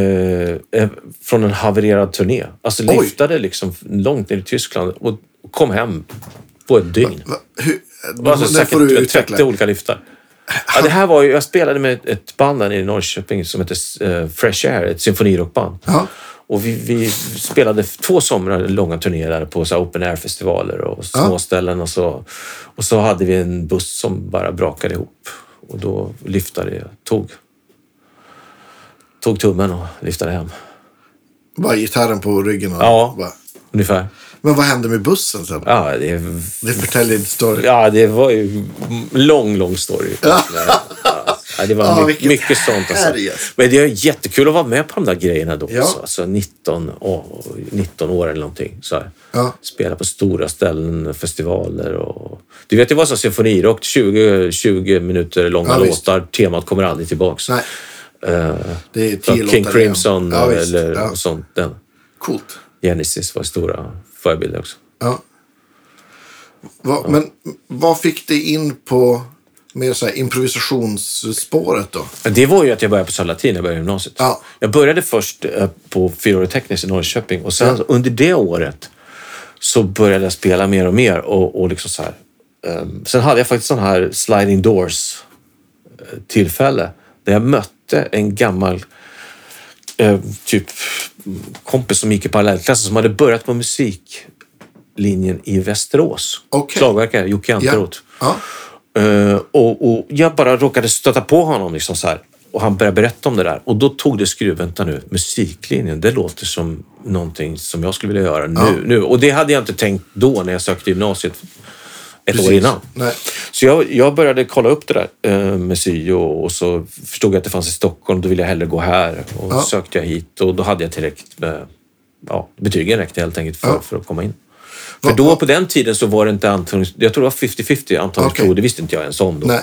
A: eh, från en havererad turné. Alltså
B: Oj.
A: liftade liksom långt ner i Tyskland och kom hem på ett dygn.
B: Va, hur,
A: Det var alltså
B: den får du
A: säkert 30
B: utveckla.
A: olika lyftar. Ja, det här var ju, jag spelade med ett- ett band där nere i Norrköping som hette eh, Fresh Air, ett symfonirockband.
B: Ja.
A: Och vi, vi spelade två somrar långa turnéer där på så här open air-festivaler och småställen. Och, så, och så hade vi en buss som bara brakade ihop. Och då lyftade jag, tog, tog tummen och lyftade hem.
B: Bara gitarren på ryggen. Och
A: Ja.
B: bara.
A: Ungefär.
B: Men vad hände med bussen sen?
A: Ja, det,
B: Det förtäljer en story.
A: ja, det var ju lång, lång story. Ja, det var
B: Ja,
A: mycket,
B: vilket
A: mycket sånt. Alltså.
B: härligt.
A: Men det är jättekul att vara med på de där grejerna då.
B: Ja.
A: Alltså, alltså 19, åh, 19 år eller någonting. Så här.
B: Ja.
A: Spela på stora ställen, festivaler och... Du vet, det var så symfonirock, 20, 20 minuter långa
B: Ja, visst.
A: låtar. Temat kommer aldrig tillbaks.
B: Nej,
A: Eh,
B: det är
A: så
B: tio
A: King
B: låtar
A: Crimson
B: igen. Ja, visst.
A: eller
B: ja.
A: sånt. Den.
B: Coolt.
A: Genesis var stora förebilder också.
B: Ja. Va, Men vad fick dig in på mer så här improvisationsspåret då?
A: Det var ju att jag började på Salatin när jag började gymnasiet.
B: Ja.
A: Jag började först eh, på fyraårig teknisk i Norrköping och sen under det året så började jag spela mer och mer. Och, och liksom så här. ehm, Sen hade jag faktiskt sån här sliding doors eh, tillfälle där jag mötte en gammal eh, typ kompis som gick i parallellklassen som hade börjat på musiklinjen i Västerås.
B: Okej.
A: Slagverkare, Jocke Anteroth.
B: Ja.
A: Eh, och, och jag bara råkade stöta på honom liksom så här. Och han började berätta om det där. Och då tog det skruv. Vänta nu, musiklinjen, det låter som någonting som jag skulle vilja göra nu. nu. Och det hade jag inte tänkt då när jag sökte gymnasiet ett år innan.
B: Nej.
A: Så jag, jag började kolla upp det där eh, med syo och så förstod jag att det fanns i Stockholm. Då ville jag hellre gå här och
B: Ja.
A: sökte jag hit och då hade jag tillräckligt med ja, betygen räckte helt enkelt för,
B: Ja.
A: för att komma in. För då på den tiden så var det inte antagning, jag tror det var 50-50 antagningsprov,
B: Okej.
A: det visste inte jag ens om då.
B: Nej.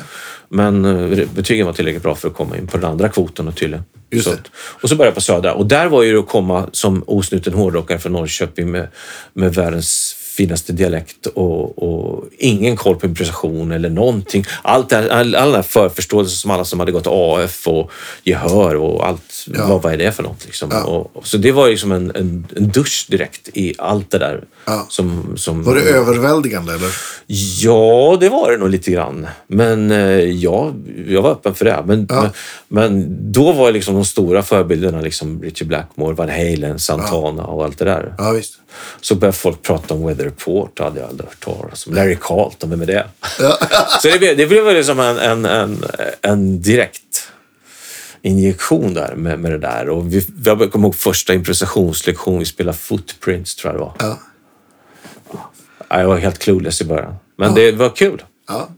A: Men eh, betygen var tillräckligt bra för att komma in på den andra kvoten då tydligen.
B: Just
A: så,
B: det.
A: att- och så började jag på Södra och där var ju det att komma som osnuten hårdrockare från Norrköping med, med världens finaste dialekt och, och ingen koll på improvisation eller någonting. Allt det, här- all, all den här förförståelsen som alla som hade gått AF och gehör och allt. Vad, vad är det för något liksom? Och, och, så det var ju som en, en, en dusch direkt i allt det där.
B: Ja.
A: Som, som,
B: Var det överväldigande eller?
A: Ja, det var det nog lite grann. Men eh, ja, jag var öppen för det. Men, men, men då var liksom de stora förebilderna liksom Richie Blackmore, Van Halen, Santana och allt det där.
B: Ja, visst.
A: Så började folk prata om Weather Report hade jag aldrig hört talas om. Larry Carlton, vem är det? så det, blev- det blev väl liksom en, en, en, en direkt injektion där med, med det där. Och vi, jag kommer ihåg första improvisationslektion, vi spelade Footprints tror jag det var.
B: Ja.
A: Ja, Jag var helt clueless i början. Men det var kul.
B: Ja.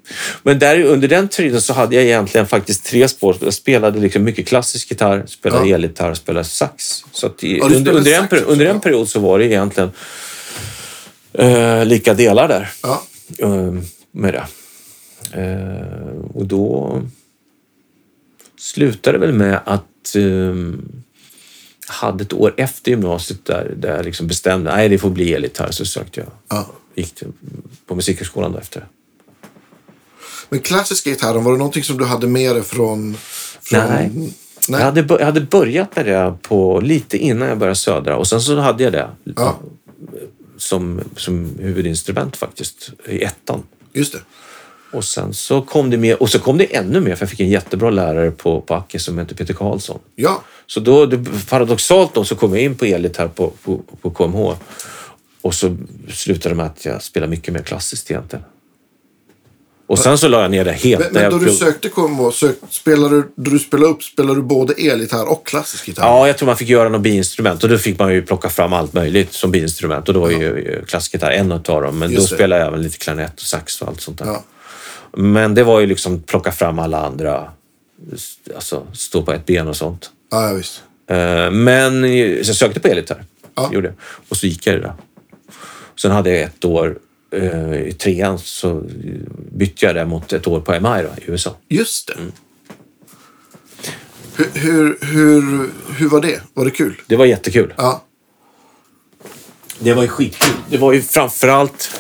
A: Men där, under den tiden så hade jag egentligen faktiskt tre spår. Jag spelade liksom mycket klassisk gitarr, spelade
B: Ja.
A: elgitarr, spelade sax. Så att i,
B: Ja,
A: under,
B: du spelade
A: under, en,
B: sax
A: peri-
B: också,
A: under en
B: ja.
A: period så var det egentligen eh, lika delar där
B: Ja.
A: eh, med det. Eh, och då slutade det väl med att eh, jag hade ett år efter gymnasiet där, där jag liksom bestämde nej det får bli elgitarr. Så sökte jag.
B: Ja.
A: Gick till, på musikhögskolan då efter.
B: Men klassiska gitarren, var det någonting som du hade med dig från... från...
A: Nej.
B: Nej.
A: Jag, hade, bör- jag hade börjat med det på, lite innan jag började Södra och sen så hade jag det
B: Ja,
A: som, som huvudinstrument faktiskt i ettan.
B: just det.
A: Och sen så kom det mer, och så kom det ännu mer för jag fick en jättebra lärare på, på Acke som hette Peter Karlsson.
B: Ja,
A: Så då, det- paradoxalt då, så kom jag in på elgitarr på, på, på KMH och så slutade det med att jag spelade mycket mer klassiskt egentligen. Och sen så la jag ner det helt. Där
B: men, men
A: jag
B: då du
A: plugg-
B: sökte KMH, sök, spelade du, då du spelade upp, spelade du både elgitarr och klassisk gitarr?
A: Ja, jag tror man fick göra något biinstrument och då fick man ju plocka fram allt möjligt som biinstrument och då var ju klassgitarr en utav dem. Men
B: Just
A: då
B: det.
A: spelade jag även lite klarinett och sax och allt sånt där.
B: Ja.
A: Men det var ju liksom plocka fram alla andra, alltså stå på ett ben och sånt.
B: ja, ja, visst.
A: Eh, Men eh, så jag sökte på elgitarr.
B: Ja.
A: Gjorde. jag. Och så gick jag i det där. Sen hade jag ett år eh, i trean så bytte jag det mot ett år på MI då, i USA.
B: Just det. Hur, hur, hur, hur var det? Var det kul?
A: Det var jättekul.
B: Ja,
A: Det var ju skitkul. Det var ju framförallt...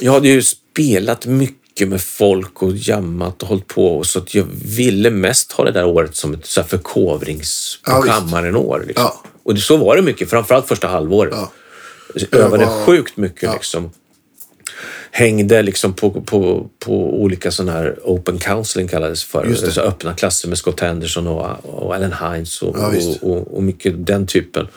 A: Jag hade ju spelat mycket med folk och jammat och hållit på. Och så att jag ville mest ha det där året som ett så här förkovrings på
B: Ja, visst.
A: kammaren-år. Liksom.
B: Ja.
A: Och det- så var det mycket, framförallt första halvåret.
B: Ja.
A: Jag övade
B: Öva-
A: sjukt mycket. Liksom. Hängde liksom på, på, på olika sådana här open counseling kallades det för.
B: Just det.
A: Så öppna klasser med Scott Henderson och, och Alan Hines och,
B: Ja, visst.
A: och, och, och mycket den typen.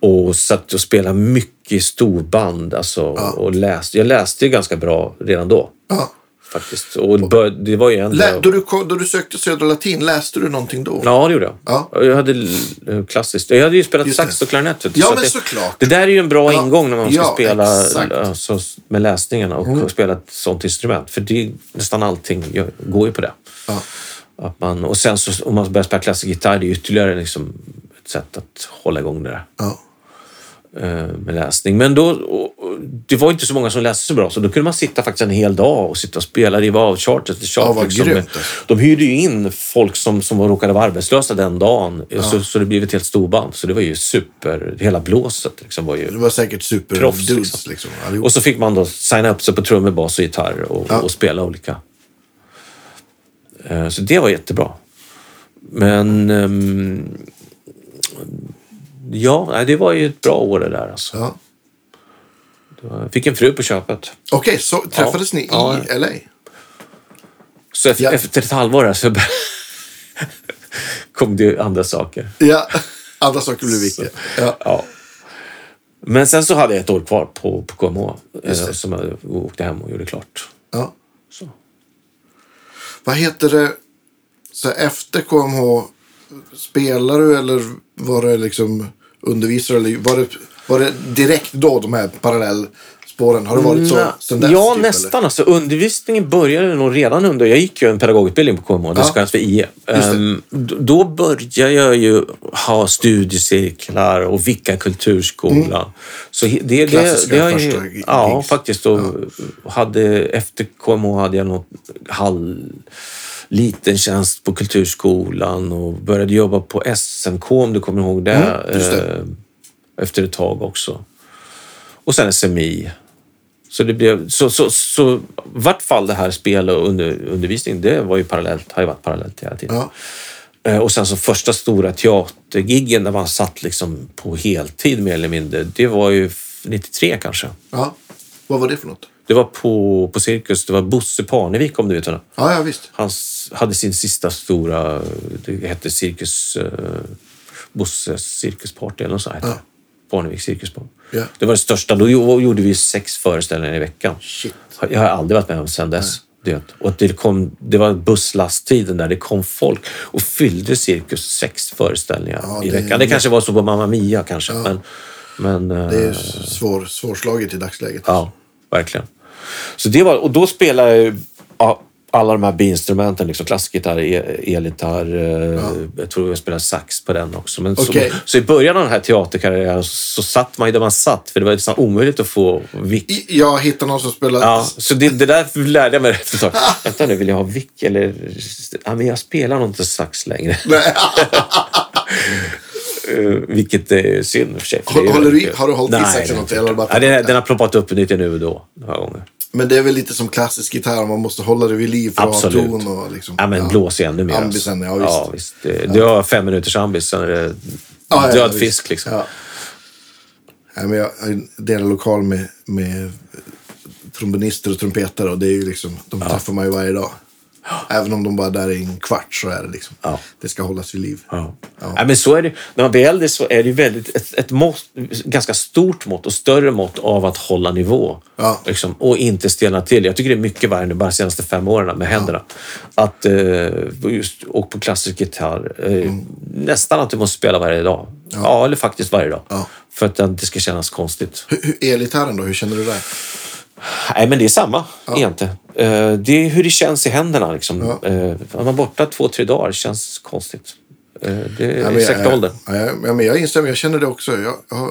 A: Och satt och spelade mycket i storband. Alltså, och läste. Jag läste ju ganska bra redan då.
B: ja.
A: Faktiskt. Och bör, det var ju en...
B: Lä, då, du, kom- då du sökte Södra Latin, läste du någonting då?
A: Ja, det gjorde jag.
B: Ja.
A: Jag hade l- eh, klassiskt. Jag hade ju spelat
B: Just
A: sax
B: det.
A: och klarinett. vet du,
B: Ja,
A: så att
B: men
A: det,
B: såklart.
A: Det där är ju en bra
B: Ja,
A: ingång när man ska
B: ja,
A: spela
B: exakt. Mm.
A: alltså, med läsningarna och spela ett sånt instrument. För det är nästan allting gör- går ju på det.
B: Ja.
A: Att man, och sen så, om man börjar spela klassisk gitarr, det är ytterligare liksom ett sätt att hålla igång det där
B: ja.
A: eh, med läsning. Men då, och, och, det var inte så många som läste så bra, så då kunde man sitta faktiskt en hel dag och sitta och spela. Det var chart efter chart.
B: Ja, vad grymt, alltså.
A: Med- De hyrde ju in folk som, som råkade vara arbetslösa den dagen, eh, så, så det blev ett helt storband. Så det var ju super... Hela blåset liksom var
B: Det
A: ju...
B: var säkert
A: Proffs,
B: superdudes
A: liksom.
B: liksom. allihop.
A: Och så fick man då signa upp sig på trummor, bas och gitarr och,
B: Ja.
A: och spela olika. Eh, Så det var jättebra. Men... ehm, Ja, nej, det var ju ett bra år det där alltså.
B: ja.
A: Jag fick en fru på köpet.
B: Okej, så träffades ni i
A: Ja,
B: LA?
A: Så efter,
B: Ja.
A: efter ett halvår här så bör- kom det ju andra saker.
B: Ja, andra saker blev viktiga. Ja.
A: Ja. Men sen så hade jag ett år kvar på, på KMH
B: Just
A: eh,
B: det.
A: som jag åkte hem och gjorde klart.
B: Ja.
A: Så.
B: Vad heter det? Så efter KMH, spelar du eller var det liksom undervisare? Eller var, det, var det direkt då de här parallellspåren? Har det varit så?
A: Nä-
B: sen dess,
A: ja,
B: typ,
A: nästan. Alltså, undervisningen började nog redan under... Jag gick ju en pedagogutbildning på KMH, det
B: Ja.
A: som kallas för IE.
B: det.
A: Ehm, d- då började jag ju ha studiecirklar och vicka kulturskolan. Så he- det, det,
B: Mm. Klassiska
A: det har ju,
B: första gigs.
A: Ja, faktiskt. Och hade, efter KMH hade jag något halv liten tjänst på kulturskolan och började jobba på SMK om du kommer ihåg det.
B: Mm, just det.
A: Ehm, Efter ett tag också. Och sen SMI. Så det blev, så, så, så vart fall det här spel och under, undervisning, det var ju parallellt, har ju varit parallellt hela tiden.
B: Ja.
A: Eh, Och sen så första stora teatergiggen där man satt liksom på heltid mer eller mindre, det var ju f- 93 kanske.
B: Ja. Vad var det för något?
A: Det var på, på Cirkus, det var Bosse Parnevik om du vet honom.
B: Ja, ja visst.
A: Han s- hade sin sista stora, det hette Cirkus, eh, Bosses cirkusparty eller något sånt. här.
B: Ja.
A: Barnevik cirkusband.
B: Ja.
A: Det var det största. Då jo- gjorde vi sex föreställningar i veckan.
B: Shit.
A: Har- Jag har aldrig varit med om sedan dess. Du vet. Och att det, kom, det var busslasttiden där det kom folk och fyllde cirkus sex föreställningar
B: Ja,
A: i
B: det-
A: veckan. Det kanske var så på Mamma Mia kanske. Men, men,
B: Det
A: eh,
B: är svår, svårslaget i dagsläget.
A: Ja, verkligen. Så det var, och då spelade jag ju a- alla de här biinstrumenten, liksom klassgitarr, e- elgitarr, eh, jag tror jag spelade sax på den också. Men
B: Okej.
A: så, så i början av den här teaterkarriären så, så satt man ju där man satt, för det var nästan omöjligt att få vick.
B: I- Jag hittar någon som spelar...
A: Ja, så det, det där lärde jag mig rätt ett tag. Vänta nu, vill jag ha vick eller... Ja, men jag spelar nog inte sax längre.
B: Nej.
A: Eh, vilket är synd i och för sig. för
B: Håller-
A: det är ju
B: håller du i-
A: väldigt kul.
B: har du hållit i
A: Nej,
B: saxen
A: nej.
B: något, eller har du bara-
A: Ja, den, den har ploppat upp lite nu och då, några gånger.
B: Men det är väl lite som klassisk gitarr, man måste hålla det vid liv för att ha
A: Absolut.
B: en ton. Och liksom,
A: Ja, men blås i ännu mer. alltså.
B: Ambisen, ja, visst.
A: Det- Du har fem minuters ambis, sen är det
B: Ja, ja,
A: död
B: visst.
A: fisk. Liksom.
B: Ja. Nej, men jag jag delar lokal med, med trombonister och trumpetare och det är ju liksom, de träffar man ju varje dag. Även om de bara är där i en kvart så är det liksom,
A: Ja.
B: det ska hållas vid liv.
A: Ja. Ja, men så är det. När man blir äldre så är det ju väldigt, ett, ett mått, ganska stort mått och större mått av att hålla nivå.
B: Ja.
A: Liksom, och inte stelna till. Jag tycker det är mycket värre nu, bara de senaste fem åren med händerna. Att, eh, just, och på klassisk gitarr. Eh,
B: Mm.
A: Nästan att du måste spela varje dag. Ja, eller faktiskt varje dag.
B: Ja.
A: För att det inte ska kännas konstigt.
B: Hur, hur, elgitarren då, hur känner du där?
A: Nej, men det är samma egentligen. Eh, Det är hur det känns i händerna. Liksom. Ja. Är man borta två, tre dagar det känns konstigt. Eh, Det är
B: Ja, men jag-
A: exakt ålder.
B: Ja, ja, ja, men jag instämmer, jag känner det också. Jag har,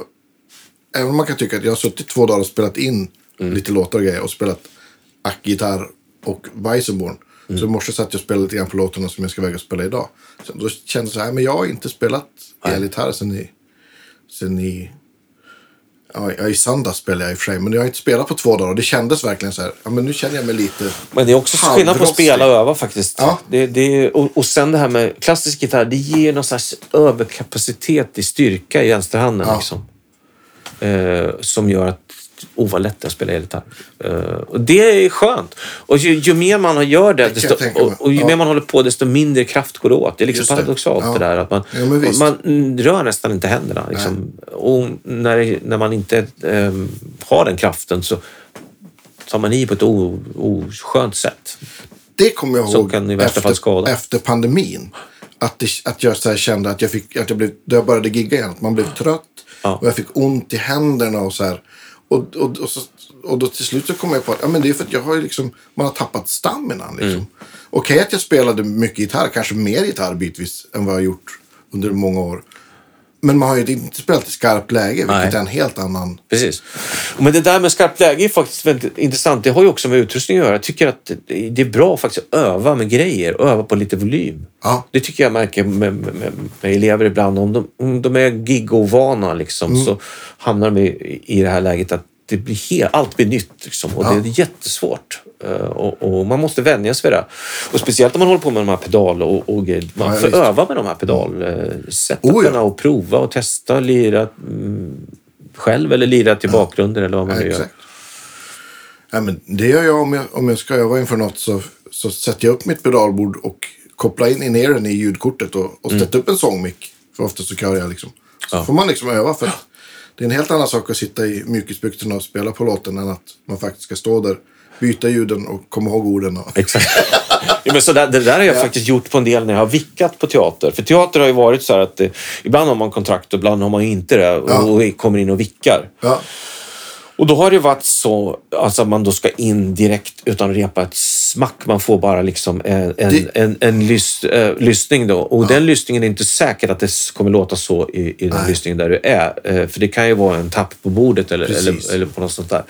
B: även om man kan tycka att jag har suttit två dagar och spelat in lite låtar och grejer och spelat ackgitarr och Weissenborn. Så i morse satt jag och spelade lite grann på låtarna som jag ska väga och spela idag. Så då kände jag så här, men jag har inte spelat elgitarr sen i... Sen i Ja, ja, i söndags spelade jag i och för sig, men jag har inte spelat på två dagar och det kändes verkligen så här, ja men nu känner jag mig lite...
A: Men det är också skillnad på att
B: halvrostig.
A: spela och öva faktiskt.
B: Ja.
A: Det, det är, och, och sen det här med klassisk gitarr, det ger någon slags överkapacitet i styrka i vänsterhanden.
B: Ja.
A: Liksom. Eh, som gör att oh vad lätt det är att spela elgitarr. Eh, och det är skönt. Och ju, ju mer man gör det,
B: kan jag
A: desto,
B: tänka mig.
A: och, och ju
B: Ja.
A: mer man håller på, desto mindre kraft går det åt. Det är liksom
B: Just det.
A: paradoxalt
B: Ja.
A: det där. Att man,
B: Ja, men visst.
A: man mm, rör nästan inte händerna. Liksom. Och när, det- när man inte ehm, har den kraften så tar man i på ett o- oskönt sätt.
B: Det kommer jag
A: Så
B: ihåg
A: kan i värsta fall skada.
B: efter, efter pandemin. Att, det, att jag så här kände att jag, fick, att jag, blev, då jag började gigga igen, att man blev trött
A: Ja.
B: och jag fick ont i händerna och så här. Och, och, och, så, och då till slut så kom jag på att ja, men det är för att jag har ju liksom, man har tappat staminan. Liksom.
A: Mm.
B: Okej att jag spelade mycket gitarr, kanske mer gitarr bitvis än vad jag har gjort under många år. Men man har ju inte spelat i skarpt läge, vilket
A: Nej.
B: är en helt annan...
A: Precis. Men det där med skarpt läge är faktiskt väldigt intressant. Det har ju också med utrustning att göra. Jag tycker att det är bra faktiskt att öva med grejer och öva på lite volym.
B: Ja.
A: Det tycker jag märker med, med, med, med elever ibland. Om de, om de är gigovana liksom,
B: Mm.
A: så hamnar de i, i det här läget att det blir helt, allt blir nytt. Liksom, och det är jättesvårt. Eh, och, och man måste vänja sig vid det. Och speciellt om man håller på med de här pedal och, och grejer. Man
B: Ja, ja,
A: får
B: visst.
A: öva med de här pedalsätten
B: Oh, ja.
A: och prova och testa och lira mm, själv eller lira till bakgrunden eller vad man
B: Ja,
A: nu gör.
B: exakt. Ja, men det gör jag om jag, om jag ska öva inför något så, så sätter jag upp mitt pedalbord och kopplar in in-earen i ljudkortet och, och sätter upp en sångmick. För ofta så kör jag liksom. Så får man liksom öva för att det är en helt annan sak att sitta i mjukisbyxorna och spela på låten än att man faktiskt ska stå där, byta ljuden och komma ihåg orden. Och,
A: Exakt. Ja, men så där, det där har jag faktiskt gjort på en del när jag har vickat på teater. För teater har ju varit så här att eh, ibland har man kontrakt och ibland har man ju inte det och, och kommer in och vickar.
B: ja,
A: Och då har det varit så alltså att man då ska in direkt utan att repa ett smack. Man får bara liksom en, en,
B: Det-
A: en, en lys, eh, lyssning då. Och den lyssningen är inte säkert att det s- kommer låta så i, i den lyssningen där du är. Eh, för det kan ju vara en tapp på bordet eller,
B: Precis.
A: eller, eller på något sånt där.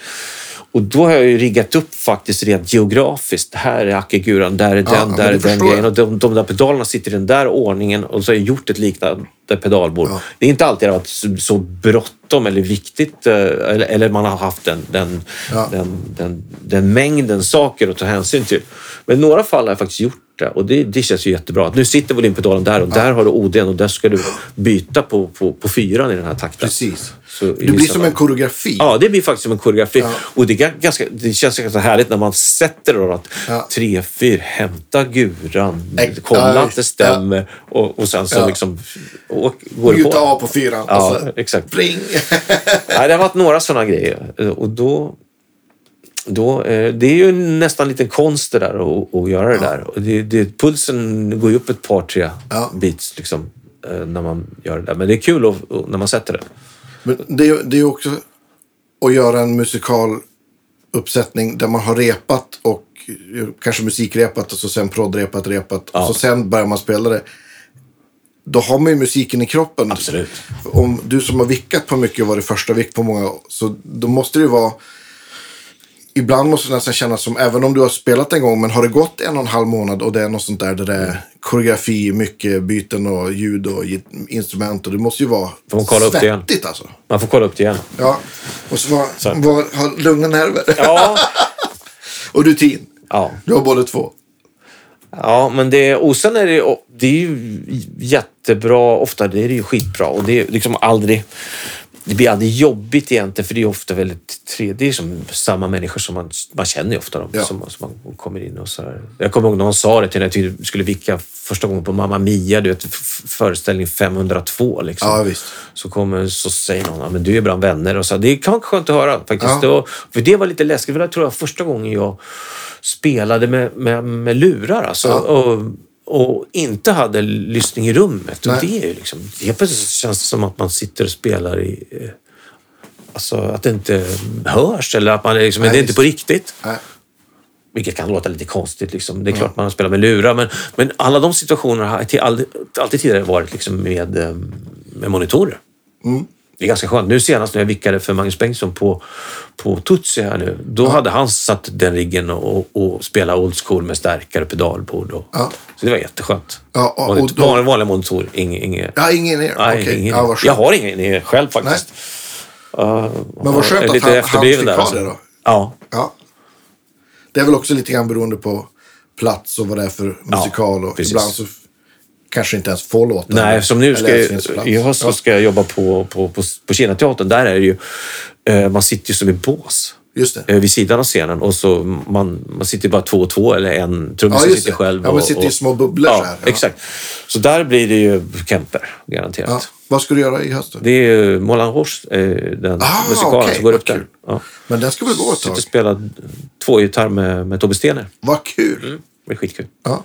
A: Och då har jag ju riggat upp faktiskt rent geografiskt. Här är ackiguran, där är
B: Ja,
A: den,
B: men
A: där
B: det
A: är den
B: förstår jag.
A: grejen. Och de, de där pedalerna sitter i den där ordningen och så har jag gjort ett liknande pedalbord. Det är inte alltid det har varit så- så bråttom eller viktigt eh, eller, eller man har haft den, den,
B: Ja.
A: den, den, den mängden saker att ta hänsyn till. Men i några fall har jag faktiskt gjort borta. Och det, det känns ju jättebra. Att nu sitter volympedalen där och där har du ODn och där ska du byta på, på, på fyran i den här takten.
B: Precis.
A: Så i
B: Du blir
A: vissa
B: som
A: fall-
B: en koreografi.
A: Ja, det blir faktiskt som en koreografi. Och det, är ganska, det känns ganska härligt när man sätter det då. Att
B: Ja.
A: tre, fyra, hämta guran,
B: Ex-
A: kolla
B: ja,
A: att det
B: visst.
A: stämmer och, och sen så
B: Ja.
A: liksom och, går det
B: Byta
A: på.
B: av alltså. på fyran.
A: Ja,
B: och så,
A: exakt.
B: Pling!
A: Nej, det har varit några sådana grejer. Eh, Och då, då, eh, det är ju nästan lite konst det där att- att göra det där. Och det, det, pulsen går ju upp ett par, tre
B: Ja.
A: beats liksom, eh, när man gör det där. Men det är kul att, att- när man sätter det.
B: Men det, är- det är också att göra en musikal uppsättning där man har repat och eh, kanske musikrepat och så sen proddrepat, repat
A: Ja.
B: och så sen börjar man spela det. Då har man ju musiken i kroppen.
A: Absolut.
B: Om du som har vickat på mycket och varit första vick på många så då måste det ju vara Ibland måste det nästan kännas som, även om du har spelat en gång, men har det gått en och en halv månad och det är något sånt där, där det
A: Mm.
B: är koreografi, mycket byten och ljud och git- instrument och det måste ju vara
A: Får man kolla upp det igen?
B: svettigt alltså.
A: Man får kolla upp det igen.
B: Ja, och så var,
A: Så.
B: var, har lugna nerver.
A: Ja,
B: och rutin.
A: ja.
B: Du har båda två.
A: Ja, men det, och sen är det, och det är ju jättebra. Ofta det är det ju skitbra och det är liksom aldrig... Det blir aldrig jobbigt egentligen för det är ofta väldigt tre, det är som samma människor som man, man känner ju ofta dem
B: Ja.
A: som, som man kommer in och så här. Jag kommer ihåg någon sa det till när jag skulle vicka första gången på Mamma Mia, du vet f- föreställning 502 liksom.
B: Ja, visst.
A: Så kommer så säger någon, "Ja, men du är bland vänner. Och så, det kan vara skönt att höra faktiskt.
B: Ja.
A: Det var, för det var lite läskigt. För det tror jag första gången jag spelade med, med, med lurar. Alltså,
B: Ja.
A: och, och inte hade lyssning i rummet. Och
B: Nej.
A: det är ju liksom, helt plötsligt så känns det som att man sitter och spelar i... eh, Alltså att det inte hörs eller att man är liksom,
B: Nej,
A: det är inte
B: visst.
A: på riktigt.
B: Nej.
A: Vilket kan låta lite konstigt. Liksom. Det är klart man spelar med lurar, men, men alla de situationerna har till- all- alltid tidigare varit liksom med, eh, med monitorer.
B: Mm.
A: Det är ganska skönt. Nu senast när jag vickade för Magnus Bengtsson på, på Tutsi här nu, då hade han satt den riggen och, och spelat old school med stärkare och pedalbord. Och,
B: Ja.
A: Så det var jätteskönt.
B: Ja, och- och
A: Vanligt-
B: då-
A: vanlig, vanlig monitor, inget... inget
B: Ja, ingen er.
A: nej,
B: Okej.
A: ingen,
B: ja, vad skönt.
A: jag har ingen idé själv faktiskt. Uh,
B: Men vad skönt
A: jag är
B: att
A: lite
B: han- han
A: efterbliven
B: fick
A: där,
B: ha
A: alltså.
B: det då.
A: Ja,
B: Ja. Det är väl också lite grann beroende på plats och vad det är för musikal. och
A: precis.
B: ibland så f- kanske inte ens får låten.
A: Nej, som nu
B: Eller
A: ska
B: ens finns
A: jag,
B: plats.
A: i höst så
B: Ja,
A: ska jag jobba på, på, på, på Kinateatern. Där är det ju, eh, man sitter ju som i bås
B: just det.
A: eh, vid sidan av scenen och så man, man sitter bara två och två eller en trummis
B: Ja, just
A: sitter
B: det.
A: själv.
B: Ja, man
A: och,
B: sitter i
A: och-
B: små bubblor
A: ja,
B: så här. Ja.
A: Exakt. Så där blir det ju Kemper, garanterat.
B: Ja. Vad ska du göra i höst då?
A: Det är ju Moulin Rouge, eh, den
B: Ah,
A: musikalen
B: okej,
A: som går
B: vad
A: upp där.
B: kul.
A: Ja.
B: Men den ska väl gå ett
A: Sitter
B: tag?
A: och spelar två gitarr med, med Tobbe Stener.
B: Vad kul!
A: Det är skitkul.
B: Ja.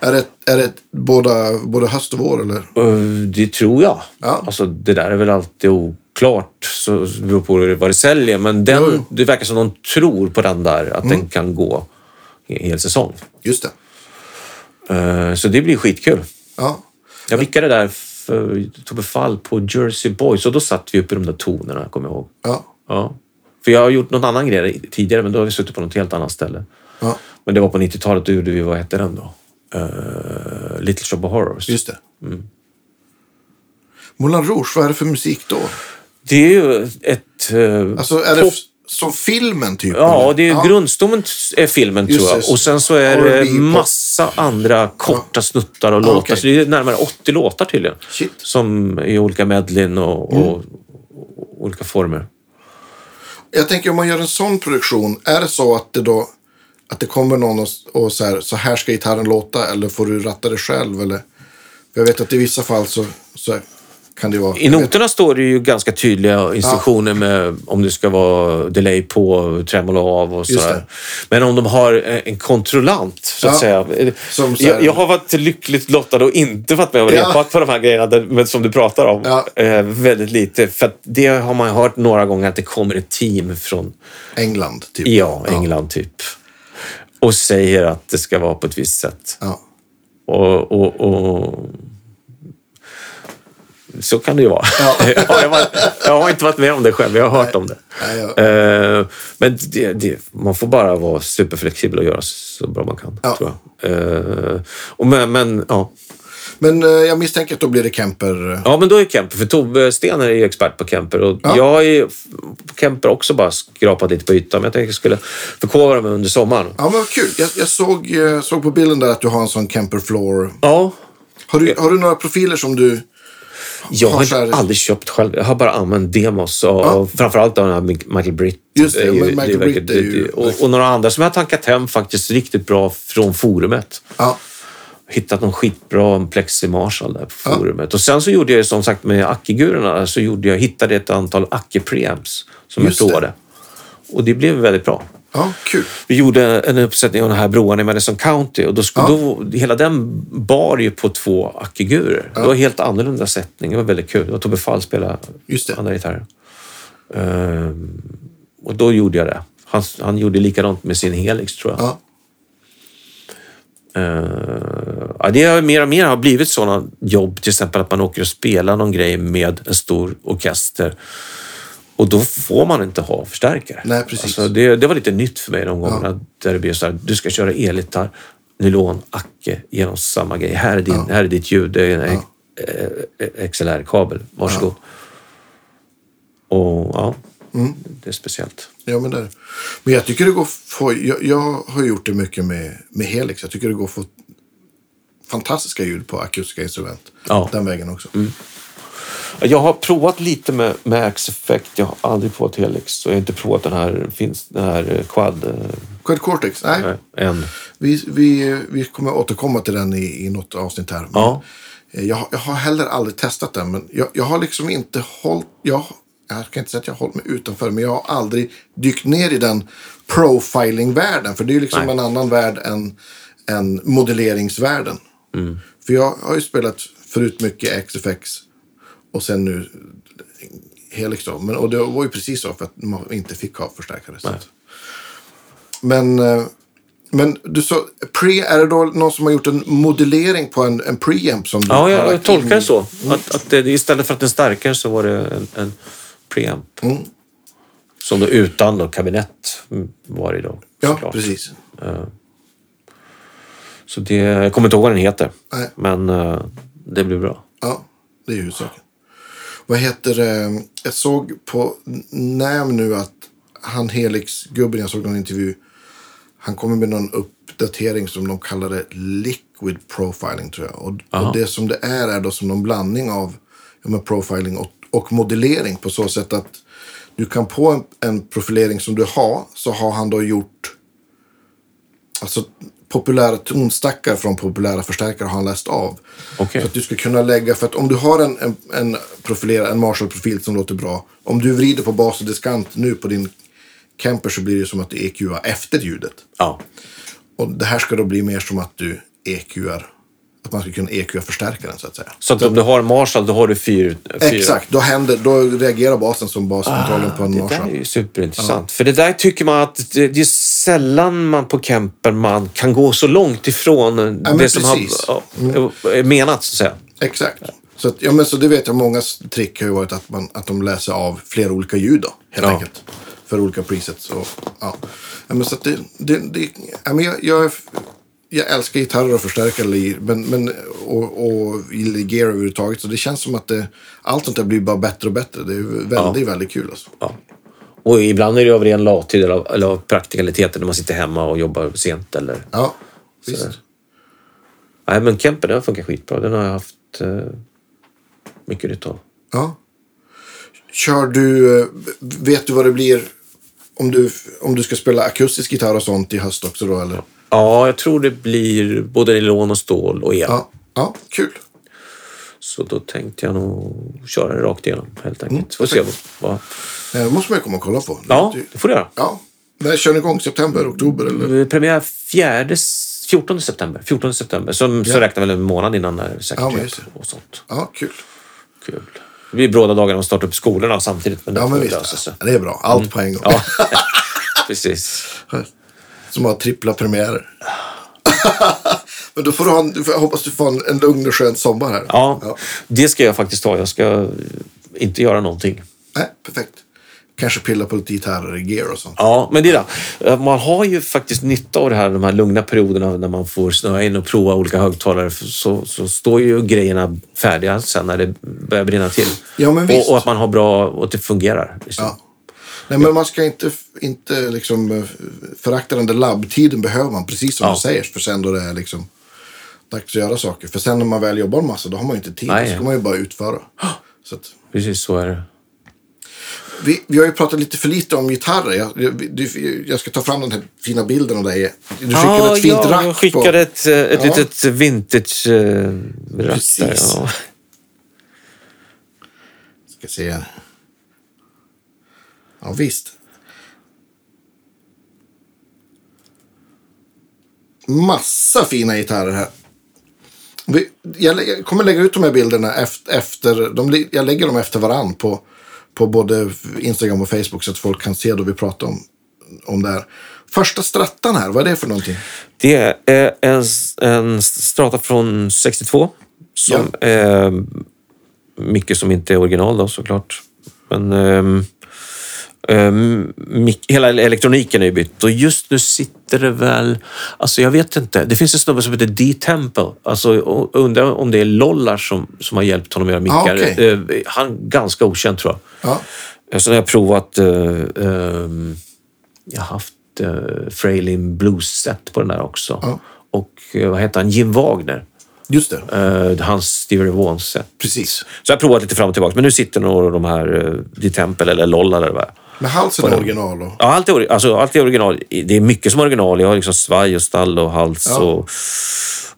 B: Är det, är det båda, både höst och vår eller?
A: Eh, Det tror jag.
B: Ja.
A: Alltså, det där är väl alltid oklart. Så det beror på vad det säljer. Men den,
B: Jo, Mm. jo.
A: det verkar som de tror på den där. Att den kan gå en hel säsong.
B: Just det.
A: Eh, Så det blir skitkul.
B: Ja.
A: Jag vickade där för Tobbe Fall på Jersey Boys. Och då satt vi uppe i de där tonerna, kommer jag ihåg.
B: Ja.
A: Ja. För jag har gjort någon annan grej tidigare, men då har vi suttit på något helt annat ställe.
B: ja.
A: Men det var på 90-talet. Då gjorde vi, vad hette den då? Eh, Little Shop of Horrors.
B: Just det.
A: Mm.
B: Moulin Rouge, vad är det för musik då?
A: Det är ju ett... eh,
B: Alltså är det
A: pop-
B: f- som filmen typ?
A: Ja,
B: eller?
A: det är grundstommen är filmen
B: Just
A: tror jag.
B: det, just
A: Och sen så är
B: det.
A: det
B: R&B, pop.
A: massa andra korta snuttar och låtar.
B: okej.
A: Så det är närmare 80 låtar tydligen.
B: Shit. Mm.
A: Som i olika medlin och, och, och olika former.
B: Jag tänker om man gör en sån produktion, är det så att det då att det kommer någon och, s- och så här, så här ska gitarren låta eller får du ratta det själv eller? För jag vet att i vissa fall så, så kan det vara.
A: I noterna står det ju ganska tydliga instruktioner med om det ska vara delay på, tremolo av och
B: Just
A: sådär.
B: det.
A: Men om de har eh, en kontrollant, så att
B: Ja.
A: säga. eh,
B: Som så här-
A: Jag, jag har varit lyckligt lottad och inte varit med och
B: Ja.
A: repat på de här grejerna där, men som du pratar om.
B: Ja.
A: Eh, väldigt lite. För att det har man hört några gånger att det kommer ett team från
B: England typ.
A: ja, England typ och säger att det ska vara på ett visst sätt.
B: Ja.
A: Och, och, och... Så kan det ju vara. Ja. jag, var, jag har inte varit med om det själv, jag har hört om det.
B: Nej, ja.
A: Eh, Men det, det, man får bara vara superflexibel och göra så bra man kan.
B: Ja.
A: Tror jag. Eh, och men, men ja,
B: Men eh, jag misstänker att då blir det eh. Kemper.
A: Ja, men då är Kemper, för Tobbe Stener är ju expert på Kemper och jag är ju på Kemper också bara skrapat lite på ytan, men jag tänkte jag skulle förkovra mig under sommaren.
B: Ja, men vad kul. Jag, jag såg, eh, såg på bilden där att du har en sån Kemper Floor.
A: Ja,
B: Har du, har du några profiler som du...
A: jag har
B: så här-
A: aldrig köpt själv. Jag har bara använt demos och, och framförallt den här Michael Britt. eh,
B: Just det,
A: är ju-
B: men Michael
A: är verkligen-
B: Britt är ju-
A: och, och några andra som jag har tankat hem faktiskt riktigt bra från forumet.
B: Ja,
A: hittat någon skitbra Plexi Marshall där på forumet. Och sen så gjorde jag ju som sagt med Acke-gurorna så gjorde jag, hittade ett antal Acke-preamps som
B: Just det.
A: jag provade. Och det blev väldigt bra.
B: ja kul.
A: Vi gjorde en uppsättning av de här broarna i Madison County och då, skulle, då, hela den bar ju på två Acke-guror. Det var helt annorlunda sättning. Det var väldigt kul. Det var Tobbe Fall spelade
B: Just det.
A: andra gitarren. Ehm, och då gjorde jag det. Han, han gjorde likadant med sin Helix tror jag.
B: Ja.
A: Eh, ja, det har mer och mer har blivit sådana jobb, till exempel att man åker och spelar någon grej med en stor orkester och då får man inte ha förstärkare.
B: Nej, precis.
A: Alltså, det, det var lite nytt för mig de gångerna där det blev så här, du ska köra elgitarr, nylon, acke genom samma grej. Här är, din, här är ditt ljud, det är en eh, XLR-kabel, varsågod. Och ja,
B: Mm.
A: det är speciellt.
B: Ja, men, där. men jag tycker det går... Få, jag, jag har gjort det mycket med, med Helix. Jag tycker det går att få fantastiska ljud på akustiska instrument.
A: Ja.
B: Den vägen också.
A: Jag har provat lite med, med Axe Effect. Jag har aldrig provat Helix och jag har inte provat den här, finns den här eh, Quad eh,
B: Quad Cortex? Nej,
A: än.
B: Vi, vi, vi kommer återkomma till den i, i något avsnitt här. Men
A: Ja.
B: eh, jag, har- jag har heller aldrig testat den. Men jag, jag har liksom inte hållit... Jag, jag kan inte säga att jag har hållit mig utanför. Men jag har aldrig dykt ner i den profiling-världen. För det är ju liksom en annan värld än, än modelleringsvärlden. För jag har ju spelat förut mycket XFX. Och sen nu Helix då. liksom. Men, och det var ju precis så för att man inte fick ha förstärkare. Så. att- Men, eh, men du sa, pre, är det då någon som har gjort en modellering på en, en preamp som du
A: Ja,
B: har
A: jag Mm.
B: lagt in
A: tolkar
B: i?
A: det så. Att, att det, istället för att den är starkare så var det en, en preamp. Som då utan då kabinett mm, var det då.
B: Ja,
A: såklart.
B: precis.
A: Så det, jag kommer inte ihåg vad den heter.
B: Nej.
A: Men eh, det blir bra.
B: Ja, det är ju huvudsaken. Vad heter det? Jag såg på NAM nu att han Helix-gubben, jag såg någon intervju. Han kommer med någon uppdatering som de kallar det liquid profiling tror jag. Och, och det som det är är då som någon blandning av ja, men profiling och, och modellering på så sätt att du kan på en, en profilering som du har så har han då gjort alltså populära tonstackar från populära förstärkare har han läst av.
A: Okej.
B: Så att du ska kunna lägga, för att om du har en, en, en profilera, en Marshall-profil som låter bra. Om du vrider på bas och diskant nu på din Kemper så blir det som att du EQar efter ljudet.
A: Ja,
B: Och det här ska då bli mer som att du EQar, att man ska kunna E EQa förstärkaren så att säga.
A: så att om du har en Marshall då har du fyr, fyra. Ah,
B: Exakt, då, händer, då reagerar basen som baskontrollen på en
A: Det där
B: Marshall.
A: är ju superintressant. För det där tycker man att det, det är sällan man på camper man kan gå så långt ifrån det som har,
B: precis. Mm.
A: ja, är menat, så att säga.
B: Exakt. Så, att, ja, men så det vet jag, många trick har ju varit att, man, att de läser av flera olika ljud då, helt
A: Ja.
B: enkelt. För olika presets. Och, ja. Ja, men så att det, det, det, ja, men jag, jag, jag älskar gitarrer och förstärkare li- men, men, och, och gear överhuvudtaget. Så det känns som att det, allt sånt där blir bara bättre och bättre. Det är väldigt, väldigt kul. Alltså.
A: Ja. Och ibland är det av ren latid eller, av- eller av praktikaliteten när man sitter hemma och jobbar sent. Eller...
B: Ja, visst.
A: Nej, men camper den funkar skitbra. Den har jag haft eh, mycket nytta av.
B: Ja. Kör du, eh, vet du vad det blir om du, om du ska spela akustisk gitarr och sånt i höst också då? Eller?
A: Ja, jag tror det blir både nylon och stål och el.
B: Ja, ja kul.
A: Så då tänkte jag nog köra det rakt igenom helt
B: Mm,
A: enkelt. Får se vad...
B: Det Eh, måste man ju komma och kolla på.
A: Ja,
B: Det-
A: det får du göra.
B: ja. När kör ni igång? September, oktober eller?
A: Eh, Premiär 4, 14 september. 14 september. Så, så räknar väl en månad innan när säkert
B: Ja, men
A: är
B: just det.
A: och sånt.
B: Ja, kul.
A: Kul. Det blir bråda dagar när man startar upp skolorna samtidigt. Men det
B: Ja, men
A: får
B: visst.
A: lösa sig. Mm.
B: Ja, det är bra. Allt på en gång.
A: Ja, precis.
B: Som har trippla premiärer. Men då får du ha en, du får- jag hoppas du får en, en lugn och skön sommar här.
A: Ja, det ska jag faktiskt ta. Jag ska inte göra någonting.
B: Nej, perfekt. Kanske pilla på lite gitarrer i gear och sånt.
A: Ja, men det är det. Eh, Man har ju faktiskt nytta av det här, de här lugna perioderna när man får snöa in och prova olika högtalare. Så, så står ju grejerna färdiga sen när det börjar brinna till.
B: Ja, men visst.
A: och, och att man har bra och att det fungerar. Liksom.
B: Ja. Nej, men man ska inte, inte liksom eh, förakta den där labbtiden behöver man, precis som
A: Ja.
B: du säger. För sen då det är liksom dags att göra saker. För sen när man väl jobbar en massa, då har man ju inte tid.
A: Nej.
B: Då ska man ju bara utföra. Så att,
A: Precis så är det.
B: vi, vi har ju pratat lite för lite om gitarrer. Jag, jag, du- jag ska ta fram den här fina bilden av dig. Du skickade
A: Ja,
B: ett fint
A: ja,
B: rack
A: jag skickade
B: på...
A: ett, eh, ett
B: Ja.
A: litet vintage eh, rack där.
B: Precis.
A: Ja.
B: Ska se. här. Ja, visst. Massa fina gitarrer här. Vi- Jag lä- jag kommer lägga ut de här bilderna efter, efter de, li- jag lägger dem efter varann på, på både Instagram och Facebook så att folk kan se då vi pratar om, om det här. Första strattan här, vad är det för någonting?
A: Det är en, en strata från 62. Som eh, mycket som inte är original då såklart. Men ehm, ehm, mik- hela elektroniken är ju bytt och just nu sitter det väl... Alltså jag vet inte. Det finns en snubbe som heter D-Temple. Alltså och- undrar om det är Lollar som, som har hjälpt honom göra mickar.
B: Ah, okej.
A: Eh, han är ganska okänd tror jag.
B: Ja,
A: Eh, Sen har jag provat... eh, ehm, jag har haft eh, Freilin Blues-set på den där också.
B: Ja.
A: Och eh, vad heter han? Jim Wagner.
B: just det.
A: Eh, hans Stevie Ray Vaughan-set.
B: Precis.
A: Så jag har provat lite fram och tillbaka. Men nu sitter några av de här eh, The Temple eller Lolla eller vad det är.
B: Med halsen är original och...
A: Ja, allt är, ori- alltså, allt är original. Det är mycket som är original. Jag har liksom svaj och stall och hals och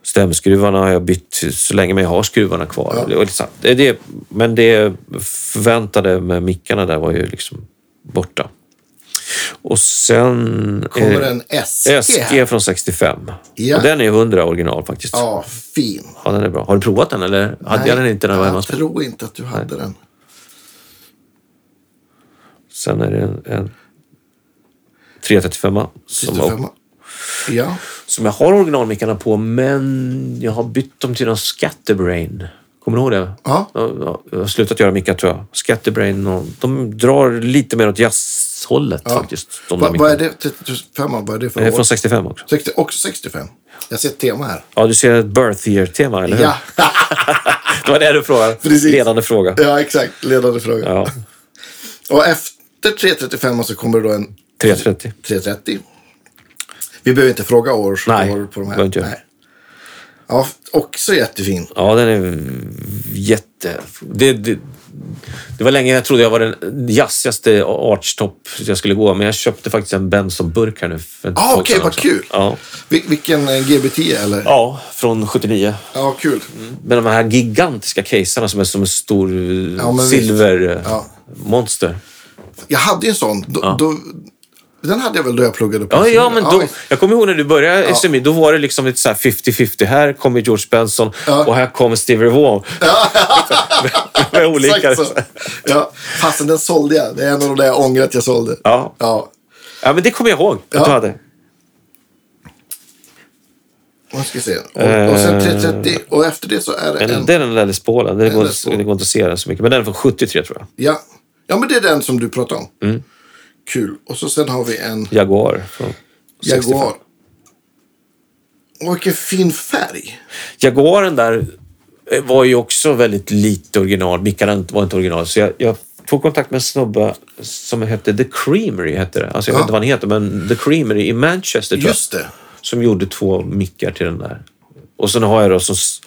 A: stämskruvarna har jag bytt så länge man har skruvarna kvar. Det var lite sant. Det, det, men det förväntade med mickarna där var ju liksom borta. Och sen...
B: Kommer
A: eh,
B: en SG?
A: SG från 65.
B: Ja.
A: Och den är 100 original faktiskt. Ja.
B: Ja, fin.
A: den är bra. Har du provat den eller? Hade jag den inte när jag var hemma?
B: Jag tror inte att du hade den.
A: Sen är det en, en 335 som,
B: 35. Ja,
A: som jag har originalmickarna på, men jag har bytt dem till någon Scatterbrain. Kommer du ihåg det?
B: Ja.
A: Jag, jag har slutat göra mickar tror jag. Scatterbrain, och, de drar lite mer åt jazzhållet faktiskt. De där
B: vad vad är
A: mickarna.
B: det? 35, vad är det för
A: Det är
B: år?
A: från 65 också.
B: 60, också 65. Jag ser ett tema här.
A: Ja, du ser ett birth year-tema, eller hur?
B: Ja,
A: Det var det du frågade.
B: Precis.
A: Ledande fråga.
B: ja exakt. Ledande fråga.
A: Ja,
B: Och efter 335 så kommer det då en
A: 330.
B: 330. Vi behöver inte fråga år,
A: Nej,
B: år på de här.
A: behöver inte göra.
B: Nej. Ja, också jättefin.
A: Ja, den är jätte... Det, det, det var länge jag trodde jag var den jazzigaste archtop jag skulle gå, men jag köpte faktiskt en Benson-burk här nu. för ett
B: Ah,
A: tag
B: okej,
A: sedan
B: vad
A: också.
B: kul.
A: Ja.
B: Vil- vilken eh, GB10 eller?
A: ja, från 79.
B: Ja, kul.
A: Med de här gigantiska caserna som är som en stor eh,
B: men visst. Ja.
A: silvermonster.
B: Jag hade ju en sån. Då, då, den hade jag väl då jag pluggade på.
A: Ja, ja,
B: Sydney.
A: men då,
B: visst.
A: jag kommer ihåg när du började SMI, då var det liksom lite så här 50-50. Här kommer George Benson
B: Ja.
A: och här kommer Stevie Ray Vaughan. Med olika...
B: Exakt så. Ja, fastän den sålde jag. Det är en av de där jag ångrar att jag sålde.
A: Ja.
B: ja.
A: ja, men det kommer jag ihåg att
B: Ja.
A: du hade.
B: Man ska se. Och, och sen 330 och efter det så är det
A: Eh, Men
B: en...
A: det är den där Les Paulen. Det, går,
B: Les Paul.
A: det går inte att se den så mycket. Men den är från 73 tror jag.
B: Ja. ja, men det är den som du pratade om.
A: Mm.
B: Kul. Och så sen har vi en
A: Jaguar. Från 65.
B: Jaguar. Och vilken fin färg.
A: Jaguaren där eh, var ju också väldigt lite original. Mickan var inte original. Så jag, jag tog kontakt med en snubbe som hette The Creamery. Hette det. Alltså jag
B: Ja.
A: vet inte vad han heter, men The Creamery i Manchester tror jag.
B: Just det.
A: Som gjorde två mickar till den där. Och sen har jag då som, s-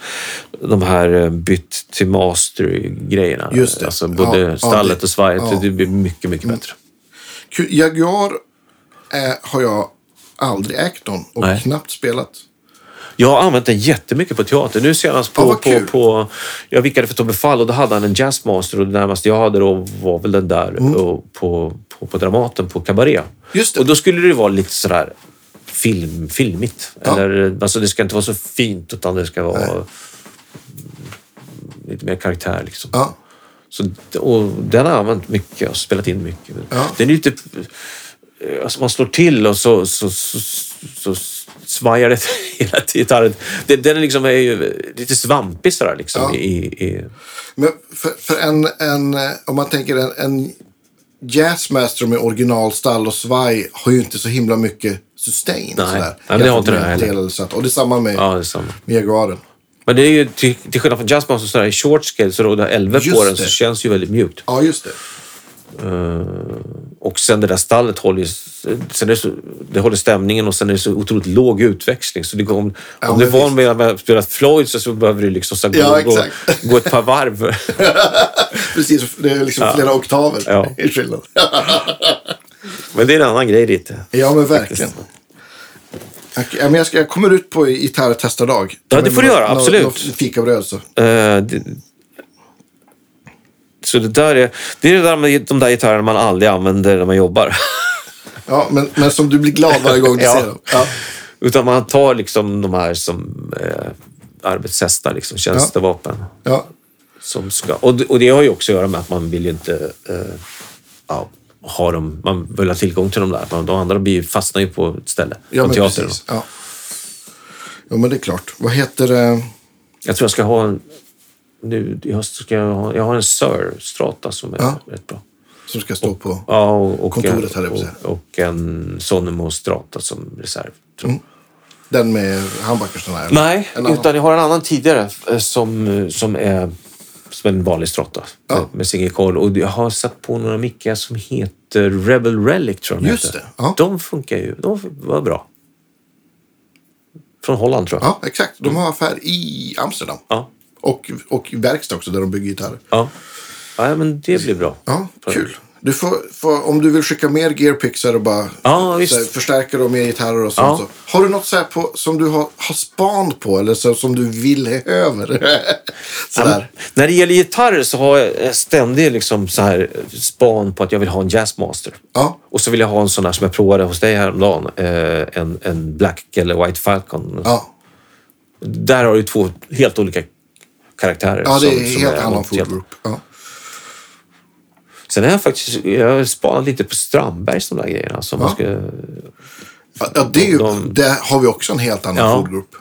A: de här eh, bytt till master-grejerna.
B: Just det.
A: Alltså både
B: Ja, ja,
A: stallet
B: det-
A: och svajet.
B: ja. Mm.
A: Det blir mycket, mycket bättre.
B: Kul. Jaguar eh, har jag aldrig ägt någon och
A: Nej.
B: knappt spelat.
A: Jag har använt den jättemycket på teater. Nu senast på...
B: Ja, vad
A: på,
B: kul.
A: på jag vikade för Tobbe Fall och då hade han en jazzmaster och det närmaste jag hade då var väl den där och, på, på, på Dramaten på Cabaret.
B: Mm. Just det.
A: Och då skulle det ju vara lite sådär film, filmigt. Eller, alltså det ska inte vara så fint utan det ska vara lite mer karaktär liksom.
B: Ja.
A: Så, och den har jag använt mycket och spelat in mycket.
B: Ja.
A: Den är ju typ... Alltså man slår till och så, så, så, så, svajar det hela gitarren. Den, den är liksom är ju lite svampig sådär liksom.
B: Ja.
A: I, i,
B: Men för, för en, en, eh, om man tänker en, en Jazzmaster med originalstall och svaj har ju inte så himla mycket sustain.
A: Nej.
B: sådär.
A: Nej, det har inte
B: Jämfört
A: den här
B: med
A: heller.
B: Tele- så att- Och det är samma med,
A: Ja, det är samma.
B: med Jaguaren.
A: Men det är ju till, till skillnad från jazzband som snurrar i short scale så råder 11 på
B: Just
A: den så
B: det.
A: känns ju väldigt mjukt.
B: Ja, just det.
A: Eh, Och sen det där stallet håller ju, sen är det, så, det håller stämningen och sen är det så otroligt låg utväxling. Så det går, om
B: Ja,
A: om du
B: men
A: är van med att spela Floyd så, så behöver du liksom så gå,
B: Ja,
A: gå,
B: exakt.
A: gå ett par varv.
B: Precis, det är liksom flera oktaver
A: Ja.
B: i skillnad.
A: Men det är en annan grej lite.
B: Ja, men verkligen. Okej, ja, men jag, ska, jag kommer ut på gitarrtestardag. Ta
A: Ja, det
B: med
A: får
B: mig
A: du göra,
B: nå- nå-
A: absolut.
B: nå Fikabröd så.
A: Eh, det, så det där är, det är det där med de där gitarrerna man aldrig använder när man jobbar.
B: Ja, men, men som du blir glad varje gång du
A: Ja.
B: ser dem. Ja.
A: Utan man tar liksom de här som eh, arbetshästar, liksom, tjänstevapen.
B: Ja.
A: Som ska, och, det- och det har ju också att göra med att man vill ju inte eh, ja, ha dem, man vill ha tillgång till dem där. Man, de andra blir, ju- fastnar ju på ett ställe,
B: Ja,
A: på
B: men
A: teatern.
B: precis. Ja. Jo, men det är klart. Vad heter eh, det?
A: Jag tror jag ska ha en, nu i höst ska jag ha, jag har en Sir Strata som är
B: Ja.
A: rätt bra.
B: Som ska stå på?
A: Ja, och, och,
B: Kontoret här, jag
A: och,
B: vill säga.
A: och en Sonemo Strata som reserv. Tror jag.
B: Den med handbackersarna? eller?
A: Nej,
B: En annan.
A: utan jag har en annan tidigare eh, som, eh, som är som en vanlig Strata med, med Sigge Karl. Och jag har satt på några mickar som heter Rebel Relic tror jag de
B: Just
A: heter.
B: det, ja.
A: De funkar ju. De var bra. Från Holland tror jag.
B: Ja, exakt. De har affär i Amsterdam.
A: Ja.
B: Och, och verkstad också där de bygger gitarrer.
A: Ja. ja. men det blir bra.
B: Ja, kul. Du får, får, om du vill skicka mer gearpicks så är det bara
A: Ja, visst.
B: så här, förstärka dem med gitarrer och sånt.
A: Ja.
B: Så. Har du något så här på, som du har, har span på eller så, som du vill ha över? Sådär.
A: Mm. När det gäller gitarrer så har jag en ständig liksom så här span på att jag vill ha en jazzmaster.
B: Ja,
A: Och så vill jag ha en sån här som jag provade hos dig häromdagen. eh, En, en Black eller White Falcon.
B: ja.
A: Där har du två helt olika karaktärer.
B: ja det är
A: som- som
B: helt annan
A: något helt-
B: food group. Ja.
A: Sen har jag faktiskt jag har spanat lite på Strandbergs de där grejerna. Som man ska,
B: Ja, ja, det, är ju,
A: De-
B: det har vi också en helt annan
A: Ja.
B: food group.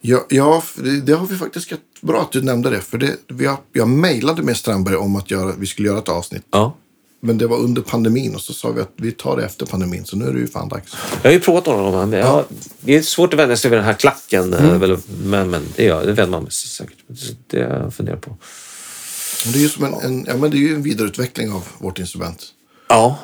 B: Ja, ja det, det har vi faktiskt rätt bra att du nämnde det. För det, vi har, jag mejlade med Strandberg om att göra, vi skulle göra ett avsnitt.
A: ja.
B: Men det var under pandemin och så sa vi att vi tar det efter pandemin. Så nu är det ju fan dags.
A: Jag har ju provat några av de här. Men jag, har- Det är svårt att vänja sig vid den här klacken. eh,
B: Mm.
A: väl, Men, men det, gör, det vänjer man sig säkert. Det har jag funderat på.
B: Men det är ju som en, en, ja, men det är ju en vidareutveckling av vårt instrument.
A: Ja.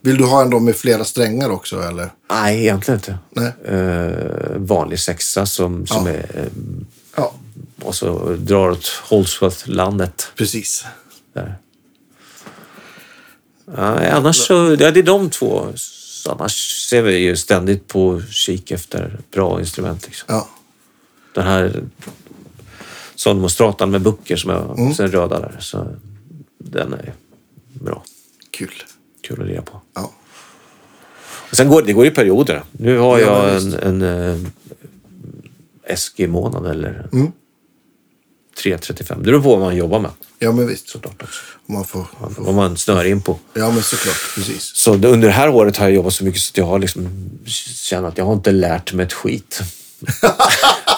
B: Vill du ha en då med flera strängar också eller?
A: Nej, egentligen inte.
B: Nej.
A: Eh, vanlig sexa som, som
B: Ja.
A: är... eh,
B: Ja,
A: Och så drar åt Holsworth-landet.
B: precis.
A: Där. Nej, annars så, ja, det är de två. Så Annars ser vi ju ständigt på kik efter bra instrument. Liksom.
B: Ja,
A: Den här Sonmostratan med bucker som jag,
B: Mm.
A: sen röda där. Så den är bra.
B: kul.
A: Kul att lira på.
B: Ja,
A: Och sen går det går i perioder. Nu har
B: Ja,
A: jag
B: visst.
A: en, en eh, SG i månaden eller en
B: Mm.
A: 3.35. Det beror på vad man jobbar med.
B: ja men visst.
A: såklart också.
B: Om Man får,
A: Vad man snör in på.
B: ja, men såklart. Precis.
A: Så det- under det här året har jag jobbat så mycket så att jag har liksom känner att jag har inte lärt mig ett skit.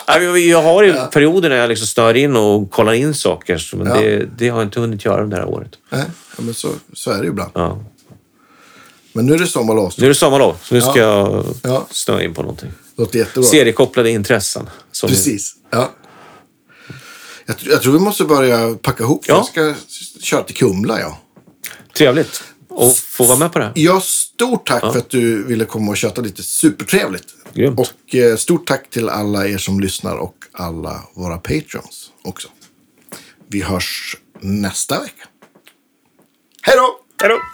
A: Nej, men jag har ju perioder när jag liksom snör in och kollar in saker, så- men
B: Ja.
A: det, det har jag inte hunnit göra under det här året.
B: Nej, ja, men så, så är det ju ibland.
A: Ja.
B: Men nu är det sommarlov.
A: Nu är det sommarlov, så nu ska jag
B: Ja.
A: snöa in på någonting.
B: Det låter jättebra.
A: Seriekopplade intressen. Som
B: Precis. Ja. Jag, tr- jag tror vi måste börja packa ihop.
A: Ja.
B: Jag ska s- köra till Kumla. Ja.
A: Trevligt att få vara med på det här.
B: Ja, stort tack för att du ville komma och köta lite. Supertrevligt.
A: Grymt.
B: Och eh, stort tack till alla er som lyssnar och alla våra patreons också. Vi hörs nästa vecka. Hej då!
A: Hej då!